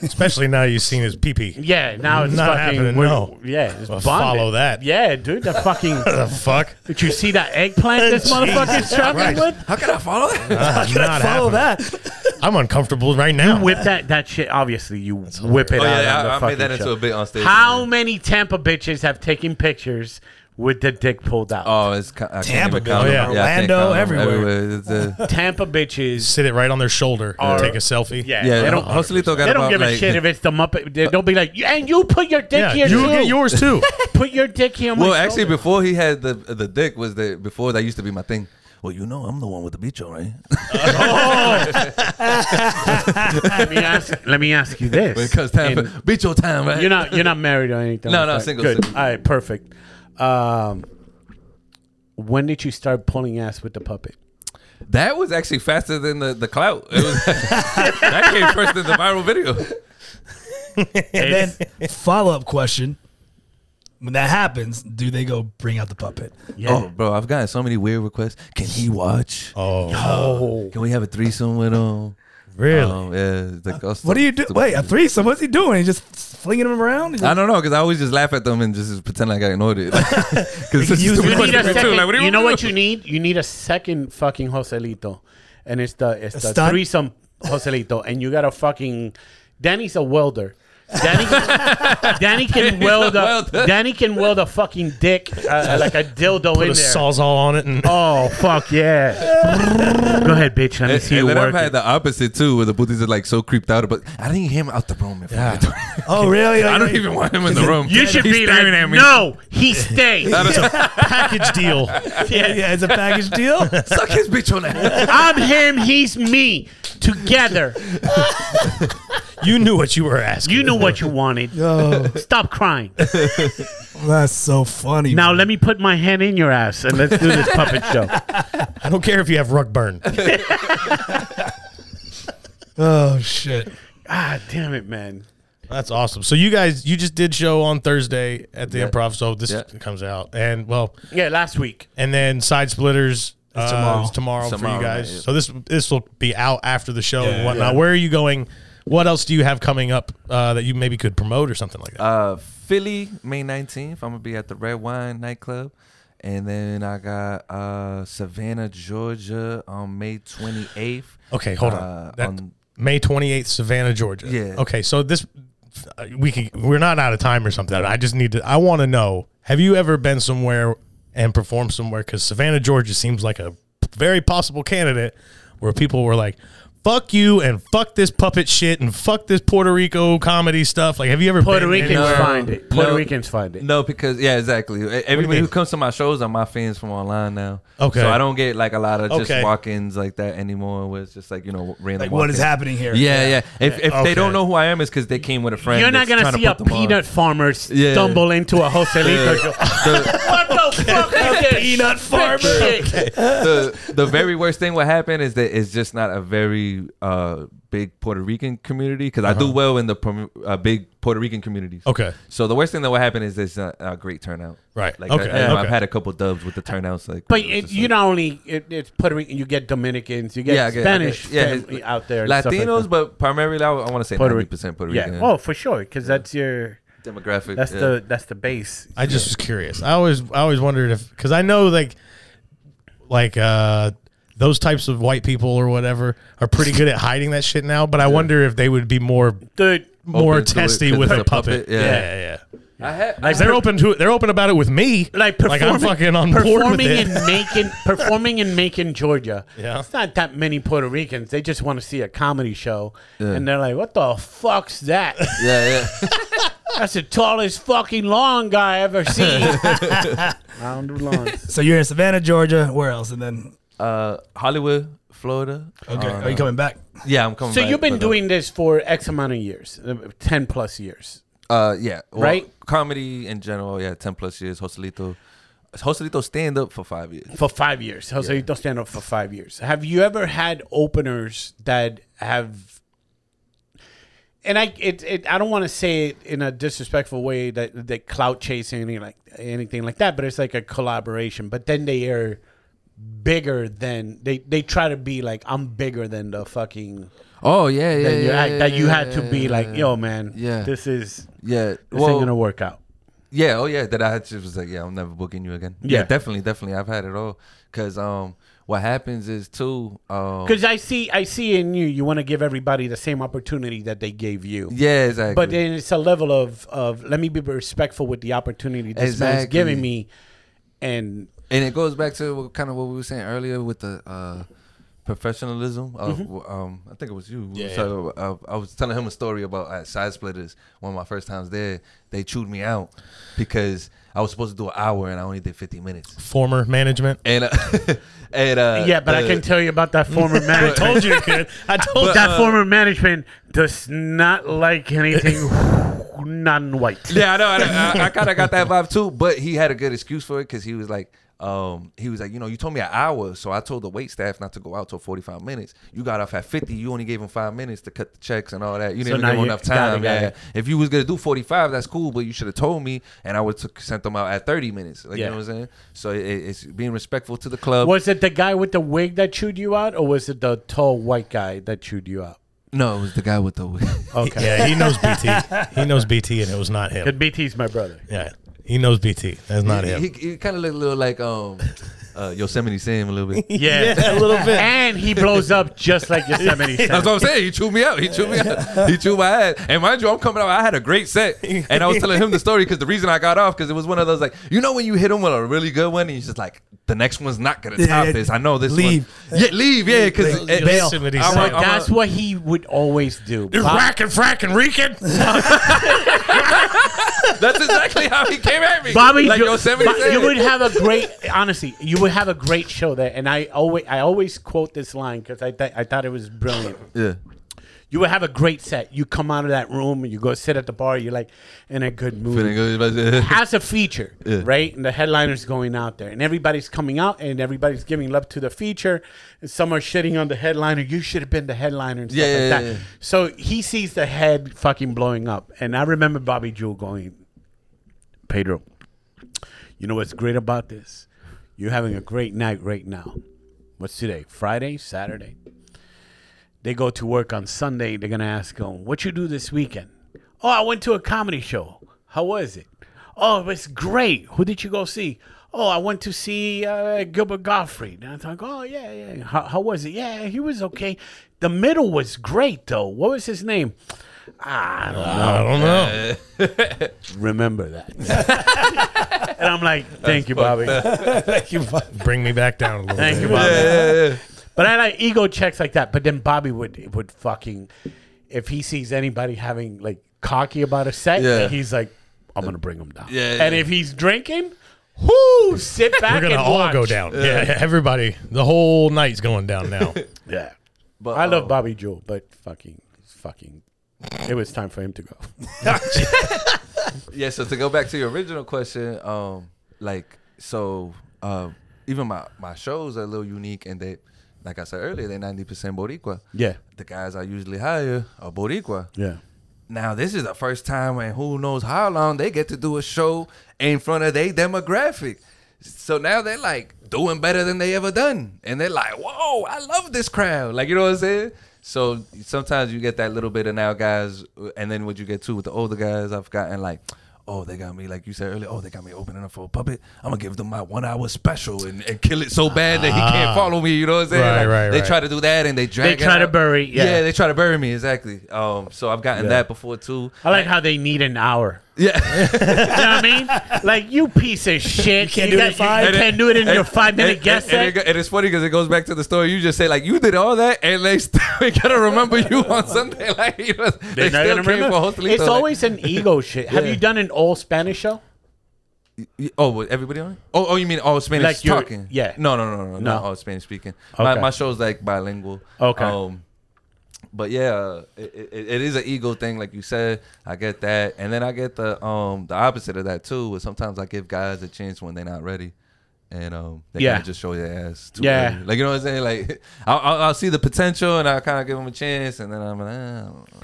Speaker 4: Especially now you've seen his pee pee.
Speaker 2: yeah, now it's
Speaker 4: Not
Speaker 2: fucking.
Speaker 4: happening,
Speaker 2: we're-
Speaker 4: no.
Speaker 2: Yeah, it's bonded.
Speaker 4: Well, follow that.
Speaker 2: Yeah, dude, the
Speaker 4: [laughs]
Speaker 2: fucking.
Speaker 4: The fuck?
Speaker 2: did you see that eggplant
Speaker 4: [laughs]
Speaker 2: this motherfucker's struggling with?
Speaker 1: How can I follow [laughs] that?
Speaker 4: Not happening.
Speaker 3: that.
Speaker 4: I'm uncomfortable right now.
Speaker 2: Whip that that shit. Obviously, you whip it
Speaker 1: Oh
Speaker 2: out.
Speaker 1: yeah,
Speaker 2: on the
Speaker 1: I, I
Speaker 2: fucking
Speaker 1: made that into
Speaker 2: show.
Speaker 1: a bit on stage.
Speaker 2: How many Tampa bitches have taken pictures with the dick pulled out?
Speaker 1: Oh, it's ca- I
Speaker 3: Tampa,
Speaker 1: can't even count
Speaker 4: oh,
Speaker 1: them.
Speaker 4: yeah.
Speaker 1: I can't
Speaker 3: Orlando,
Speaker 1: count them.
Speaker 3: everywhere.
Speaker 1: It's, [laughs] uh,
Speaker 2: Tampa bitches
Speaker 4: Sit it right on their shoulder
Speaker 2: Or-
Speaker 4: and take a selfie.
Speaker 2: Yeah,
Speaker 1: yeah,
Speaker 2: they don't.
Speaker 1: Joselito got
Speaker 2: They don't
Speaker 1: about,
Speaker 2: give a
Speaker 1: like- Uh,
Speaker 2: shit if it's the Muppet. They, they'll be like, "You- and you put your dick
Speaker 4: Yeah,
Speaker 2: here
Speaker 4: you'll
Speaker 2: too.
Speaker 4: get yours too.
Speaker 2: [laughs] put your dick here. on my
Speaker 1: Well, actually,
Speaker 2: shoulder."
Speaker 1: before he had the the dick was the before that used to be my thing. Well, you know, I'm the one with the beach, all right?
Speaker 2: [laughs]
Speaker 1: [laughs]
Speaker 2: let me ask. Let me ask you this.
Speaker 1: because time
Speaker 2: And
Speaker 1: for beach your time, right?
Speaker 2: you're not. You're not married or anything.
Speaker 1: No,
Speaker 2: like
Speaker 1: no,
Speaker 2: that.
Speaker 1: single,
Speaker 2: Good.
Speaker 1: single.
Speaker 2: All right, perfect. Um, when did you start pulling ass with the puppet?
Speaker 1: That was actually faster than the the clout. It was, [laughs] that came first in the viral video.
Speaker 3: And then follow up question: When that happens, do they go bring out the puppet?
Speaker 2: Yeah.
Speaker 1: Oh, bro, I've gotten so many weird requests. Can he watch?
Speaker 4: Oh,
Speaker 1: Can we have a threesome with him?
Speaker 4: really?
Speaker 1: Um, yeah, it's like,
Speaker 3: What do you do? Wait, a threesome? What's he doing? He's just flinging him around? He's
Speaker 1: I
Speaker 3: like,
Speaker 1: don't know because I always just laugh at them and just pretend like I ignored it. [laughs] Because
Speaker 3: use it.
Speaker 2: You need a second.
Speaker 1: what do
Speaker 2: you,
Speaker 1: you
Speaker 2: know
Speaker 1: want me
Speaker 2: what
Speaker 1: to
Speaker 2: you need? You need a second fucking Joselito, and it's the it's the
Speaker 3: stunt?
Speaker 2: threesome Joselito, and you got a fucking Danny's a welder. Danny,
Speaker 1: [laughs]
Speaker 2: Danny can
Speaker 1: Danny's a
Speaker 2: weld a,
Speaker 1: welder.
Speaker 2: Danny can weld a fucking dick uh, like a dildo
Speaker 4: Put
Speaker 2: in
Speaker 4: a
Speaker 2: there.
Speaker 4: sawzall on it and
Speaker 2: Oh
Speaker 1: [laughs]
Speaker 2: fuck yeah! Go ahead, bitch. Let me
Speaker 1: And,
Speaker 2: see
Speaker 1: and
Speaker 2: you
Speaker 1: then I've
Speaker 2: work.
Speaker 1: had
Speaker 2: it.
Speaker 1: the opposite too, where the Buddhists are like so creeped out. But I didn't hear him out the room. If I,
Speaker 3: oh,
Speaker 1: [laughs]
Speaker 3: really?
Speaker 1: I
Speaker 3: Like,
Speaker 1: don't even want him in the room.
Speaker 2: You should
Speaker 1: He's
Speaker 2: be like,
Speaker 1: staring at me.
Speaker 2: no, he stays.
Speaker 4: package
Speaker 2: [laughs]
Speaker 4: deal.
Speaker 3: Yeah, it's a package deal.
Speaker 1: [laughs] Suck his bitch on that.
Speaker 2: I'm him, he's me. Together,
Speaker 4: You knew what you were asking.
Speaker 2: you knew what you wanted.
Speaker 3: oh,
Speaker 2: Stop crying.
Speaker 3: that's so funny.
Speaker 2: Now let me put my hand in your ass and let's do this
Speaker 1: [laughs]
Speaker 2: puppet show.
Speaker 4: I don't care if you have rug burn.
Speaker 3: oh shit.
Speaker 2: Ah, damn it, man.
Speaker 4: That's awesome. So you guys, you just did show on Thursday at the Improv. So this
Speaker 1: Yeah.
Speaker 4: comes out, and well,
Speaker 2: Yeah, last week.
Speaker 4: and then Side Splitters uh, is tomorrow.
Speaker 3: tomorrow.
Speaker 4: for
Speaker 1: Tomorrow
Speaker 4: you
Speaker 1: night,
Speaker 4: guys.
Speaker 1: yeah.
Speaker 4: So this this will be out after the show and
Speaker 3: Yeah,
Speaker 4: whatnot.
Speaker 3: yeah.
Speaker 4: Where are you going? What else do you have coming up uh, that you maybe could promote or something like that?
Speaker 1: Uh, Philly, May nineteenth. I'm gonna be at the Red Wine nightclub, and then I got uh, Savannah, Georgia, on May twenty eighth.
Speaker 4: okay, hold
Speaker 1: uh,
Speaker 4: on. That,
Speaker 1: on-
Speaker 4: May twenty eighth, Savannah, Georgia.
Speaker 1: Yeah.
Speaker 4: Okay, so this uh, we can we're not out of time or something. I just need to. I want to know. Have you ever been somewhere and performed somewhere? Because Savannah, Georgia seems like a very possible candidate where people were like. Fuck you and fuck this puppet shit and fuck this Puerto Rico comedy stuff. Like, have you ever
Speaker 2: Puerto
Speaker 4: been
Speaker 2: Ricans
Speaker 4: anywhere?
Speaker 2: find it. Puerto
Speaker 1: No.
Speaker 2: Ricans find it.
Speaker 1: No, because yeah, exactly. E- Everybody
Speaker 4: mean?
Speaker 1: who comes to my shows are my fans from online now.
Speaker 4: Okay.
Speaker 1: so I don't get like a lot of just
Speaker 4: Okay.
Speaker 1: walk-ins like that anymore. Where it's just like you know random.
Speaker 3: Like, what is
Speaker 1: walk-ins.
Speaker 3: happening here?
Speaker 1: Yeah, yeah. If, if
Speaker 4: Okay.
Speaker 1: they don't know who I am, it's because they came with a friend.
Speaker 2: You're not
Speaker 1: that's
Speaker 2: gonna
Speaker 1: trying to
Speaker 2: see a
Speaker 1: put them on.
Speaker 2: peanut farmer
Speaker 1: Yeah.
Speaker 2: stumble into a Joselito show.
Speaker 1: [laughs]
Speaker 2: what the fuck is this?
Speaker 3: Peanut farmer.
Speaker 2: Shit.
Speaker 1: the the very worst thing what happened is that it's just not a very uh, big Puerto Rican community because I
Speaker 2: Uh-huh.
Speaker 1: do well in the prom- uh, big Puerto Rican communities.
Speaker 4: Okay.
Speaker 1: So the worst thing that would happen is it's not a great turnout.
Speaker 4: Right.
Speaker 1: Like
Speaker 4: Okay.
Speaker 1: I, I-
Speaker 4: Yeah.
Speaker 1: I've had a couple dubs with the turnouts. Like,
Speaker 2: But
Speaker 1: it was
Speaker 2: it,
Speaker 1: just
Speaker 2: you
Speaker 1: like-
Speaker 2: not only it, it's Puerto Rican, you get Dominicans, you get
Speaker 1: Yeah, I get- I get-
Speaker 2: Spanish
Speaker 1: yeah, it's-
Speaker 2: family out there, and stuff like
Speaker 1: Latinos,
Speaker 2: that.
Speaker 1: but primarily I, want to say
Speaker 2: Puerto
Speaker 1: ninety
Speaker 2: Rican.
Speaker 1: percent Puerto Rican
Speaker 2: yeah. Oh, for sure, because that's your
Speaker 1: demographic.
Speaker 2: that's
Speaker 1: yeah.
Speaker 2: the that's the base.
Speaker 4: I just was curious. I always I always wondered if because I know like like uh those types of white people or whatever are pretty good at hiding that shit now. But I wonder if they would be more
Speaker 2: Dude,
Speaker 4: more
Speaker 1: Open to it
Speaker 4: testy
Speaker 1: 'cause
Speaker 4: with
Speaker 1: it's
Speaker 4: a
Speaker 1: a puppet,
Speaker 4: puppet.
Speaker 1: yeah.
Speaker 4: yeah, yeah.
Speaker 1: I had,
Speaker 2: like
Speaker 4: They're
Speaker 2: per-
Speaker 4: open to it. They're open about it with me.
Speaker 2: like performing,
Speaker 4: I'm fucking on board with
Speaker 2: performing
Speaker 4: it.
Speaker 2: in Macon, performing in Macon, Georgia.
Speaker 4: Yeah.
Speaker 2: it's not that many Puerto Ricans. They just want to see a comedy show, and they're like, "What the fuck's that?"
Speaker 1: yeah, [laughs] yeah.
Speaker 2: That's the tallest fucking lawn guy I ever seen. Round of lawns.
Speaker 3: So you're in Savannah, Georgia. Where else? And then
Speaker 1: Uh, Hollywood, Florida.
Speaker 2: Uh,
Speaker 3: okay, are you coming back?
Speaker 1: Yeah, I'm coming.
Speaker 2: So
Speaker 1: back,
Speaker 2: you've been
Speaker 1: but, uh,
Speaker 2: doing this for X amount of years, uh, ten plus years.
Speaker 1: Uh, yeah, well,
Speaker 2: Right?
Speaker 1: Comedy in general, yeah, ten plus years. Joselito, Joselito stand up for five years.
Speaker 2: for five years. Jose yeah. stand up for five years. Have you ever had openers that have? And I, it, it I don't want to say it in a disrespectful way that that clout chasing anything like anything like that, but it's like a collaboration. But then they are bigger than they they try to be like I'm bigger than the fucking
Speaker 1: Oh yeah, yeah,
Speaker 2: than your
Speaker 1: yeah,
Speaker 2: act, that you had to
Speaker 1: yeah,
Speaker 2: be
Speaker 1: yeah,
Speaker 2: like
Speaker 1: yeah,
Speaker 2: yo man
Speaker 1: Yeah.
Speaker 2: this is
Speaker 1: yeah.
Speaker 2: this
Speaker 1: well,
Speaker 2: ain't gonna work out
Speaker 1: yeah, oh yeah. That I had to was like, yeah, I'm never booking you again.
Speaker 2: Yeah.
Speaker 1: definitely, definitely. I've had it all. Cause um, what happens is too um,
Speaker 2: because I see I see in you you want to give everybody the same opportunity that they gave you
Speaker 1: yeah, exactly.
Speaker 2: But then it's a level of of let me be respectful with the opportunity this man's
Speaker 1: Exactly.
Speaker 2: giving me, and
Speaker 1: and it goes back to what, kind of what we were saying earlier with the uh, professionalism of
Speaker 2: Mm-hmm.
Speaker 1: um, I think it was you. We were talking about- I, I was telling him a story about at Side Splitters. One of my first times there, they chewed me out because I was supposed to do an hour and I only did 50 minutes.
Speaker 4: Former management.
Speaker 1: And uh, [laughs] and uh,
Speaker 2: yeah. But I
Speaker 1: the-
Speaker 2: can tell you about
Speaker 4: [laughs]
Speaker 2: that former
Speaker 4: uh, I
Speaker 2: management.
Speaker 4: told you uh, it could. I told
Speaker 2: that former management does not like anything [laughs] non-white.
Speaker 1: yeah, I know. I, I, I kind of got that vibe too, but he had a good excuse for it because he was like, um, he was like, you know, you told me an hour, so I told the wait staff not to go out till forty five minutes. You got off at fifty. You only gave him five minutes to cut the checks and all that. You
Speaker 2: So
Speaker 1: didn't
Speaker 2: now
Speaker 1: give him
Speaker 2: you-
Speaker 1: enough
Speaker 2: got it,
Speaker 1: time.
Speaker 2: got
Speaker 1: yeah,
Speaker 2: it.
Speaker 1: if you was gonna do forty five, that's cool, but you should have told me, and I would took sent them out at thirty minutes. Like
Speaker 2: Yeah.
Speaker 1: you know what I'm saying? So it, it's being respectful to the club.
Speaker 2: Was it the guy with the wig that chewed you out, or was it the tall white guy that chewed you out?
Speaker 1: No, it was the guy with the.
Speaker 2: Okay,
Speaker 4: Yeah, he
Speaker 1: [laughs]
Speaker 4: knows BT. He knows BT, and it was not him.
Speaker 2: Because BT's my brother.
Speaker 4: Yeah, he knows BT. That's
Speaker 2: Oh,
Speaker 4: not
Speaker 1: he
Speaker 4: him.
Speaker 1: [laughs] he, he kind of looked a little like um, uh, Yosemite Sam a little bit.
Speaker 2: [laughs] Yeah.
Speaker 4: a little bit.
Speaker 2: And he blows up just like
Speaker 4: [laughs]
Speaker 2: Yosemite. Sam.
Speaker 1: That's what I'm saying. He chewed me out. He chewed me out. He chewed my ass. And mind you, I'm coming out. I had a great set, and I was telling him the story because the reason I got off because it was one of those like you know when you hit him with a really good one, and he's just like the next one's not gonna
Speaker 3: Yeah,
Speaker 1: top
Speaker 3: yeah.
Speaker 1: this. I know this.
Speaker 3: Leave.
Speaker 1: One. Yeah, leave. Yeah, because
Speaker 4: Leave. Yosemite Sam.
Speaker 2: That's what he would always do. Bob-
Speaker 4: Rack and frack and reeking.
Speaker 1: that's exactly how he came at me.
Speaker 2: Bobby,
Speaker 1: like
Speaker 2: you,
Speaker 1: Yosemite
Speaker 2: Bo-
Speaker 1: Sam.
Speaker 2: you would have a great honestly. You would have a great show there, and I always I always quote this line because I th- I thought it was brilliant.
Speaker 1: yeah.
Speaker 2: You would have a great set. You come out of that room and you go sit at the bar. You're like in a good mood.
Speaker 1: Feeling good about [laughs] it.
Speaker 2: As a feature, right? And the headliner's going out there, and everybody's coming out, and everybody's giving love to the feature, and some are shitting on the headliner. You should have been the headliner, and stuff
Speaker 1: Yeah,
Speaker 2: like
Speaker 1: yeah,
Speaker 2: that.
Speaker 1: yeah, yeah.
Speaker 2: So he sees the head fucking blowing up, and I remember Bobby Jewel going, Pedro, you know what's great about this? You're having a great night right now. What's today? Friday, Saturday. They go to work on Sunday. They're gonna ask him, "What you do this weekend?" Oh, I went to a comedy show. How was it? Oh, it was great. Who did you go see? Oh, I went to see uh, Gilbert Gottfried. And I thought, oh yeah, yeah. How, how was it? Yeah, he was okay. The middle was great though. What was his name? I don't
Speaker 4: I don't know.
Speaker 2: remember that. [laughs] and I'm like, thank you, Bobby.
Speaker 3: [laughs] Thank you. bud.
Speaker 4: Bring me back down a little
Speaker 2: Thank
Speaker 4: bit.
Speaker 2: you, Bobby.
Speaker 1: Yeah, yeah, yeah.
Speaker 2: But I like ego checks like that. But then Bobby would would fucking if he sees anybody having like cocky about a set,
Speaker 1: Yeah.
Speaker 2: he's like, I'm gonna bring him down.
Speaker 1: Yeah, yeah.
Speaker 2: And if he's drinking, whoo, sit back.
Speaker 4: We're gonna
Speaker 2: and
Speaker 4: all
Speaker 2: watch.
Speaker 4: go down. Yeah. everybody. The whole night's going
Speaker 1: [laughs]
Speaker 4: down now.
Speaker 2: Yeah.
Speaker 1: But,
Speaker 2: I love
Speaker 1: um,
Speaker 2: Bobby Jewel, but fucking fucking it was time for him
Speaker 4: [laughs]
Speaker 2: to go.
Speaker 1: yeah so to go back to your original question um like so um even my my shows are a little unique and they like i said earlier they're 90% boricua
Speaker 2: Yeah.
Speaker 1: the guys i usually hire are boricua
Speaker 2: Yeah.
Speaker 1: now this is the first time and who knows how long they get to do a show in front of their demographic. So now they're like doing better than they ever done. And they're like, whoa, I love this crowd. Like, you know what I'm saying? So sometimes you get that little bit of now guys, and then what you get too with the older guys, I've gotten like, oh, they got me, like you said earlier, oh, they got me opening up for a puppet. I'm gonna give them my one hour special and, and kill it so bad that he can't follow me, you know what I'm saying?
Speaker 4: Right,
Speaker 1: Like,
Speaker 4: right,
Speaker 1: they
Speaker 4: right.
Speaker 1: try to do that and they drag it
Speaker 2: try to
Speaker 1: out.
Speaker 2: bury- yeah.
Speaker 1: yeah, they try to bury me exactly. Um, so I've gotten that before too.
Speaker 2: I like how they need an hour.
Speaker 1: Yeah.
Speaker 7: [laughs] You know what I mean? Like you piece of shit. You
Speaker 8: can't do it in five?
Speaker 7: You, can't do it in
Speaker 1: And-
Speaker 7: your five minute
Speaker 1: and-
Speaker 7: guess
Speaker 1: and, and,
Speaker 7: set.
Speaker 1: it go- and it's funny because it goes back to the story you just say like you did all that and they [laughs] still they gotta remember you on Sunday like you know, they
Speaker 7: They're not
Speaker 1: still
Speaker 7: gonna
Speaker 1: came
Speaker 7: remember.
Speaker 1: for Hostelito,
Speaker 7: It's
Speaker 1: like-
Speaker 7: always an ego shit. Have
Speaker 1: Yeah.
Speaker 7: you done an all Spanish show?
Speaker 1: Y- Oh, what, everybody on it? Oh, oh, you mean all Spanish
Speaker 7: Like you're-
Speaker 1: talking?
Speaker 7: yeah.
Speaker 1: No, no, no, no, no.
Speaker 7: No.
Speaker 1: Not all Spanish speaking. My,
Speaker 7: Okay.
Speaker 1: my show's like bilingual.
Speaker 7: Okay.
Speaker 1: Um, but yeah, uh, it, it, it is an ego thing, like you said. I get that, and then I get the um the opposite of that too. Where sometimes I give guys a chance when they're not ready, and um they
Speaker 7: Yeah.
Speaker 1: kinda just show their ass. Too
Speaker 7: Yeah.
Speaker 1: early. Like you know what I'm saying? Like [laughs] I'll, I'll, I'll see the potential, and I kind of give them a chance, and then I'm like. "Ah, I don't know."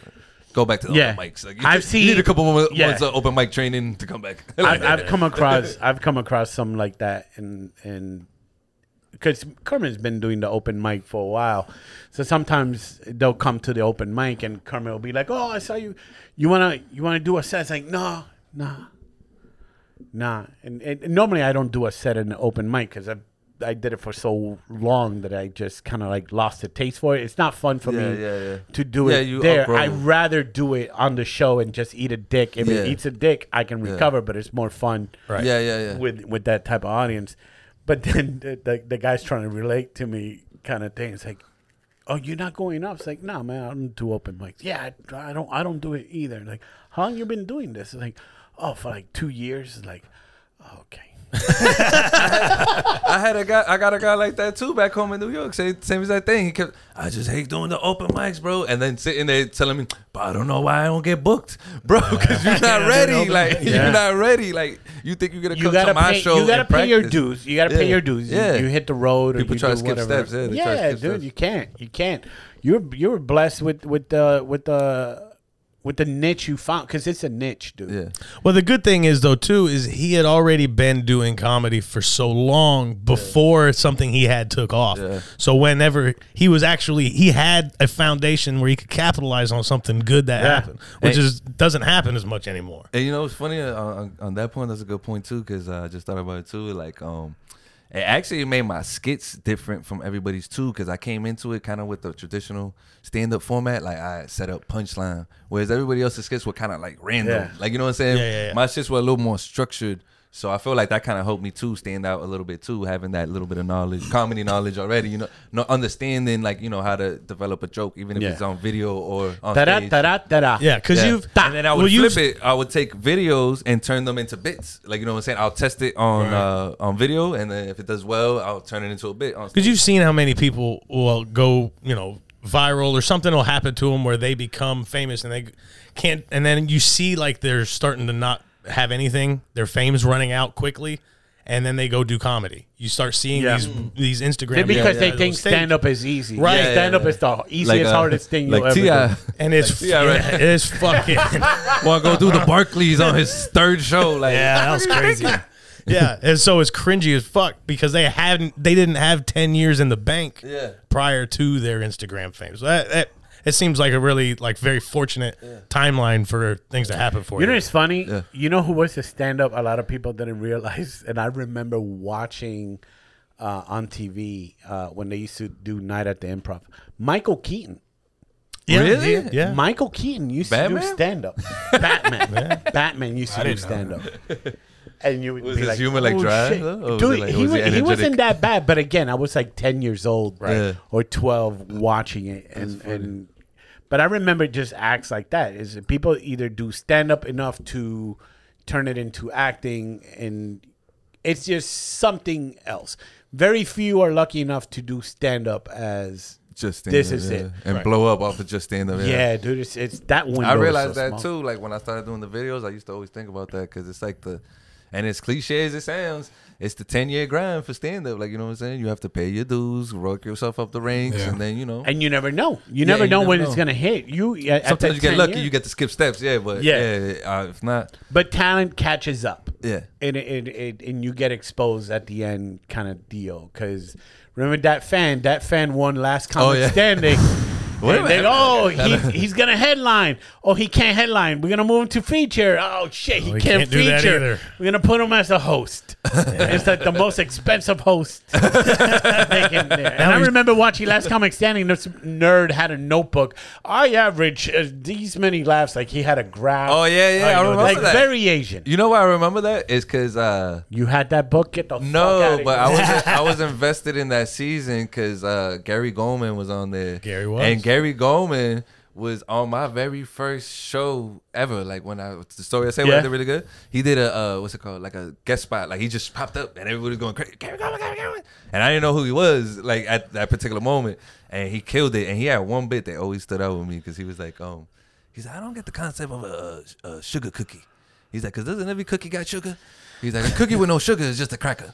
Speaker 1: Go back to the
Speaker 7: Yeah.
Speaker 1: open mics. Like [laughs]
Speaker 7: I've
Speaker 1: you need
Speaker 7: seen-
Speaker 1: a couple more
Speaker 7: yeah.
Speaker 1: months of open mic training to come back. [laughs]
Speaker 7: I've, I've come across I've come across something like that and and because Kermit's been doing the open mic for a while, so sometimes they'll come to the open mic and Kermit will be like, "Oh, I saw you. You wanna you wanna do a set?" It's like, "No, nah, nah." And, and, and normally I don't do a set in the open mic because I I did it for so long that I just kind of like lost the taste for it. It's not fun for
Speaker 1: Yeah,
Speaker 7: me
Speaker 1: yeah, yeah.
Speaker 7: to do
Speaker 1: Yeah,
Speaker 7: it
Speaker 1: you
Speaker 7: there.
Speaker 1: outgrow
Speaker 7: I
Speaker 1: it.
Speaker 7: rather do it on the show and just eat a dick. If it
Speaker 1: Yeah.
Speaker 7: eats a dick, I can recover, but it's more fun
Speaker 4: Right.
Speaker 1: Yeah, yeah, yeah.
Speaker 7: with with that type of audience. But [laughs] then the, the, the guy's trying to relate to me kind of thing. It's like, oh, you're not going up. It's like, no, man, I don't do open mics. Yeah, I, I don't I don't do it either. Like, how long you been doing this? It's like, oh, for like two years. It's like, okay.
Speaker 1: I had a guy. I got a guy like that too back home in New York. Same, same as that thing. He kept. I just hate doing the open mics, bro. And then sitting there telling me, "But I don't know why I don't get booked, bro. Because
Speaker 7: [laughs]
Speaker 1: you're not ready.
Speaker 8: open
Speaker 1: Like [laughs]
Speaker 7: Yeah.
Speaker 1: you're not ready. Like you think you're gonna
Speaker 7: You
Speaker 1: come
Speaker 7: gotta
Speaker 1: to my
Speaker 7: pay.
Speaker 1: show?
Speaker 7: You gotta
Speaker 1: and
Speaker 7: pay your
Speaker 1: practice.
Speaker 7: dues. You gotta pay
Speaker 1: Yeah.
Speaker 7: your dues. You-
Speaker 1: Yeah.
Speaker 7: You, hit the road. Or
Speaker 1: People
Speaker 7: you
Speaker 1: try to
Speaker 7: do
Speaker 1: skip
Speaker 7: whatever.
Speaker 1: steps, yeah, they
Speaker 7: yeah,
Speaker 1: try to skip
Speaker 7: dude,
Speaker 1: steps.
Speaker 7: you can't. You can't. You're you're blessed with with the with the with the niche you found because it's a niche, dude.
Speaker 1: Yeah.
Speaker 4: Well, the good thing is though too is he had already been doing comedy for so long before something he had took off.
Speaker 1: Yeah.
Speaker 4: So whenever he was actually he had a foundation where he could capitalize on something good that happened, which
Speaker 1: Hey.
Speaker 4: is doesn't happen as much anymore.
Speaker 1: And you know, it's funny uh, on, on that point. That's a good point too, because I just thought about it too. Like, um, it actually made my skits different from everybody's too, because I came into it kind of with the traditional stand-up format. Like, I set up punchline, whereas everybody else's skits were kind of like random.
Speaker 7: Yeah.
Speaker 1: Like, you know what I'm saying?
Speaker 4: Yeah, yeah, yeah.
Speaker 1: My skits were a little more structured. So I feel like that kind of helped me too stand out a little bit too, having that little bit of knowledge, comedy knowledge already. You know, no understanding like you know how to develop a joke, even if
Speaker 7: Yeah.
Speaker 1: it's on video or on
Speaker 7: Da-da,
Speaker 1: stage.
Speaker 7: da-da, da-da.
Speaker 4: Yeah, because
Speaker 1: Yeah.
Speaker 4: you've
Speaker 1: and then I would
Speaker 4: well, you've-
Speaker 1: flip it. I would take videos and turn them into bits. Like you know what I'm saying? I'll test it on uh, on video, and then if it does well, I'll turn it into a bit. On
Speaker 4: Because you've seen how many people will go, you know, viral or something will happen to them where they become famous and they can't, and then you see like they're starting to not have anything, their fame's running out quickly, and then they go do comedy. You start seeing
Speaker 7: Yeah.
Speaker 4: these these Instagram
Speaker 7: Because
Speaker 4: videos
Speaker 7: they
Speaker 4: on
Speaker 7: think
Speaker 4: stage,
Speaker 7: stand up is easy.
Speaker 4: Right. Yeah, yeah,
Speaker 7: stand up
Speaker 1: yeah.
Speaker 7: is the easiest,
Speaker 1: uh,
Speaker 7: hardest thing you'll
Speaker 1: like
Speaker 7: ever do.
Speaker 1: Ti [laughs]
Speaker 4: and it's
Speaker 1: Yeah, right.
Speaker 4: yeah, [laughs] it's fucking
Speaker 1: [laughs] want to go do the Barclays on his third show. Like
Speaker 8: Yeah, that
Speaker 1: [laughs]
Speaker 8: was crazy.
Speaker 4: [laughs] yeah, and so it's cringy as fuck because they hadn't they didn't have ten years in the bank
Speaker 1: Yeah.
Speaker 4: prior to their Instagram fame. So that. that it seems like a really like very fortunate timeline for things to happen for
Speaker 7: You
Speaker 4: you.
Speaker 7: know what's funny? You know who was a stand up a lot of people didn't realize? [laughs] And I remember watching uh, on TV uh, when they used to do Night at the Improv. Michael Keaton.
Speaker 4: Yeah,
Speaker 1: Really?
Speaker 4: Yeah. yeah.
Speaker 7: Michael Keaton used to do
Speaker 1: Batman?
Speaker 7: stand
Speaker 1: [laughs]
Speaker 7: up. Batman. Batman used to do stand up. And you would
Speaker 1: Was
Speaker 7: be
Speaker 1: his
Speaker 7: like,
Speaker 1: humor, like,
Speaker 7: "Oh,
Speaker 1: dry,
Speaker 7: shit."
Speaker 1: though? Or was
Speaker 7: Dude,
Speaker 1: it, like,
Speaker 7: he,
Speaker 1: was he
Speaker 7: was, he wasn't
Speaker 1: energetic?
Speaker 7: that bad. But again, I was like ten years old
Speaker 1: Yeah.
Speaker 7: or twelve watching it, and and but I remember just acts like that. Is that people either do stand up enough to turn it into acting, and it's just something else. Very few are lucky enough to do stand up as
Speaker 1: just stand
Speaker 7: This
Speaker 1: up,
Speaker 7: is
Speaker 1: yeah.
Speaker 7: it.
Speaker 1: and blow up off of just stand up.
Speaker 7: yeah, dude. It's, it's that window.
Speaker 1: I
Speaker 7: is so
Speaker 1: realized that
Speaker 7: small.
Speaker 1: too. Like when I started doing the videos, I used to always think about that because it's like the, and as cliche as it sounds, it's the ten year grind for stand up. Like you know what I'm saying? You have to pay your dues, work yourself up the ranks,
Speaker 8: Yeah.
Speaker 1: and then you know.
Speaker 7: and you never know. You never
Speaker 1: you
Speaker 7: know
Speaker 1: never
Speaker 7: when it's
Speaker 1: know.
Speaker 7: gonna hit you. at- at that
Speaker 1: Sometimes you get
Speaker 7: 10
Speaker 1: lucky,
Speaker 7: years.
Speaker 1: you get to skip steps, yeah. But
Speaker 7: Yeah.
Speaker 1: yeah, uh, if not,
Speaker 7: but talent catches up.
Speaker 1: Yeah.
Speaker 7: and it, it, it, and you get exposed at the end, kind of deal. Because remember that fan, that fan won last comic
Speaker 1: Oh, yeah. [laughs]
Speaker 7: standing.
Speaker 1: Wait a
Speaker 7: And they
Speaker 1: minute.
Speaker 7: go, oh, he's, he's gonna headline. Oh, he can't headline. We're gonna move him to feature. Oh shit, he,
Speaker 4: he
Speaker 7: can't,
Speaker 4: can't do
Speaker 7: feature.
Speaker 4: that either.
Speaker 1: [laughs]
Speaker 7: We're gonna put him as a host. it's like the most expensive host they can in there. And I
Speaker 4: he's-
Speaker 7: remember watching Last Comic Standing. This nerd had a notebook. I average uh, these many laughs. Like he had a graph.
Speaker 1: Oh, yeah, yeah, I
Speaker 7: know
Speaker 1: remember
Speaker 7: like
Speaker 1: that.
Speaker 7: very Asian.
Speaker 1: You know why I remember that? It's because uh,
Speaker 7: You had that book. Get the fuck out
Speaker 1: no,
Speaker 7: of
Speaker 1: but
Speaker 7: here.
Speaker 1: I was I
Speaker 7: [laughs]
Speaker 1: was invested in that season because uh, Gary Goldman was on there.
Speaker 4: Gary was.
Speaker 1: and Gary Goldman was on my very first show ever. Like when I the story I say when
Speaker 7: Yeah.
Speaker 1: I did really good, he did a uh, what's it called like a guest spot. Like he just popped up and everybody was going crazy. Gary Goldman, Gary Goldman, and I didn't know who he was like at that particular moment. And he killed it. And he had one bit that always stood out with me because he was like, um, he's like, I don't get the concept of a, a sugar cookie. He's like, cause doesn't every cookie got sugar? He's like, a cookie with no sugar is just a cracker.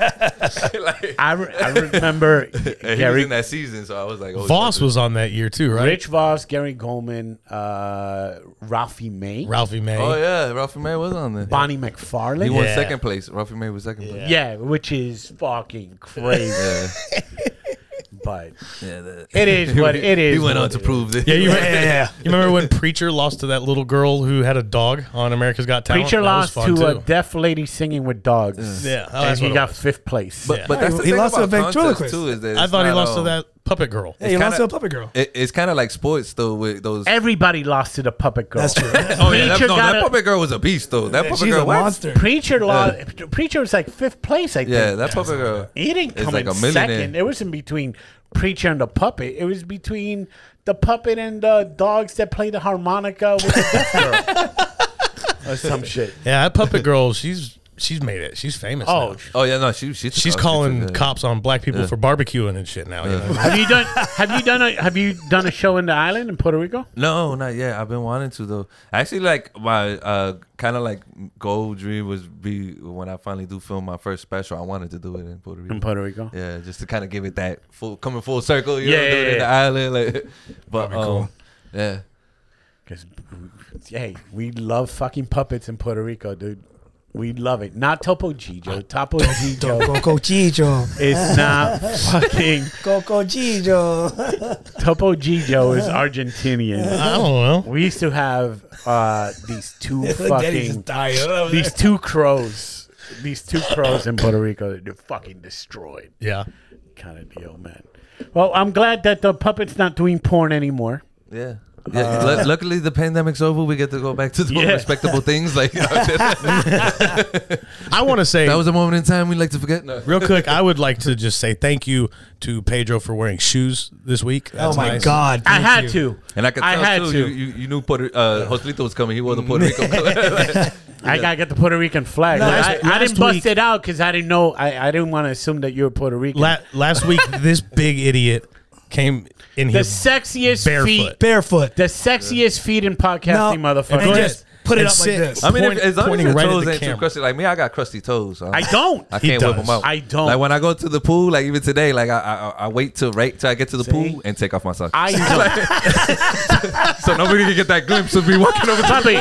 Speaker 1: like,
Speaker 7: I, re- I remember
Speaker 1: [laughs] and he was
Speaker 7: Gary
Speaker 1: in that season, so I was like, oh,
Speaker 4: Voss
Speaker 1: shit.
Speaker 4: was on that year too, right?
Speaker 7: Rich Voss, Gary Goldman, uh, Ralphie May,
Speaker 4: Ralphie May.
Speaker 1: Oh yeah, Ralphie May was on there.
Speaker 7: Bonnie
Speaker 1: He
Speaker 7: McFarlane.
Speaker 1: won
Speaker 4: Yeah.
Speaker 1: second place. Ralphie May was second place.
Speaker 7: Yeah, which is fucking
Speaker 1: [laughs]
Speaker 7: crazy.
Speaker 1: Yeah,
Speaker 7: but
Speaker 1: yeah. that-
Speaker 7: It
Speaker 1: [laughs]
Speaker 7: is what- it
Speaker 1: He
Speaker 7: is
Speaker 1: went
Speaker 7: what
Speaker 1: on to
Speaker 7: it
Speaker 1: prove this.
Speaker 4: Yeah, you
Speaker 7: [laughs]
Speaker 4: remember,
Speaker 3: Yeah, yeah, yeah.
Speaker 4: you remember when Preacher lost to that little girl who had a dog on America's Got Talent?
Speaker 7: Preacher
Speaker 4: That was
Speaker 7: lost to
Speaker 4: fun,
Speaker 7: a
Speaker 4: too.
Speaker 7: deaf lady singing with dogs.
Speaker 4: Yeah, oh,
Speaker 7: and
Speaker 4: that's
Speaker 7: he
Speaker 4: what it
Speaker 7: got
Speaker 4: was.
Speaker 7: fifth
Speaker 1: [laughs]
Speaker 7: place.
Speaker 1: But, but that's
Speaker 3: Yeah,
Speaker 1: the
Speaker 3: he
Speaker 1: thing
Speaker 3: lost to
Speaker 1: about
Speaker 3: a
Speaker 1: contest,
Speaker 3: ventriloquist.
Speaker 1: Too, is that
Speaker 4: I
Speaker 1: it's
Speaker 4: thought he
Speaker 1: not,
Speaker 4: lost to
Speaker 1: um,
Speaker 4: that puppet girl.
Speaker 3: Hey, you
Speaker 1: kinda-
Speaker 3: lost to a puppet girl.
Speaker 1: It, it's kind of like sports though with those.
Speaker 7: Everybody lost to the puppet girl.
Speaker 3: That's true.
Speaker 1: oh yeah, that,
Speaker 7: Preacher
Speaker 1: no,
Speaker 7: got
Speaker 1: that
Speaker 7: a-
Speaker 1: puppet girl was a beast though. That puppet
Speaker 3: She's
Speaker 1: girl,
Speaker 3: a
Speaker 1: what?
Speaker 3: monster.
Speaker 7: [laughs] Preacher lost. Preacher was like fifth place. I think.
Speaker 1: Yeah, that puppet girl.
Speaker 7: He didn't
Speaker 1: It's
Speaker 7: come
Speaker 1: like
Speaker 7: in
Speaker 1: a millionaire.
Speaker 7: second. It was in between Preacher and the puppet. It was between the puppet and the dogs that play the harmonica with the deaf girl. or some shit.
Speaker 4: Yeah, that puppet girl, she's she's made it. She's famous.
Speaker 7: Oh,
Speaker 4: now.
Speaker 1: Oh yeah, no, she, she took
Speaker 4: she's
Speaker 1: off. She
Speaker 4: calling
Speaker 1: took, uh,
Speaker 4: cops on black people for barbecuing and shit now. you know?
Speaker 7: [laughs] have you done? Have you done a? Have you done a show in the island in Puerto Rico?
Speaker 1: No, not yet. I've been wanting to though. Actually, like my uh, kind of like goal dream was be when I finally do film my first special. I wanted to do it in Puerto Rico.
Speaker 7: In Puerto Rico.
Speaker 1: Yeah, just to kind of give it that full coming full circle. You
Speaker 7: Yeah,
Speaker 1: know,
Speaker 7: yeah,
Speaker 1: doing it in the
Speaker 7: yeah.
Speaker 1: island, like, [laughs] but um, yeah,
Speaker 7: Because, hey, we love fucking puppets in Puerto Rico, dude. We love it. Not Topo Gijo.
Speaker 1: [laughs]
Speaker 7: Topo Gijo
Speaker 3: Coco Chijo.
Speaker 7: is not fucking.
Speaker 3: Coco [laughs] Chijo.
Speaker 7: Topo Gijo is Argentinian.
Speaker 4: I don't know.
Speaker 7: We used to have uh, these
Speaker 3: [laughs]
Speaker 7: two
Speaker 3: Daddy just
Speaker 7: fucking.
Speaker 3: died. Oh, that was-
Speaker 7: These two crows. These two crows in Puerto Rico that are fucking destroyed.
Speaker 4: Yeah.
Speaker 7: Kind of deal, man. Well, I'm glad that the puppet's not doing porn anymore.
Speaker 1: yeah. Yeah, lu- luckily the pandemic's over. We get to go back to the
Speaker 7: Uh, [laughs] Yeah.
Speaker 1: respectable things. Like
Speaker 7: [laughs]
Speaker 1: you know, that [laughs]
Speaker 4: I want to say
Speaker 1: was a moment in time we like to forget. No.
Speaker 4: real quick. I would like to just say thank you to Pedro for wearing shoes this week.
Speaker 3: Oh
Speaker 4: That's
Speaker 3: my
Speaker 4: nice.
Speaker 3: God.
Speaker 7: I
Speaker 3: thank
Speaker 7: had
Speaker 3: you.
Speaker 7: to.
Speaker 1: And I could
Speaker 7: I
Speaker 1: tell
Speaker 7: had
Speaker 1: too,
Speaker 7: to.
Speaker 1: You, you, you knew Puerto uh, Joselito was coming. He wore the
Speaker 7: [laughs]
Speaker 1: Puerto Rico color. [laughs]
Speaker 7: I gotta get the Puerto Rican flag.
Speaker 4: Last-
Speaker 7: I, I
Speaker 4: last
Speaker 7: didn't bust
Speaker 4: week-
Speaker 7: it out because I didn't know. I, I didn't want to assume that you were Puerto Rican.
Speaker 4: La- last week, this big idiot came in
Speaker 7: the
Speaker 4: here.
Speaker 7: sexiest
Speaker 4: Barefoot.
Speaker 7: feet.
Speaker 3: Barefoot.
Speaker 7: The sexiest feet in podcasting, motherfucker.
Speaker 3: And
Speaker 4: Go
Speaker 3: just put it
Speaker 4: And
Speaker 3: up like
Speaker 4: sit.
Speaker 3: this.
Speaker 1: I mean,
Speaker 4: Point-
Speaker 1: if, as long as
Speaker 4: pointing
Speaker 1: your
Speaker 4: right at
Speaker 1: toes
Speaker 4: the
Speaker 1: ain't too
Speaker 4: camera.
Speaker 1: crusty, like me, I got crusty toes. So
Speaker 7: I don't.
Speaker 1: I
Speaker 4: He
Speaker 1: can't whip
Speaker 4: does.
Speaker 1: them out.
Speaker 7: I don't.
Speaker 1: Like when I go to the pool, like even today, like I I, I wait till right till I get to the pool and take off my socks,
Speaker 7: I don't.
Speaker 1: so nobody can get that glimpse of me walking over.
Speaker 7: [laughs]
Speaker 1: To-
Speaker 7: Bobby,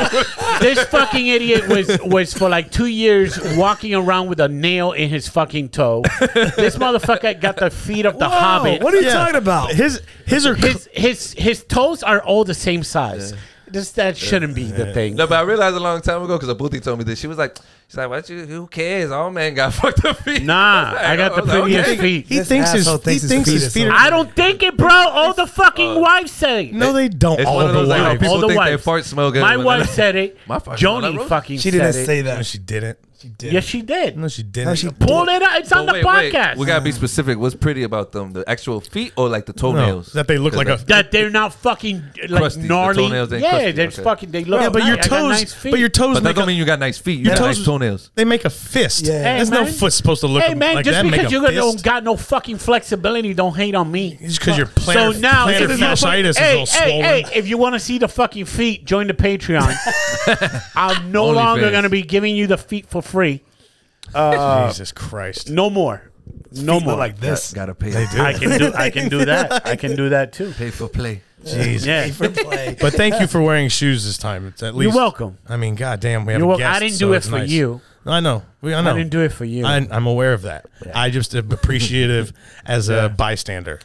Speaker 7: this fucking idiot was was for like two years walking around with a nail in his fucking toe. This motherfucker got the feet of the
Speaker 3: Whoa,
Speaker 7: Hobbit.
Speaker 3: What are you talking about?
Speaker 4: His his are
Speaker 7: his his his toes are all the same size. This that shouldn't be the thing.
Speaker 1: no, but I realized a long time ago because Abuthi told me this. She was like, she's like, what you? Who cares? All men got [laughs] fucked up feet. [laughs]
Speaker 7: Nah,
Speaker 1: was
Speaker 7: I got the
Speaker 1: was like,
Speaker 7: prettiest
Speaker 1: okay.
Speaker 7: feet.
Speaker 4: he
Speaker 3: This
Speaker 4: thinks his,
Speaker 3: asshole
Speaker 4: he thinks his feet.
Speaker 3: is
Speaker 4: Are,
Speaker 7: I don't think it, bro. All the fucking wives say it.
Speaker 4: no, they don't.
Speaker 1: It's
Speaker 4: All
Speaker 1: one
Speaker 4: of
Speaker 1: of
Speaker 4: the
Speaker 1: those like,
Speaker 4: wives.
Speaker 1: people
Speaker 7: all the
Speaker 1: think their
Speaker 7: wives.
Speaker 1: farts smell good.
Speaker 7: My
Speaker 1: when
Speaker 7: wife
Speaker 1: they-
Speaker 7: said it.
Speaker 1: My farts smell
Speaker 7: Joni
Speaker 1: like-
Speaker 7: fucking
Speaker 3: She
Speaker 7: said
Speaker 3: didn't
Speaker 7: it.
Speaker 3: say
Speaker 4: No,
Speaker 3: that.
Speaker 4: she didn't.
Speaker 7: Yes, she did.
Speaker 4: No, she didn't.
Speaker 3: No, she
Speaker 7: Pull it out. It's on
Speaker 1: But
Speaker 7: the
Speaker 1: wait, wait.
Speaker 7: podcast.
Speaker 1: We gotta be specific. What's pretty about them? The actual feet or like the
Speaker 4: No,
Speaker 1: toenails?
Speaker 4: that they look like a.
Speaker 7: that they're not fucking like
Speaker 1: Crusty. The
Speaker 7: gnarly.
Speaker 1: toenails ain't
Speaker 7: yeah,
Speaker 1: crusty.
Speaker 7: they're
Speaker 1: Okay.
Speaker 7: fucking. They look.
Speaker 4: yeah, but your
Speaker 7: nice. I got
Speaker 4: toes.
Speaker 7: nice feet.
Speaker 4: but your
Speaker 1: But
Speaker 4: toes
Speaker 1: that
Speaker 4: make
Speaker 1: don't
Speaker 4: a,
Speaker 1: mean you got nice feet. You
Speaker 4: your
Speaker 1: got
Speaker 4: toes
Speaker 1: nice toenails.
Speaker 4: They make a fist.
Speaker 3: Yeah. Hey,
Speaker 4: There's no
Speaker 7: man.
Speaker 4: foot supposed to look.
Speaker 7: Hey man,
Speaker 4: like
Speaker 7: just
Speaker 4: that, make
Speaker 7: because
Speaker 4: a
Speaker 7: you
Speaker 4: fist.
Speaker 7: don't got no fucking flexibility, don't hate on me.
Speaker 4: It's because your plantar,
Speaker 7: so now,
Speaker 4: plantar
Speaker 7: if you-
Speaker 4: fasciitis is
Speaker 7: hey,
Speaker 4: all
Speaker 7: hey,
Speaker 4: swollen.
Speaker 7: hey, if you want to see the fucking feet, join
Speaker 4: [laughs]
Speaker 7: the Patreon. I'm no
Speaker 1: Only
Speaker 7: longer
Speaker 1: fans.
Speaker 7: going to be giving you the feet for free.
Speaker 1: Uh,
Speaker 4: Jesus Christ!
Speaker 7: No more. No
Speaker 3: Feet
Speaker 7: more.
Speaker 3: look like this.
Speaker 1: Gotta pay. They
Speaker 7: I can do. I can do that. I can do that too.
Speaker 1: Pay for play.
Speaker 4: Jeez.
Speaker 7: Yeah.
Speaker 4: [laughs] But thank you for wearing shoes this time. It's at least
Speaker 7: welcome.
Speaker 4: I mean, goddamn, we have
Speaker 7: You're
Speaker 4: a
Speaker 7: wel-
Speaker 4: guest.
Speaker 7: I didn't
Speaker 4: so
Speaker 7: do it
Speaker 4: it's
Speaker 7: for
Speaker 4: nice.
Speaker 7: you.
Speaker 4: I know. We, I know.
Speaker 7: I didn't do it for you.
Speaker 4: I, am aware of that. I just am
Speaker 7: [laughs]
Speaker 4: appreciative as a bystander.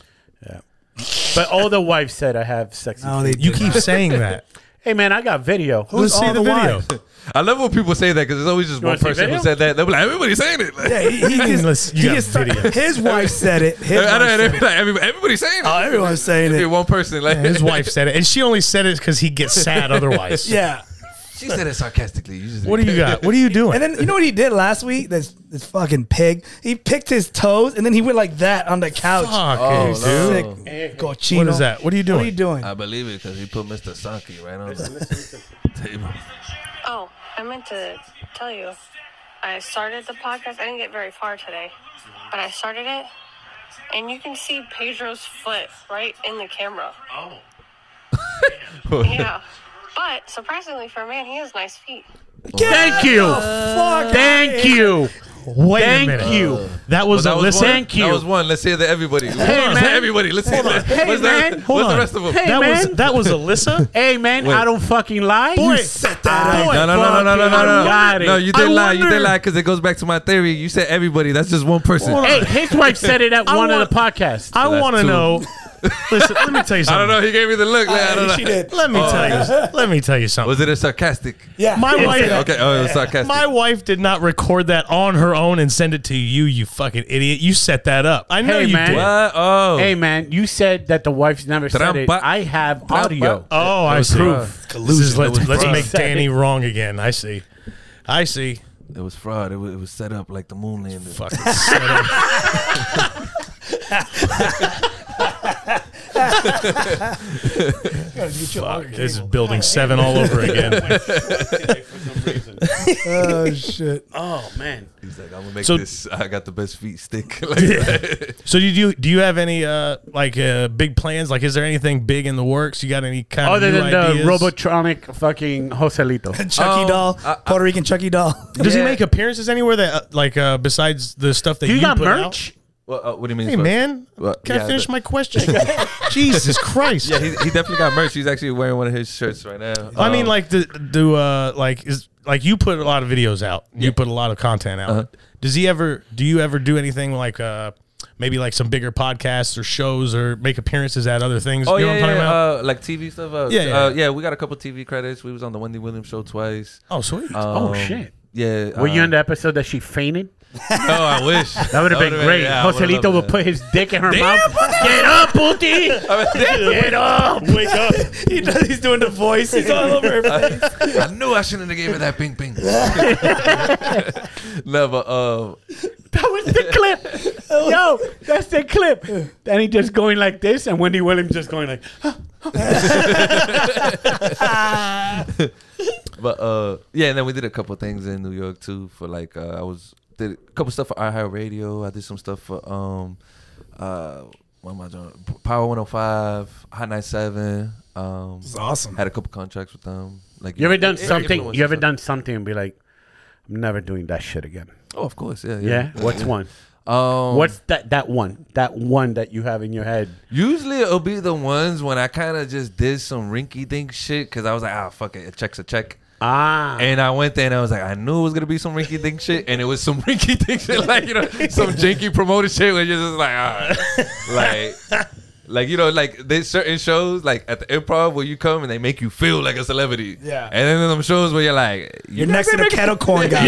Speaker 7: but all the wives said I have sexy.
Speaker 3: No,
Speaker 7: feet.
Speaker 3: they
Speaker 4: You
Speaker 3: did
Speaker 4: keep
Speaker 3: not.
Speaker 7: [laughs]
Speaker 4: saying that.
Speaker 2: Hey man, I got video.
Speaker 3: Who's
Speaker 4: Let's see
Speaker 3: all
Speaker 4: the, video.
Speaker 3: wives?
Speaker 1: I love when people say that because there's always just one
Speaker 2: wanna see
Speaker 1: person who
Speaker 2: video?
Speaker 1: said that. They'll be like, everybody's saying it. Like,
Speaker 3: Yeah, he,
Speaker 4: [laughs]
Speaker 3: he just,
Speaker 4: Let's- you
Speaker 3: he
Speaker 4: got
Speaker 3: just start-
Speaker 4: video.
Speaker 3: his wife said it.
Speaker 4: [laughs]
Speaker 1: [laughs]
Speaker 3: His
Speaker 1: I
Speaker 3: wife
Speaker 1: know,
Speaker 3: said
Speaker 1: they'll be like, everybody, everybody's saying it.
Speaker 3: Oh, everyone's saying
Speaker 1: It'll be
Speaker 3: it.
Speaker 1: One person like
Speaker 4: His wife said it, and she only said it because he gets sad otherwise.
Speaker 7: [laughs]
Speaker 3: it. Yeah.
Speaker 1: [laughs] She said it sarcastically. You just
Speaker 4: What do you got? What are you doing?
Speaker 3: And then you know what he did last week? This this fucking pig. He picked his toes and then he went like that on the couch.
Speaker 4: Fuck,
Speaker 7: Oh,
Speaker 4: dude. Uh,
Speaker 3: Sick. Cochino.
Speaker 4: What is that? What are you
Speaker 3: What are you
Speaker 4: doing?
Speaker 3: doing?
Speaker 1: I believe it because he put Mr. Saki right on the [laughs] table.
Speaker 9: Oh, I meant to tell you. I started the podcast. I didn't get very far today, but I started it, and you can see Pedro's foot right in the camera. Yeah. But surprisingly for a man, he has nice feet.
Speaker 3: Get
Speaker 2: Thank you.
Speaker 4: Uh,
Speaker 3: fuck outta
Speaker 2: Thank
Speaker 3: here.
Speaker 2: you.
Speaker 4: Wait
Speaker 2: Thank
Speaker 4: a minute.
Speaker 2: you.
Speaker 4: That was
Speaker 1: That
Speaker 4: a
Speaker 1: was
Speaker 4: listen.
Speaker 1: one.
Speaker 2: Thank you.
Speaker 1: That was one. Let's hear the everybody. Hey,
Speaker 4: man.
Speaker 1: everybody. Let's hear [laughs] that.
Speaker 2: Hey,
Speaker 1: what's
Speaker 2: man.
Speaker 1: The,
Speaker 2: Hold
Speaker 1: what's
Speaker 4: on.
Speaker 1: the rest of them?
Speaker 2: Hey,
Speaker 4: that
Speaker 2: man.
Speaker 4: was
Speaker 1: [laughs]
Speaker 4: that was Alyssa.
Speaker 2: Hey man,
Speaker 1: Wait.
Speaker 2: I don't fucking lie.
Speaker 4: Boy,
Speaker 3: set that up.
Speaker 1: No, no, no, no, no, no, no,
Speaker 2: Got
Speaker 1: no.
Speaker 2: it.
Speaker 1: No, you did
Speaker 4: I
Speaker 1: lie. You did
Speaker 4: wonder-
Speaker 1: lie because it goes back to my theory. You said everybody. That's just one person.
Speaker 2: Hey, his wife said it at
Speaker 4: I
Speaker 2: one
Speaker 4: want-
Speaker 2: of the podcasts.
Speaker 4: I
Speaker 1: that's
Speaker 4: want to
Speaker 1: two.
Speaker 4: know. Listen, let me tell you
Speaker 1: [laughs]
Speaker 4: something.
Speaker 1: I don't know. He gave me the look. Like, I don't know. Oh.
Speaker 3: She did.
Speaker 4: Let me tell you. Let me tell you something.
Speaker 1: Was it a sarcastic?
Speaker 3: Yeah.
Speaker 4: My
Speaker 3: It's-
Speaker 1: [laughs]
Speaker 4: wife-
Speaker 1: Okay. Oh, it was sarcastic.
Speaker 4: My wife did not record that on her own and send it to you, you fucking idiot. You set that up. I know
Speaker 2: Hey,
Speaker 4: you
Speaker 2: man.
Speaker 4: did.
Speaker 1: What? Oh.
Speaker 2: Hey man, you said that the wife's never said it.
Speaker 1: Trampa.
Speaker 2: I have
Speaker 1: Trampa.
Speaker 2: audio.
Speaker 4: Oh, I see.
Speaker 1: proof.
Speaker 4: This is, let's
Speaker 1: It was
Speaker 4: let's
Speaker 1: fraud.
Speaker 4: make Danny wrong again. I see. I see.
Speaker 1: It was fraud. It was, it was set up like the moon landing.
Speaker 4: Fucking [laughs] set up.
Speaker 3: Gotta get you out of here.
Speaker 4: This is building seven all
Speaker 3: [laughs]
Speaker 4: over again.
Speaker 3: Oh shit.
Speaker 2: Oh man.
Speaker 1: He's like, I'm gonna make
Speaker 4: So-
Speaker 1: this. I got the best feet stick. [laughs] like, that.
Speaker 4: So do you do you have any uh like uh big plans? Like is there anything big in the works? You got any kind
Speaker 2: Other
Speaker 4: of new
Speaker 2: than the
Speaker 4: ideas?
Speaker 2: robotronic fucking
Speaker 4: [laughs]
Speaker 2: Joselito.
Speaker 3: Chucky
Speaker 1: Um,
Speaker 3: doll.
Speaker 4: Uh,
Speaker 1: I- I-
Speaker 3: Puerto Rican Chucky doll.
Speaker 4: Does
Speaker 1: Yeah.
Speaker 4: he make appearances anywhere that uh, like uh besides the stuff that
Speaker 2: You,
Speaker 4: you
Speaker 2: got
Speaker 4: put out?
Speaker 2: merch?
Speaker 1: Well, uh, what do you mean?
Speaker 4: Hey
Speaker 1: so-
Speaker 4: man,
Speaker 1: Well,
Speaker 4: can
Speaker 1: yeah,
Speaker 4: I finish
Speaker 1: the- [laughs]
Speaker 4: my question? Jesus Christ!
Speaker 1: Yeah, he, he definitely got merch. He's actually wearing one of his shirts right now.
Speaker 4: I mean,
Speaker 1: Um,
Speaker 4: like, do, do uh, like is like you put a lot of videos out. You put a lot of content out.
Speaker 1: Uh-huh.
Speaker 4: Does he ever? Do you ever do anything like uh, maybe like some bigger podcasts or shows or make appearances at other things?
Speaker 1: Oh
Speaker 4: you know
Speaker 1: yeah,
Speaker 4: what I'm
Speaker 1: yeah,
Speaker 4: talking about?
Speaker 1: Uh, like TV stuff. Uh,
Speaker 4: Yeah, yeah.
Speaker 1: uh, yeah. We got a couple TV credits. We was on the Wendy Williams show twice.
Speaker 4: oh sweet.
Speaker 2: Oh
Speaker 1: Um,
Speaker 2: shit.
Speaker 1: Yeah.
Speaker 2: Were you
Speaker 1: uh,
Speaker 2: on the episode that she fainted?
Speaker 1: [laughs] Oh, I wish.
Speaker 2: That would have been great. Joselito would put [laughs] his dick in her mouth. Get up, Puti! Get up!
Speaker 4: Wake up!
Speaker 3: [laughs] he does, he's doing the voice. He's all over [laughs] everything.
Speaker 1: [laughs] I knew I shouldn't have gave her that ping
Speaker 4: [laughs]
Speaker 1: ping. [laughs] no, but um,
Speaker 2: [laughs] That was the clip. Yo, that's the clip. And he just going like this, and Wendy Williams just going like,
Speaker 1: but uh, yeah. And then we did a couple things in New York too. For like, uh, I was did a couple stuff for iHeartRadio. I did some stuff for um, uh, what am I doing? Power 105, Hot 97. Um,
Speaker 3: It's awesome.
Speaker 1: had a couple contracts with them. Like
Speaker 2: You ever done
Speaker 1: influencers
Speaker 2: something? You ever
Speaker 1: and
Speaker 2: done something and be like, I'm never doing that shit again.
Speaker 1: stuff. Oh, of course. Yeah.
Speaker 2: Yeah.
Speaker 1: Yeah.
Speaker 2: What's one?
Speaker 1: Um,
Speaker 2: What's that? That one. That one that you have in your head.
Speaker 1: Usually it'll be the ones when I kind of just did some rinky dink shit because I was like, ah, fuck it, a check's a check.
Speaker 2: Ah.
Speaker 3: Uh-huh.
Speaker 1: And I went there and I was like, I knew it was gonna be some rinky dink shit, and it was some [laughs] rinky dink shit, like you know,
Speaker 3: [laughs]
Speaker 1: some janky promoted shit where you're just like, all right.
Speaker 3: [laughs]
Speaker 1: like, like you know, like there's certain shows like at the improv where you come and they make you feel like a celebrity.
Speaker 3: Yeah.
Speaker 1: And then there's some shows where you're like,
Speaker 3: You're next to the kettle [laughs] corn guy.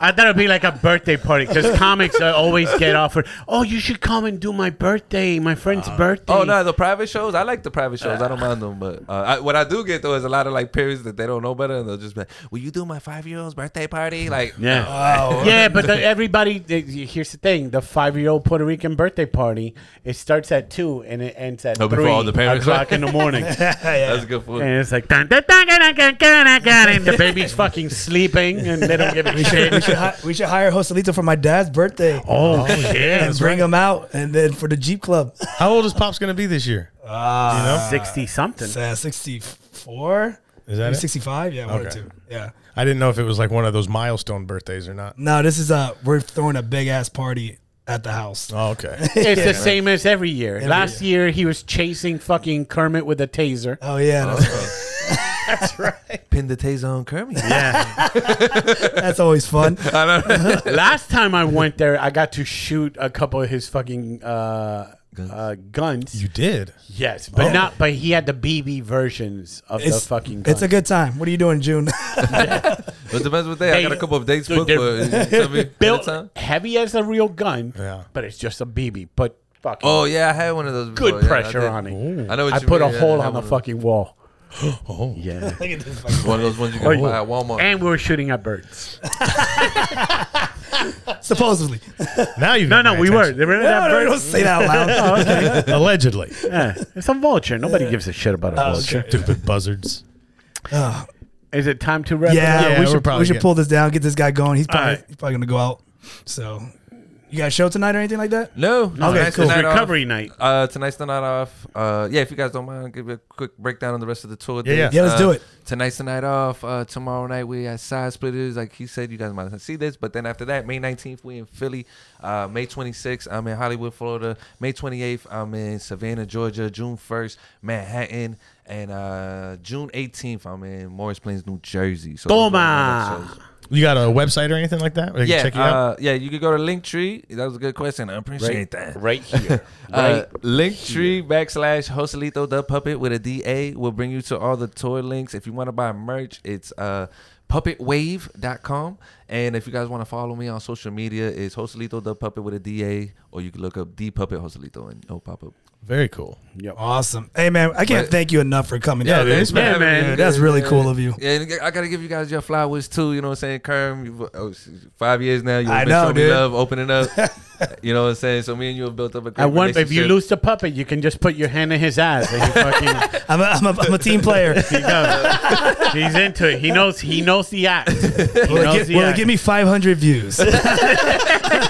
Speaker 2: I thought it'd be like a birthday party
Speaker 4: [laughs]
Speaker 2: because comics are always get offered. Oh, you should come and do my birthday, my friend's birthday.
Speaker 1: Oh no, the private shows. I like the private shows. I don't mind them, but uh, I, what I do get though is a lot of like parents that they don't know better, and they'll just be like, "Will you do my five year old's birthday party?" Like,
Speaker 2: [laughs] Yeah. yeah, but the, everybody. they- Here's the thing: the five-year-old Puerto Rican birthday party. It starts at two and it ends at
Speaker 1: Oh, before
Speaker 2: three
Speaker 1: all the parents,
Speaker 2: o'clock
Speaker 1: right?
Speaker 2: in
Speaker 1: [laughs]
Speaker 2: the morning.
Speaker 1: that's good for.
Speaker 2: And it's like dun, dun, dun, dun, dun, dun, dun, dun, and the baby's fucking sleeping and they don't
Speaker 1: [laughs]
Speaker 2: give a
Speaker 3: we,
Speaker 2: shit.
Speaker 3: should hi- we should hire Joselito for my dad's birthday
Speaker 2: Oh, shit.
Speaker 3: and bring him out, and then for the Jeep Club.
Speaker 4: How old is Pop's gonna be this year?
Speaker 2: Sixty something.
Speaker 3: Uh, 64?
Speaker 4: Is that
Speaker 3: Maybe
Speaker 4: it?
Speaker 3: 65? Yeah, one or
Speaker 4: Okay.
Speaker 3: two. Yeah.
Speaker 4: I didn't know if it was like one of those milestone birthdays or not.
Speaker 3: No, this is uh we're throwing a big ass party at the house.
Speaker 4: Oh, okay.
Speaker 2: It's the same as every [laughs] year. Last year he was chasing fucking Kermit with a taser.
Speaker 3: Oh yeah. that's right.
Speaker 4: That's right.
Speaker 1: Pin the taser on Kermit.
Speaker 2: Yeah.
Speaker 3: [laughs] [laughs] That's always fun.
Speaker 2: Last time I went there, I got to shoot a couple of his fucking uh, guns. Uh, guns.
Speaker 4: [laughs] You did.
Speaker 2: yes, but not. But he had the BB versions of
Speaker 3: Oh. It's
Speaker 2: the fucking. Guns.
Speaker 3: It's a good time. What are you doing in [laughs] June?
Speaker 1: But depends what day. I
Speaker 2: They-
Speaker 1: got a couple of dates
Speaker 2: dude,
Speaker 1: booked
Speaker 2: they're
Speaker 1: for. You tell me ahead of
Speaker 2: [laughs] built
Speaker 1: time.
Speaker 2: heavy as a real gun.
Speaker 4: Yeah.
Speaker 2: but it's just a BB. But fucking
Speaker 1: Oh yeah, I had one of those. Before.
Speaker 2: good
Speaker 1: Yeah, I
Speaker 2: pressure
Speaker 1: did.
Speaker 2: on it.
Speaker 1: I know. What
Speaker 2: I
Speaker 1: you
Speaker 2: put
Speaker 1: mean.
Speaker 2: a
Speaker 1: Yeah,
Speaker 2: hole
Speaker 1: I had
Speaker 2: on the
Speaker 1: one of-
Speaker 2: fucking
Speaker 3: [gasps]
Speaker 2: wall.
Speaker 4: Oh.
Speaker 1: [laughs]
Speaker 2: Yeah.
Speaker 3: Look at this fucking-
Speaker 1: One of those ones you can buy at Walmart.
Speaker 2: and we were shooting at birds.
Speaker 3: [laughs] Supposedly.
Speaker 4: Now you
Speaker 2: No, no, we were. They were
Speaker 3: No,
Speaker 2: at
Speaker 3: no, [laughs] don't
Speaker 2: birds.
Speaker 3: say that out [laughs]
Speaker 1: [laughs]
Speaker 3: loud.
Speaker 4: [laughs] allegedly
Speaker 2: Yeah. It's a vulture. Nobody gives a shit about a
Speaker 3: Uh,
Speaker 2: vulture.
Speaker 4: stupid buzzards.
Speaker 2: Is it time to wrap
Speaker 3: yeah,
Speaker 2: it up?
Speaker 4: Yeah,
Speaker 3: we
Speaker 4: we're
Speaker 3: should
Speaker 4: probably
Speaker 3: we should
Speaker 4: getting-
Speaker 3: pull this down, get this guy going. He's probably
Speaker 2: All right.
Speaker 3: he's probably gonna go out. So, you got a show tonight or anything like that?
Speaker 1: No. no
Speaker 3: Okay,
Speaker 1: tonight's
Speaker 3: cool.
Speaker 1: the night off.
Speaker 2: Recovery night.
Speaker 1: Uh, tonight's the night off. Uh, yeah, if you guys don't mind, I'll give you a quick breakdown on the rest of the tour.
Speaker 4: Yeah, yeah.
Speaker 1: dates.
Speaker 3: Yeah, let's
Speaker 1: Uh,
Speaker 3: do it.
Speaker 1: Tonight's the night off. Uh, tomorrow night we at Side Splitters. Like he said, you guys might not see this, but then after that, May 19th we in Philly. Uh, May 26th I'm in Hollywood, Florida. May 28th I'm in Savannah, Georgia. June 1st Manhattan, and uh, June 18th I'm in Morris Plains, New Jersey. So those are my
Speaker 2: Toma.
Speaker 1: next shows.
Speaker 4: You got a website or anything like that? Where they can
Speaker 1: Yeah,
Speaker 4: check you out?
Speaker 1: uh, yeah, you could go to Linktree. That was a good question. I appreciate that.
Speaker 2: Right here.
Speaker 1: [laughs] Uh, Linktree backslash Joselito the Puppet with a DA will bring you to all the tour links. If you want to buy merch, it's uh, puppetwave.com. And if you guys want to follow me on social media, it's Joselito the Puppet with a DA, or you can look up D Puppet Joselito and it'll pop up.
Speaker 4: Very cool.
Speaker 3: Awesome. Hey man, I can't
Speaker 1: But-
Speaker 3: thank you enough for coming.
Speaker 4: Yeah,
Speaker 3: down.
Speaker 4: dude, it's been-
Speaker 2: Yeah, man.
Speaker 3: Dude, that's really cool of you.
Speaker 1: Yeah, and I gotta give you guys your flowers too. You know what I'm saying, Kerm? You've, oh, s- five years now. You've
Speaker 3: I
Speaker 1: been
Speaker 3: know,
Speaker 1: showing me
Speaker 3: dude.
Speaker 1: love, opening
Speaker 3: [laughs]
Speaker 1: up. you know what I'm saying. So me and you have built up a great
Speaker 2: I want if you
Speaker 1: relationship.
Speaker 2: lose the puppet, you can just put your hand in his ass. And he
Speaker 1: [laughs]
Speaker 2: fucking,
Speaker 3: I'm a, I'm a, I'm
Speaker 2: [laughs]
Speaker 3: a team player.
Speaker 2: he goes. He's into it. He knows. He knows the act.
Speaker 1: [laughs]
Speaker 2: He
Speaker 3: Will
Speaker 2: knows
Speaker 3: it,
Speaker 2: the
Speaker 3: get, will it
Speaker 2: act.
Speaker 3: get me
Speaker 2: [laughs]
Speaker 3: 500 views?
Speaker 1: and, uh,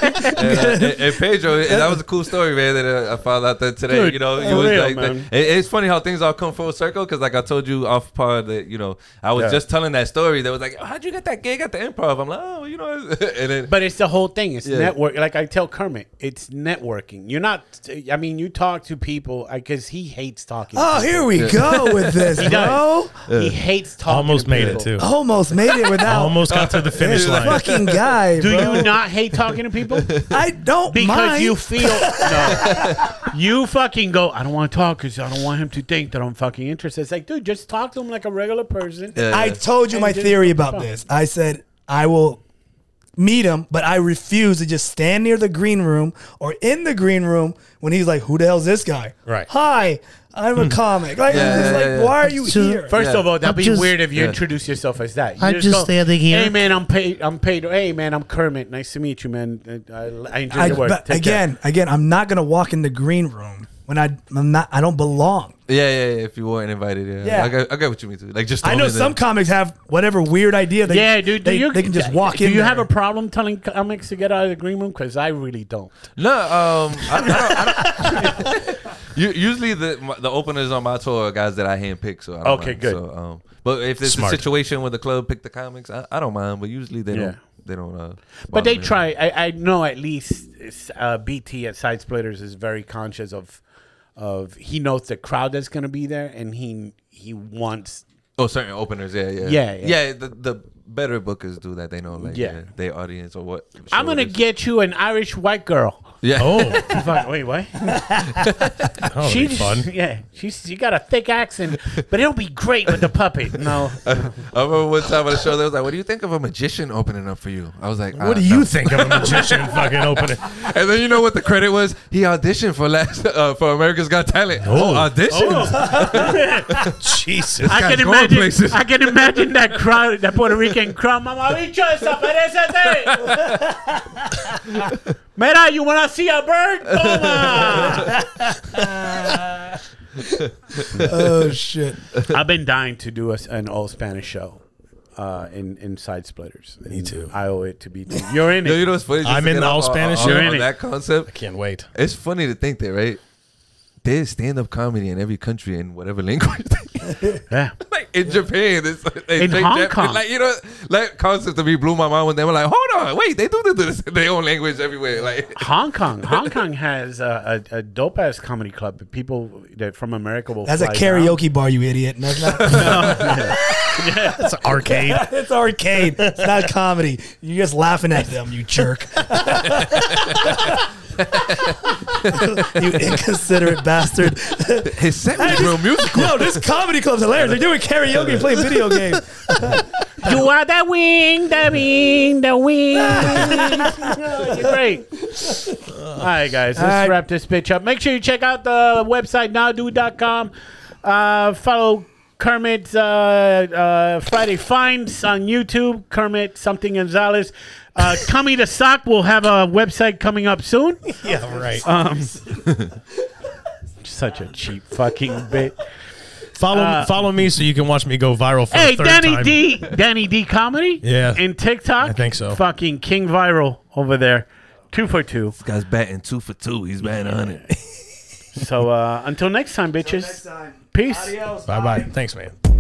Speaker 1: and- and Pedro, and that was a cool story, man. That uh, I found out that today.
Speaker 2: Dude,
Speaker 1: you know, it
Speaker 2: for
Speaker 1: was
Speaker 2: real,
Speaker 1: like,
Speaker 2: man.
Speaker 1: it- it's funny how things all come full circle. Because like I told you off pod that you know I was
Speaker 2: Yeah.
Speaker 1: just telling that story. That was like, "Oh, how'd you get that gig at the Improv? I'm like, oh, you know, [laughs] and then
Speaker 2: But it's the whole thing. It's
Speaker 1: Yeah.
Speaker 2: network. Like I tell Kermit, it's networking. You're not. I mean, you talk to people because he hates talking. to
Speaker 3: oh,
Speaker 2: people.
Speaker 3: here we go with this,
Speaker 2: He does.
Speaker 3: bro.
Speaker 2: He hates talking.
Speaker 4: Almost
Speaker 2: to
Speaker 4: made
Speaker 2: people.
Speaker 4: it too.
Speaker 3: Almost made it
Speaker 1: Oh,
Speaker 3: without.
Speaker 4: Almost
Speaker 1: [laughs]
Speaker 4: got to the finish
Speaker 3: This
Speaker 4: line.
Speaker 3: Fucking guy.
Speaker 2: Do
Speaker 3: bro.
Speaker 2: you not hate talking
Speaker 1: [laughs]
Speaker 2: to people?
Speaker 3: I don't
Speaker 2: Because
Speaker 3: mind.
Speaker 2: you feel no. You fucking go. I don't want to talk because I don't want him to think that I'm fucking interested. It's like, dude, just talk to him like a regular person.
Speaker 3: I told you
Speaker 2: And
Speaker 3: my
Speaker 2: just
Speaker 3: theory
Speaker 2: fuck
Speaker 3: about
Speaker 2: off.
Speaker 3: this. I said I will meet him, but I refuse to just stand near the green room or in the green room when he's like, "Who the hell's this guy?"
Speaker 4: Right.
Speaker 3: Hi, I'm
Speaker 2: Hmm.
Speaker 3: a comic. Like,
Speaker 1: Yeah,
Speaker 3: I'm just
Speaker 1: yeah,
Speaker 3: like,
Speaker 1: yeah.
Speaker 3: why are you
Speaker 7: Sure.
Speaker 3: here?
Speaker 2: First
Speaker 1: Yeah.
Speaker 2: of all, that'd
Speaker 7: I'm
Speaker 2: be
Speaker 7: just-
Speaker 2: weird if you
Speaker 1: Yeah.
Speaker 2: introduce yourself as that. You
Speaker 7: I'm just standing here.
Speaker 2: Hey man, I'm paid. I'm paid. Hey man, I'm Kermit. Nice to meet you, man. I, I enjoy
Speaker 3: I,
Speaker 2: your work.
Speaker 3: but
Speaker 2: Take care."
Speaker 3: again, again, I'm not gonna walk in the green room when I I'm not I don't belong.
Speaker 1: yeah, yeah, yeah. If you weren't invited, yeah,
Speaker 3: Yeah.
Speaker 1: I, get, I get what you mean too. Like just
Speaker 3: I
Speaker 1: throw
Speaker 3: know
Speaker 1: me the-
Speaker 3: some comics have whatever weird idea. They,
Speaker 2: yeah, dude. Do
Speaker 3: they,
Speaker 2: you,
Speaker 3: they can just walk
Speaker 2: do
Speaker 3: in.
Speaker 2: you
Speaker 3: there.
Speaker 2: have a problem telling comics to get out of the green room? Because I really don't.
Speaker 1: No, um, I, I don't. I don't [laughs] U- Usually the my, the openers on my tour are guys that I handpick, so I don't
Speaker 2: Okay,
Speaker 1: mind.
Speaker 2: good.
Speaker 1: So, um, but if there's
Speaker 4: Smart.
Speaker 1: a situation where the club picked the comics, I, I don't mind. But usually they
Speaker 2: Yeah.
Speaker 1: don't. They don't. Uh,
Speaker 2: But
Speaker 1: bother
Speaker 2: they
Speaker 1: me.
Speaker 2: try. I, I know at least it's, uh, BT at Side Splitters is very conscious of of he knows the crowd that's going to be there, and he he wants.
Speaker 1: Oh, certain openers. Yeah, yeah,
Speaker 2: Yeah, yeah.
Speaker 1: yeah. the, the better bookers do that. They know like
Speaker 2: Yeah.
Speaker 1: yeah. their audience or what. show it
Speaker 2: I'm going to
Speaker 1: is.
Speaker 2: get you an Irish white girl.
Speaker 1: Yeah.
Speaker 4: [laughs] Oh,
Speaker 2: Fuck, wait, what?
Speaker 4: oh
Speaker 2: She
Speaker 4: she
Speaker 2: just-
Speaker 4: fun.
Speaker 2: Yeah, she's she got a thick accent, but it'll be great with the puppet.
Speaker 3: [laughs]
Speaker 2: No,
Speaker 1: [laughs] I remember one time at a show, they was like, "What do you think of a magician opening up for you?" I was like,
Speaker 4: What do you think of a magician fucking [laughs] opening?
Speaker 1: [laughs] And then you know what the credit was? He auditioned for last uh, for America's Got Talent. Oh, audition.
Speaker 2: [laughs]
Speaker 4: Jesus.
Speaker 2: I
Speaker 1: guy's
Speaker 2: can
Speaker 1: going
Speaker 2: imagine.
Speaker 1: places.
Speaker 2: I can imagine that crowd, that Puerto Rican crowd. Mamá bicho, desaparecete. [laughs] Mira, you wanna see a bird? [laughs] Toma. [laughs]
Speaker 3: Oh shit!
Speaker 2: I've been dying to do a, an all Spanish show. Uh, in, in side splitters. Me
Speaker 4: too.
Speaker 2: I owe it to BT. You're [laughs] in it.
Speaker 1: Yo, you know what's funny? Just
Speaker 4: I'm
Speaker 1: to
Speaker 4: in
Speaker 1: get
Speaker 4: the all
Speaker 1: off on-
Speaker 4: Spanish,
Speaker 1: on-
Speaker 4: you're
Speaker 1: on
Speaker 2: in it.
Speaker 1: that concept.
Speaker 4: Can't wait.
Speaker 1: It's funny to think that, right? There's stand up comedy in every country in whatever [laughs] language.
Speaker 2: yeah.
Speaker 1: like in Japan, it's they
Speaker 2: In
Speaker 1: take
Speaker 2: Hong
Speaker 1: Jap-
Speaker 2: Kong.
Speaker 1: Like you know, that concept to me blew my mind when they were like, "Hold on, wait, they do this in their own language everywhere." Like,
Speaker 2: Hong Kong. Hong Kong has a, a, a dope ass comedy club. People that from America will.
Speaker 3: That's a
Speaker 2: fly down. [laughs]
Speaker 3: [laughs] karaoke bar, you idiot. And that's not.
Speaker 4: It's arcade.
Speaker 3: It's arcade. It's not comedy. You're just laughing at them, you jerk. [laughs] you inconsiderate bastard.
Speaker 1: His set was
Speaker 3: Hey,
Speaker 1: real
Speaker 3: this-
Speaker 1: musical.
Speaker 3: No, this comedy club's hilarious. They're doing karaoke, playing video games.
Speaker 2: You are the wing, the wing, the wing. [laughs] You're great. All right, guys, let's
Speaker 3: right.
Speaker 2: wrap this bitch up. Make sure you check out the website nowdude.com. Uh, follow Kermit's uh, uh, Friday Finds on YouTube. Kermit something Gonzalez. Uh, Cummy the Sock will have a website coming up soon.
Speaker 4: [laughs] yeah, right.
Speaker 2: Such a cheap fucking bitch.
Speaker 4: follow follow me so you can watch me go viral for
Speaker 2: Hey,
Speaker 4: the third
Speaker 2: Danny
Speaker 4: time.
Speaker 2: D, Danny D comedy.
Speaker 4: Yeah.
Speaker 2: in TikTok.
Speaker 4: I think so.
Speaker 2: Fucking king viral over there. Two for two.
Speaker 1: This guy's batting two for two. He's batting 100.
Speaker 2: So uh, until next time, bitches. Peace.
Speaker 4: Bye bye. Thanks, man.